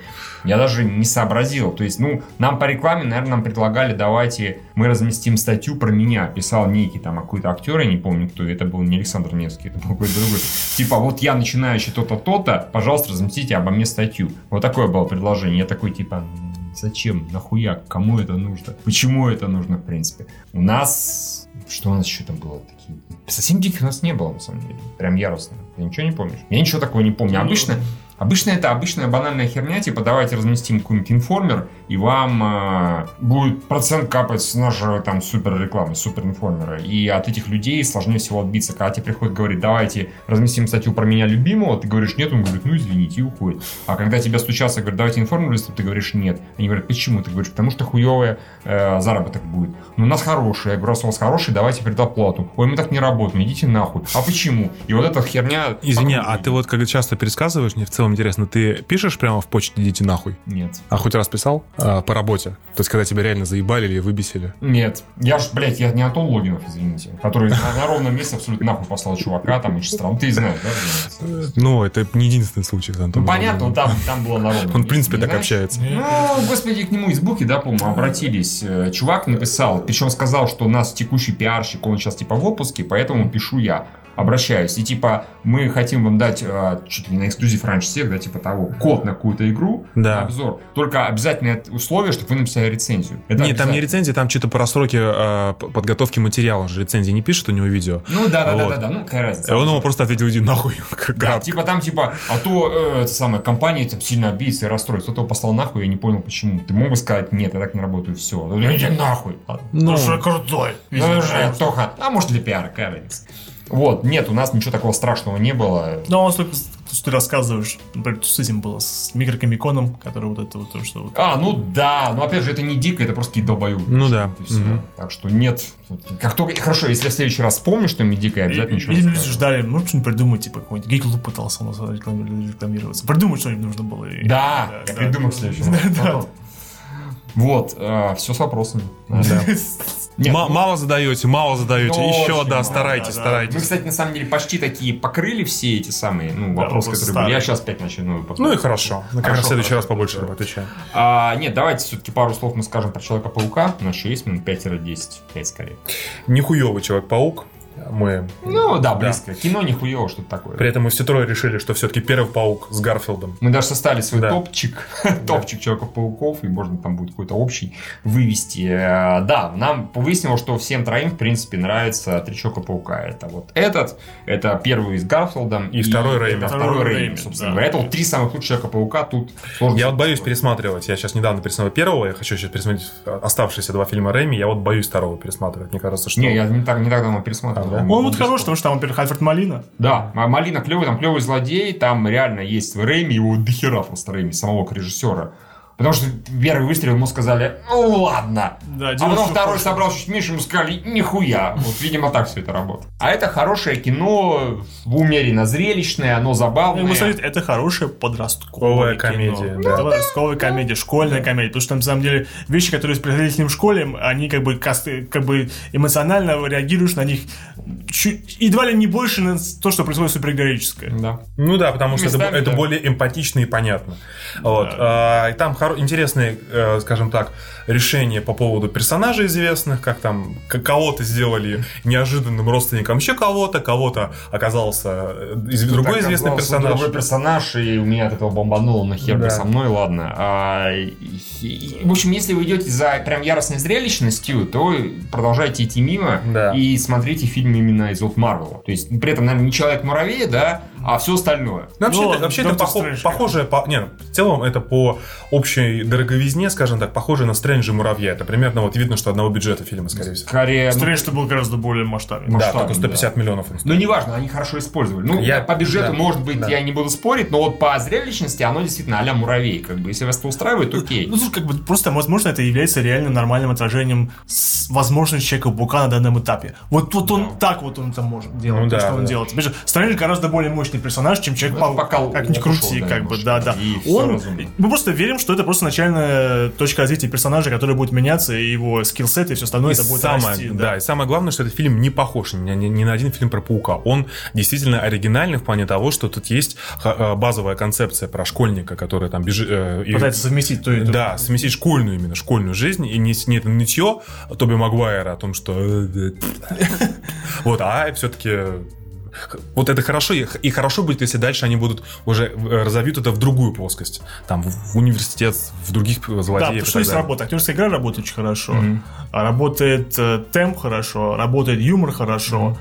Speaker 1: Я даже не сообразил. То есть, ну, нам по рекламе, наверное, нам предлагали, давайте мы разместим статью про меня. Писал некий там какой-то актер, я не помню кто, это был не Александр Невский, это был какой-то другой. Типа, вот я начинающий то-то, то-то, пожалуйста, разместите обо мне статью. Вот такое было предложение. Я такой, типа, «М, зачем, нахуя, кому это нужно, почему это нужно, в принципе. У нас... Что у нас еще там было? Такие... Совсем диких у нас не было, на самом деле. Прям яростно. Ты ничего не помнишь? Я ничего такого не помню. Обычно Обычно это обычная банальная херня, типа давайте разместим какой-нибудь информер, и вам э, будет процент капать с нашего там супер рекламы, супер информера. И от этих людей сложнее всего отбиться. Когда тебе приходит говорит, давайте разместим статью про меня любимого, ты говоришь нет, он говорит, ну извините, и уходит. А когда тебя стучатся, говорят, давайте информер листов, ты говоришь нет. Они говорят, почему? Ты говоришь, потому что хуевый э, заработок будет. Ну у нас хороший, я говорю, раз у вас хороший, давайте предоплату. Ой, мы так не работаем, идите нахуй. А почему? И вот эта херня...
Speaker 3: Извини, а ты вот как часто пересказываешь, мне в целом интересно, ты пишешь прямо в почте «идите нахуй»?
Speaker 1: Нет.
Speaker 3: А хоть раз писал а, по работе? То есть, когда тебя реально заебали или выбесили?
Speaker 1: Нет. Я ж, блядь, я не Антон Логинов, извините, который на, на ровном месте абсолютно нахуй послал чувака там и стран. Ты знаешь, да? блядь?
Speaker 3: Ну, это не единственный случай с Антоном.
Speaker 1: Ну, понятно,
Speaker 3: Логиновым.
Speaker 1: там, там было на ровном
Speaker 3: Он, в принципе,
Speaker 1: месте,
Speaker 3: так
Speaker 1: не знаешь?
Speaker 3: общается.
Speaker 1: Ну, господи, к нему из Буки, да, по-моему, обратились. Э, Чувак написал, причем сказал, что у нас текущий пиарщик, он сейчас типа в отпуске, поэтому пишу я. Обращаюсь. И типа, мы хотим вам дать э, чуть ли не на эксклюзив раньше всех, да, типа того, код на какую-то игру,
Speaker 3: Да.
Speaker 1: на обзор. Только обязательное т- условие, чтобы вы написали рецензию. Это
Speaker 3: Нет, там не
Speaker 1: обязательно.
Speaker 3: рецензия, там что-то про сроки э, п- подготовки материала. Он же рецензии не пишет, у него видео.
Speaker 1: Ну да, да, да,
Speaker 3: Вот.
Speaker 1: да, да, ну какая
Speaker 3: И
Speaker 1: разница.
Speaker 3: он ему просто ответил, иди нахуй. (laughs) как
Speaker 1: Да,
Speaker 3: гад.
Speaker 1: типа там, типа, а то э, это самое, компания там сильно обидится и расстроится. Кто-то его послал нахуй, я не понял, почему. Ты мог бы сказать, нет, я так не работаю, все. Иди нахуй. Ладно.
Speaker 2: Ну, что я крутой.
Speaker 1: Ну, уже, Тоха. А может для пиара, какая разница. Вот, нет, у нас ничего такого страшного не было.
Speaker 2: Ну, он столько, что ты рассказываешь, например, с этим было, с микрокомиконом, который вот это вот, то, что вот.
Speaker 1: А, ну да, но опять же, это не дико, это просто какие долбоебы.
Speaker 3: Ну да.
Speaker 1: И всё.
Speaker 3: Мгм.
Speaker 1: Так что нет. Как только... Хорошо, если я в следующий раз вспомню, что мне дико, я обязательно
Speaker 2: Или
Speaker 1: ничего
Speaker 2: люди
Speaker 1: расскажу.
Speaker 2: ждали, может, что-нибудь придумать, типа, какой-нибудь гик-клуб пытался у нас реклами- рекламироваться. Придумать что-нибудь нужно было. и-
Speaker 1: Да, я придумаю в следующий раз.
Speaker 2: (laughs) Да, да.
Speaker 1: Вот, все с вопросами.
Speaker 3: Да.
Speaker 1: Нет,
Speaker 3: Ма- Мало задаете, мало задаете.
Speaker 1: Ну,
Speaker 3: Еще,
Speaker 1: очень
Speaker 3: да,
Speaker 1: мало,
Speaker 3: старайтесь,
Speaker 2: да, да.
Speaker 1: Мы,
Speaker 3: старайтесь.
Speaker 1: кстати, на самом деле почти такие покрыли все эти самые ну,
Speaker 2: Да,
Speaker 1: вопросы,
Speaker 2: вопросы
Speaker 1: которые были. Я
Speaker 2: старые.
Speaker 1: сейчас опять начну.
Speaker 3: Ну и хорошо. Ну, Как раз
Speaker 1: Хорошо,
Speaker 3: в следующий раз
Speaker 1: хорошо.
Speaker 3: побольше отвечаем.
Speaker 1: А, нет, давайте все-таки пару слов мы скажем про Человека-паука. У нас еще есть минут 5-10, 5 скорее.
Speaker 3: Нихуевый Человек-паук. Мы...
Speaker 1: Ну да, близко. Кино нихуево, что-то такое.
Speaker 3: При этом мы все трое решили, что все-таки первый паук с Гарфилдом.
Speaker 1: Мы даже составили свой
Speaker 3: Да.
Speaker 1: топчик, (laughs) топчик Человеков-пауков, и можно там будет какой-то общий вывести. Э, Да, нам выяснилось, что всем троим, в принципе, нравится три Человека-паука. Это вот этот, это первый с Гарфилдом.
Speaker 3: И второй
Speaker 1: это
Speaker 3: Рэйми.
Speaker 1: Второй,
Speaker 2: Второй
Speaker 1: Рэйми,
Speaker 2: Рэйми,
Speaker 1: собственно
Speaker 2: да.
Speaker 1: говоря. Это вот три самых лучших Человека-паука, тут сложно.
Speaker 3: Я вот боюсь пересматривать. Я сейчас недавно пересмотрел первого, я хочу сейчас пересмотреть оставшиеся два фильма Рэми. Я вот боюсь второго пересматривать. Мне кажется, что...
Speaker 1: Не, я не так, не так давно пересматривал.
Speaker 3: А,
Speaker 2: (laughs)
Speaker 3: да?
Speaker 2: Он вот хорош, потому что там, во-первых, Альфред Малина.
Speaker 1: Да, М- Малина клевый, там клевый злодей, там реально есть Рэйми, его дохера просто Рэйми, самого режиссера. Потому что первый выстрел ему сказали, ну ладно.
Speaker 2: Да,
Speaker 1: а
Speaker 2: делай,
Speaker 1: потом
Speaker 2: что
Speaker 1: второй
Speaker 2: хочешь.
Speaker 1: собрал чуть меньше, ему сказали, нихуя. Вот, видимо, так все это работает. А это хорошее кино, умеренно зрелищное, оно забавное.
Speaker 2: Ну, мы смотрим, это хорошая подростковая
Speaker 3: Новая
Speaker 2: кино.
Speaker 3: комедия,
Speaker 2: Это
Speaker 3: да.
Speaker 2: Подростковая комедия, школьная комедия. Потому что на самом деле вещи, которые происходили с ним в школе, они как бы, касты- как бы эмоционально реагируешь на них чуть, едва ли не больше на то, что происходит супергероическое.
Speaker 1: Да.
Speaker 3: Ну да, потому что это,
Speaker 1: Местами,
Speaker 3: бо- это
Speaker 1: да.
Speaker 3: более эмпатично и понятно. Вот. А, и там хоро- интересные, э, скажем так, решения по поводу персонажей известных, как там к- кого-то сделали неожиданным родственником еще кого-то, кого-то оказался э, из- другой
Speaker 1: Ну, Так
Speaker 3: известный
Speaker 1: оказалось,
Speaker 3: персонаж.
Speaker 1: Другой персонаж, и у меня от этого бомбануло, но хер бы
Speaker 3: Да.
Speaker 1: со мной, ладно. А, и- и- в общем, если вы идете за прям яростной зрелищностью, то продолжайте идти мимо
Speaker 3: Да.
Speaker 1: и смотрите фильм именно из вот Марвела. То есть, при этом, наверное, не Человек-муравей, да, а все остальное.
Speaker 3: Ну, вообще,
Speaker 2: Ну,
Speaker 3: это, вообще
Speaker 2: Доктор
Speaker 3: это похо-
Speaker 2: Стрэндж
Speaker 3: похожее, по- не, в целом это по общей дороговизне, скажем так, похоже на Стрэнджа и Муравья. Это примерно вот видно, что одного бюджета фильма, скорее всего.
Speaker 1: Скорее, ну,
Speaker 2: Странно, что был гораздо более масштабный.
Speaker 1: Ну,
Speaker 3: да,
Speaker 1: что
Speaker 3: только
Speaker 1: там,
Speaker 3: 150 миллионов. он стоит.
Speaker 1: ну, неважно, они хорошо использовали. Ну,
Speaker 3: Я-
Speaker 1: по бюджету,
Speaker 3: да,
Speaker 1: может быть,
Speaker 3: да.
Speaker 1: я не буду спорить, но вот по зрелищности оно действительно а-ля муравей. Как бы, если вас это устраивает, окей.
Speaker 2: Ну, слушай, как бы просто, возможно, это является реально нормальным отражением с- возможности человека паука на данном этапе. Вот, вот он так вот он там может делать,
Speaker 3: Ну
Speaker 2: то,
Speaker 3: да,
Speaker 2: что он
Speaker 3: да.
Speaker 2: делает. Опять же, Стрэндж гораздо более мощный персонаж, чем человек паук
Speaker 1: Это пока
Speaker 2: Как ни
Speaker 1: ушел,
Speaker 2: крути,
Speaker 1: да,
Speaker 2: как бы,
Speaker 1: немножко.
Speaker 2: да, да.
Speaker 1: И всё
Speaker 2: Он,
Speaker 1: разумно.
Speaker 2: мы просто верим, что это просто начальная точка развития персонажа, который будет меняться, и его скиллсет и все остальное,
Speaker 3: И
Speaker 2: Ну, это будет
Speaker 3: самое,
Speaker 2: расти.
Speaker 3: да. и самое главное, что этот фильм не похож ни, ни- ни на один фильм про паука. Он действительно оригинальный в плане того, что тут есть ха- э, базовая концепция про школьника, который там бежит... э, и-
Speaker 2: Пытается совместить то и то.
Speaker 3: Да, совместить школьную именно, школьную жизнь, и не, не это нытье Тоби Магуайра о том, что... э, э, (laughs) Вот, а все-таки... Вот это хорошо, и х- и хорошо будет, если дальше они будут уже э, разовьют это в другую плоскость. Там, в университет, в других злодеев.
Speaker 2: Да, потому
Speaker 3: и так
Speaker 2: что есть
Speaker 3: далее.
Speaker 2: работа. Актерская игра работает очень хорошо. А Работает э, темп хорошо, работает юмор хорошо.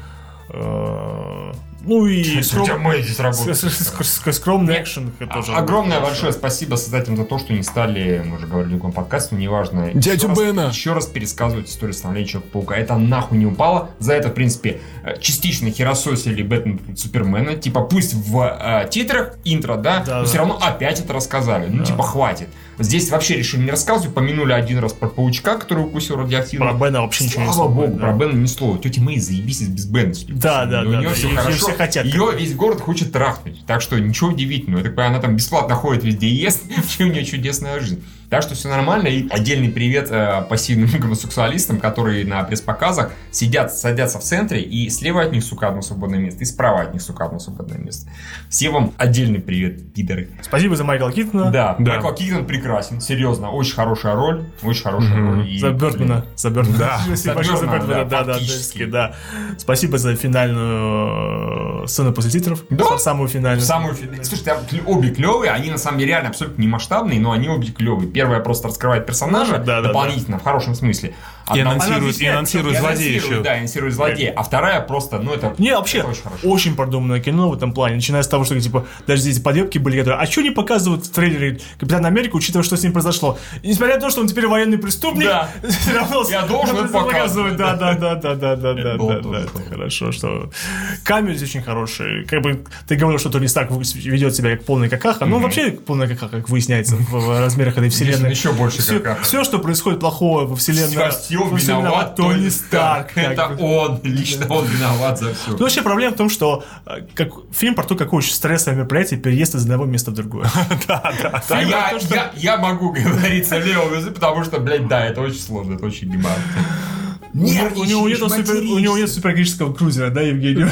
Speaker 2: Э, Ну и
Speaker 1: Хотя
Speaker 2: скром-
Speaker 1: мы здесь работаем.
Speaker 2: с- с- с- с- скромный
Speaker 1: Нет.
Speaker 2: экшен это
Speaker 1: А-
Speaker 2: тоже.
Speaker 1: Огромное большое спасибо создателям за то, что не стали, мы уже говорили в другом подкасте, но неважно.
Speaker 4: Дядю
Speaker 1: еще
Speaker 4: Бена.
Speaker 1: Раз, еще раз пересказывать историю становления Человека-паука. Это нахуй не упало. За это, в принципе, э, частично херососили Бэтмен против Супермена. Типа, пусть в э, титрах, интро, да,
Speaker 2: Да,
Speaker 1: но
Speaker 2: да.
Speaker 1: все равно опять это рассказали. Ну,
Speaker 2: Да.
Speaker 1: типа, хватит. Здесь вообще решили не рассказывать, помянули один раз про паучка, который укусил радиоактивно.
Speaker 2: Про Бена вообще ничего не
Speaker 1: Слава
Speaker 2: слышно,
Speaker 1: богу,
Speaker 2: да.
Speaker 1: про Бена ни слова. Тетя Мэй, заебись без Бена. судя по
Speaker 2: Да,
Speaker 1: всему.
Speaker 2: да,
Speaker 1: Но
Speaker 2: да,
Speaker 1: У нее
Speaker 2: да.
Speaker 1: все
Speaker 2: Её
Speaker 1: хорошо.
Speaker 2: все хотят.
Speaker 1: Ее весь город хочет трахнуть. Так что ничего удивительного. Я так понимаю, она там бесплатно ходит везде и ест. (laughs) Вообще у нее чудесная жизнь. Так что все нормально. И отдельный привет э, пассивным (laughs) гомосексуалистам, которые на пресс-показах сидят, садятся в центре, и слева от них, сука, одно свободное место, и справа от них, сука, одно свободное место. Все вам отдельный привет, пидоры.
Speaker 2: Спасибо за Майкла Китона.
Speaker 1: Да,
Speaker 3: Да.
Speaker 1: Майкл Киган прекрасен, серьезно. Очень хорошая роль, очень хорошая
Speaker 3: Мгм.
Speaker 1: роль. И,
Speaker 2: За Бёрдмана. За Бёрдмана.
Speaker 3: Да.
Speaker 2: Спасибо большое за
Speaker 1: Бёрдмана,
Speaker 2: Бёрдмана,
Speaker 1: да,
Speaker 2: Да, да,
Speaker 1: фактически.
Speaker 2: Дельский, да. Спасибо за финальную э, сцену после титров.
Speaker 1: Да.
Speaker 2: Са- Самую финальную.
Speaker 1: Самую фи- Слушай, там кл- обе клевые, они на самом деле реально абсолютно не масштабные, но они обе клевые. Первая просто раскрывает персонажа
Speaker 2: Да, да,
Speaker 1: дополнительно, в хорошем смысле.
Speaker 3: И
Speaker 1: Одна-
Speaker 3: анонсирует-
Speaker 1: она объясняет,
Speaker 3: и анонсирует
Speaker 1: и
Speaker 3: злодея
Speaker 1: анонсирует,
Speaker 3: еще.
Speaker 1: Да, анонсирует злодея. А вторая просто, ну это...
Speaker 2: Не, вообще,
Speaker 1: это очень
Speaker 2: очень,
Speaker 1: хорошо.
Speaker 2: продуманное кино в этом плане. Начиная с того, что, типа, даже здесь подъебки были, которые, а что не показывают в трейлере Капитана Америка, учитывая, что с ним произошло? И несмотря на то, что он теперь военный преступник, (laughs)
Speaker 1: Да.
Speaker 2: все равно...
Speaker 1: Я должен
Speaker 2: надо
Speaker 1: это показывать.
Speaker 2: Да, да, да, да, да, да,
Speaker 1: Это
Speaker 2: да,
Speaker 1: было
Speaker 2: да,
Speaker 1: тоже
Speaker 2: да, это
Speaker 1: круто.
Speaker 2: хорошо, что... Камеры здесь очень хорошие. Как бы, ты говорил, что Тони Старк ведет себя как полный какаха. Ну, вообще, полный какаха, как выясняется, в- в размерах этой
Speaker 1: Здесь он
Speaker 2: вселенной.
Speaker 1: еще больше
Speaker 2: Все,
Speaker 1: какаха.
Speaker 2: все, что происходит плохого во вселенной,
Speaker 1: Во всем
Speaker 2: во вселенной
Speaker 1: виноват Тони (laughs) Старк.
Speaker 2: как
Speaker 1: Это
Speaker 2: бы.
Speaker 1: он, (laughs) лично он виноват за все.
Speaker 2: Ну, вообще проблема в том, что э, как, фильм про то, какое очень стрессовое мероприятие переезд из одного места в другое. (laughs)
Speaker 1: А
Speaker 2: фильм
Speaker 1: я,
Speaker 2: про то, что-
Speaker 1: я- я могу (laughs) говорить с левого языка, потому что, блядь, да, это очень сложно, это очень геморрой. Нет,
Speaker 2: у, него
Speaker 1: еще
Speaker 2: нету
Speaker 1: и
Speaker 2: супер- у него нет
Speaker 1: материшься.
Speaker 2: супергрического крузера, да, Евгений?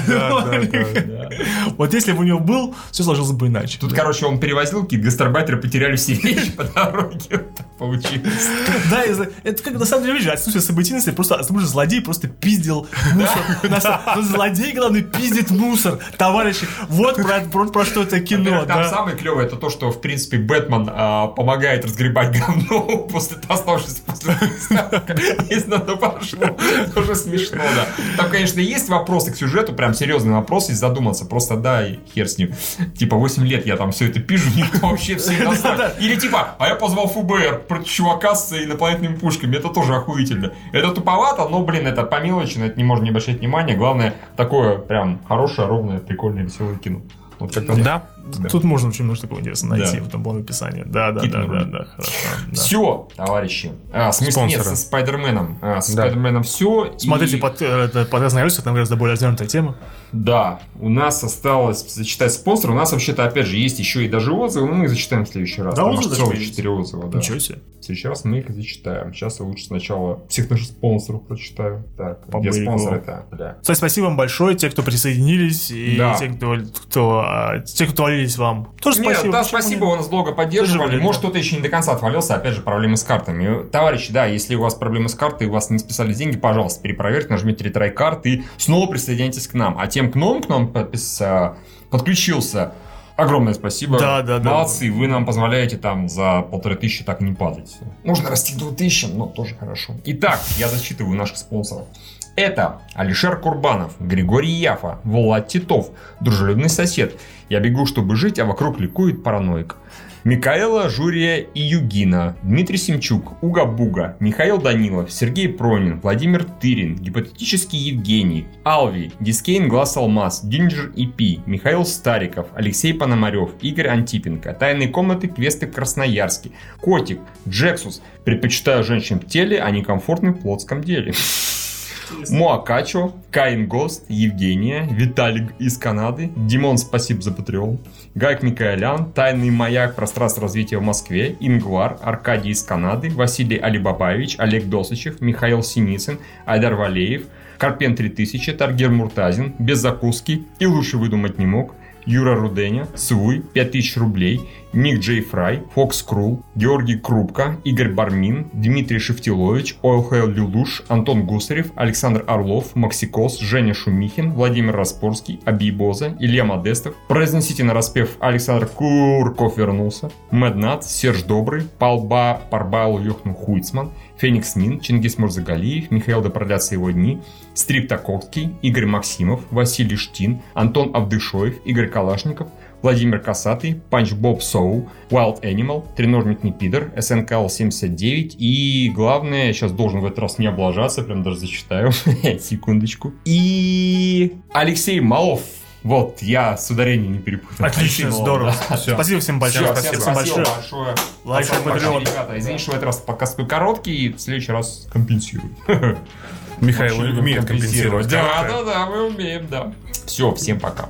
Speaker 2: (laughs) Вот если бы у него был, все сложилось бы иначе.
Speaker 1: Тут, короче, он перевозил, какие-то гастарбайтеры потеряли все вещи по дороге. (laughs) Вот так Получилось.
Speaker 2: (laughs) Да, и за- это как на самом деле, видишь, отсутствие событийности, просто а тому же злодей просто пиздил мусор. На самом- ну, Злодей, главное, пиздит мусор, товарищи. Вот про- про про что это кино,
Speaker 1: Во-первых, Там
Speaker 2: да.
Speaker 1: самое клевое это то, что в принципе Бэтмен а, помогает разгребать говно (laughs) после оставшегося после Старка. Если на то пошло, тоже смешно, да. Там, конечно, есть вопросы к сюжету, прям серьезный вопрос, если задуматься, просто да, и хер с ним. Типа 8 лет я там все это пижу, никто
Speaker 2: (laughs)
Speaker 1: вообще все не
Speaker 2: Да-да.
Speaker 1: насрать. Или типа, а я позвал ФБР против чувака с инопланетными пушками, это тоже охуительно. Это туповато, но, блин, это по мелочи, на это не можно не обращать внимания. Главное, такое прям хорошее, ровное, прикольное, веселое кино. Вот как-то так.
Speaker 3: Да.
Speaker 1: Да.
Speaker 2: Тут можно очень много такого интересного найти
Speaker 1: Да.
Speaker 2: в этом плане описания. Да, да, да,
Speaker 1: Китон
Speaker 2: да,
Speaker 1: вроде.
Speaker 2: да, хорошо. да.
Speaker 1: Все, товарищи. А, в смысле,
Speaker 3: Спонсоры.
Speaker 1: нет, со Спайдерменом. А, со
Speaker 3: Да.
Speaker 1: Спайдерменом все.
Speaker 2: Смотрите, под, э, это подкаст на колесах, там гораздо более развернутая тема.
Speaker 1: Да, у нас осталось зачитать спонсора. У нас вообще-то, опять же, есть еще и даже отзывы, но мы их зачитаем в следующий раз.
Speaker 2: Да,
Speaker 1: Там аж
Speaker 2: отзывы
Speaker 1: целых
Speaker 2: даже есть.
Speaker 1: 4 отзыва, да.
Speaker 2: Ничего себе.
Speaker 1: В следующий раз мы их зачитаем. Сейчас я лучше сначала всех наших спонсоров прочитаю. Так, где
Speaker 2: Побырику.
Speaker 1: спонсоры-то? Бля.
Speaker 2: Кстати, спасибо вам большое, те, кто присоединились, и
Speaker 1: Да.
Speaker 2: те, кто, кто, а, те, кто валились вам. Тоже
Speaker 1: Нет,
Speaker 2: спасибо.
Speaker 1: да,
Speaker 2: почему
Speaker 1: спасибо,
Speaker 2: нет?
Speaker 1: вы нас долго поддерживали.
Speaker 2: Поддерживали,
Speaker 1: Может,
Speaker 2: да.
Speaker 1: кто-то еще не до конца отвалился, опять же, проблемы с картами. Товарищи, да, если у вас проблемы с картой, у вас не списались деньги, пожалуйста, перепроверьте, нажмите ретрай карт и снова присоединяйтесь к нам. А тем, к нам, к нам подпис- э, подключился, огромное спасибо.
Speaker 2: Да, да, да.
Speaker 1: Молодцы, вы нам позволяете там за полторы тысячи так не падать. Можно расти до тысячи, но тоже хорошо. Итак, я зачитываю наших спонсоров. Это Алишер Курбанов, Григорий Яфа, Влад Титов, дружелюбный сосед, я бегу, чтобы жить, а вокруг ликует параноик. Микаэла Журия и Югина, Дмитрий Семчук, Уга Буга, Михаил Данилов, Сергей Пронин, Владимир Тырин, Гипотетический Евгений, Алви, Дискейн Глаз Алмаз, Динджер и Пи, Михаил Стариков, Алексей Пономарев, Игорь Антипенко, Тайные комнаты квесты в Красноярске, Котик, Джексус, предпочитаю женщин в теле, а не комфортны в плотском деле. Муакачо, Каин Гост, Евгения, Виталик из Канады, Димон, спасибо за Патреон, Гайк Микаэлян, Тайный маяк пространства развития в Москве, Ингвар, Аркадий из Канады, Василий Алибабаевич, Олег Досычев, Михаил Синицын, Айдар Валеев, Карпен 3000, Таргер Муртазин, Без закуски и лучше выдумать не мог, Юра Руденя, Свуй, 5000 рублей, Ник Джей Фрай, Фокс Крул, Георгий Крупко, Игорь Бармин, Дмитрий Шевтилович, Оэлхэл Люлуш, Антон Гусарев, Александр Орлов, Максикос, Женя Шумихин, Владимир Распорский, Абибоза, Илья Модестов. Произнесите на распев Александр Курков вернулся, Меднат, Серж Добрый, Палба Парбайл Юхну Хуйцман, Феникс Мин, Чингис Мурзагалиев, Михаил Допродятся его дни, Стрип Таковский, Игорь Максимов, Василий Штин, Антон Авдышоев, Игорь Калашников, Владимир Касатый, Панч Боб Соу, Wild Animal, Треножник не пидор, СНКЛ 79 и главное, я сейчас должен в этот раз не облажаться, прям даже зачитаю, (laughs) секундочку, и Алексей Малов. Вот, я с ударением не перепутал.
Speaker 2: Отлично,
Speaker 1: Алексей
Speaker 2: здорово.
Speaker 1: Малов, да.
Speaker 3: Всё.
Speaker 2: Спасибо всем
Speaker 1: (laughs) Всё,
Speaker 2: большое. спасибо всем
Speaker 1: всем
Speaker 2: большое.
Speaker 1: большое.
Speaker 2: Лайк,
Speaker 1: Спасибо большое,
Speaker 2: Патреон.
Speaker 1: ребята. Извините, что в этот раз подкаст такой короткий, и в следующий раз компенсирую.
Speaker 3: Михаил
Speaker 1: Очень любим
Speaker 3: умеет компенсировать.
Speaker 1: Да, да, да, мы умеем, да. Все, всем пока.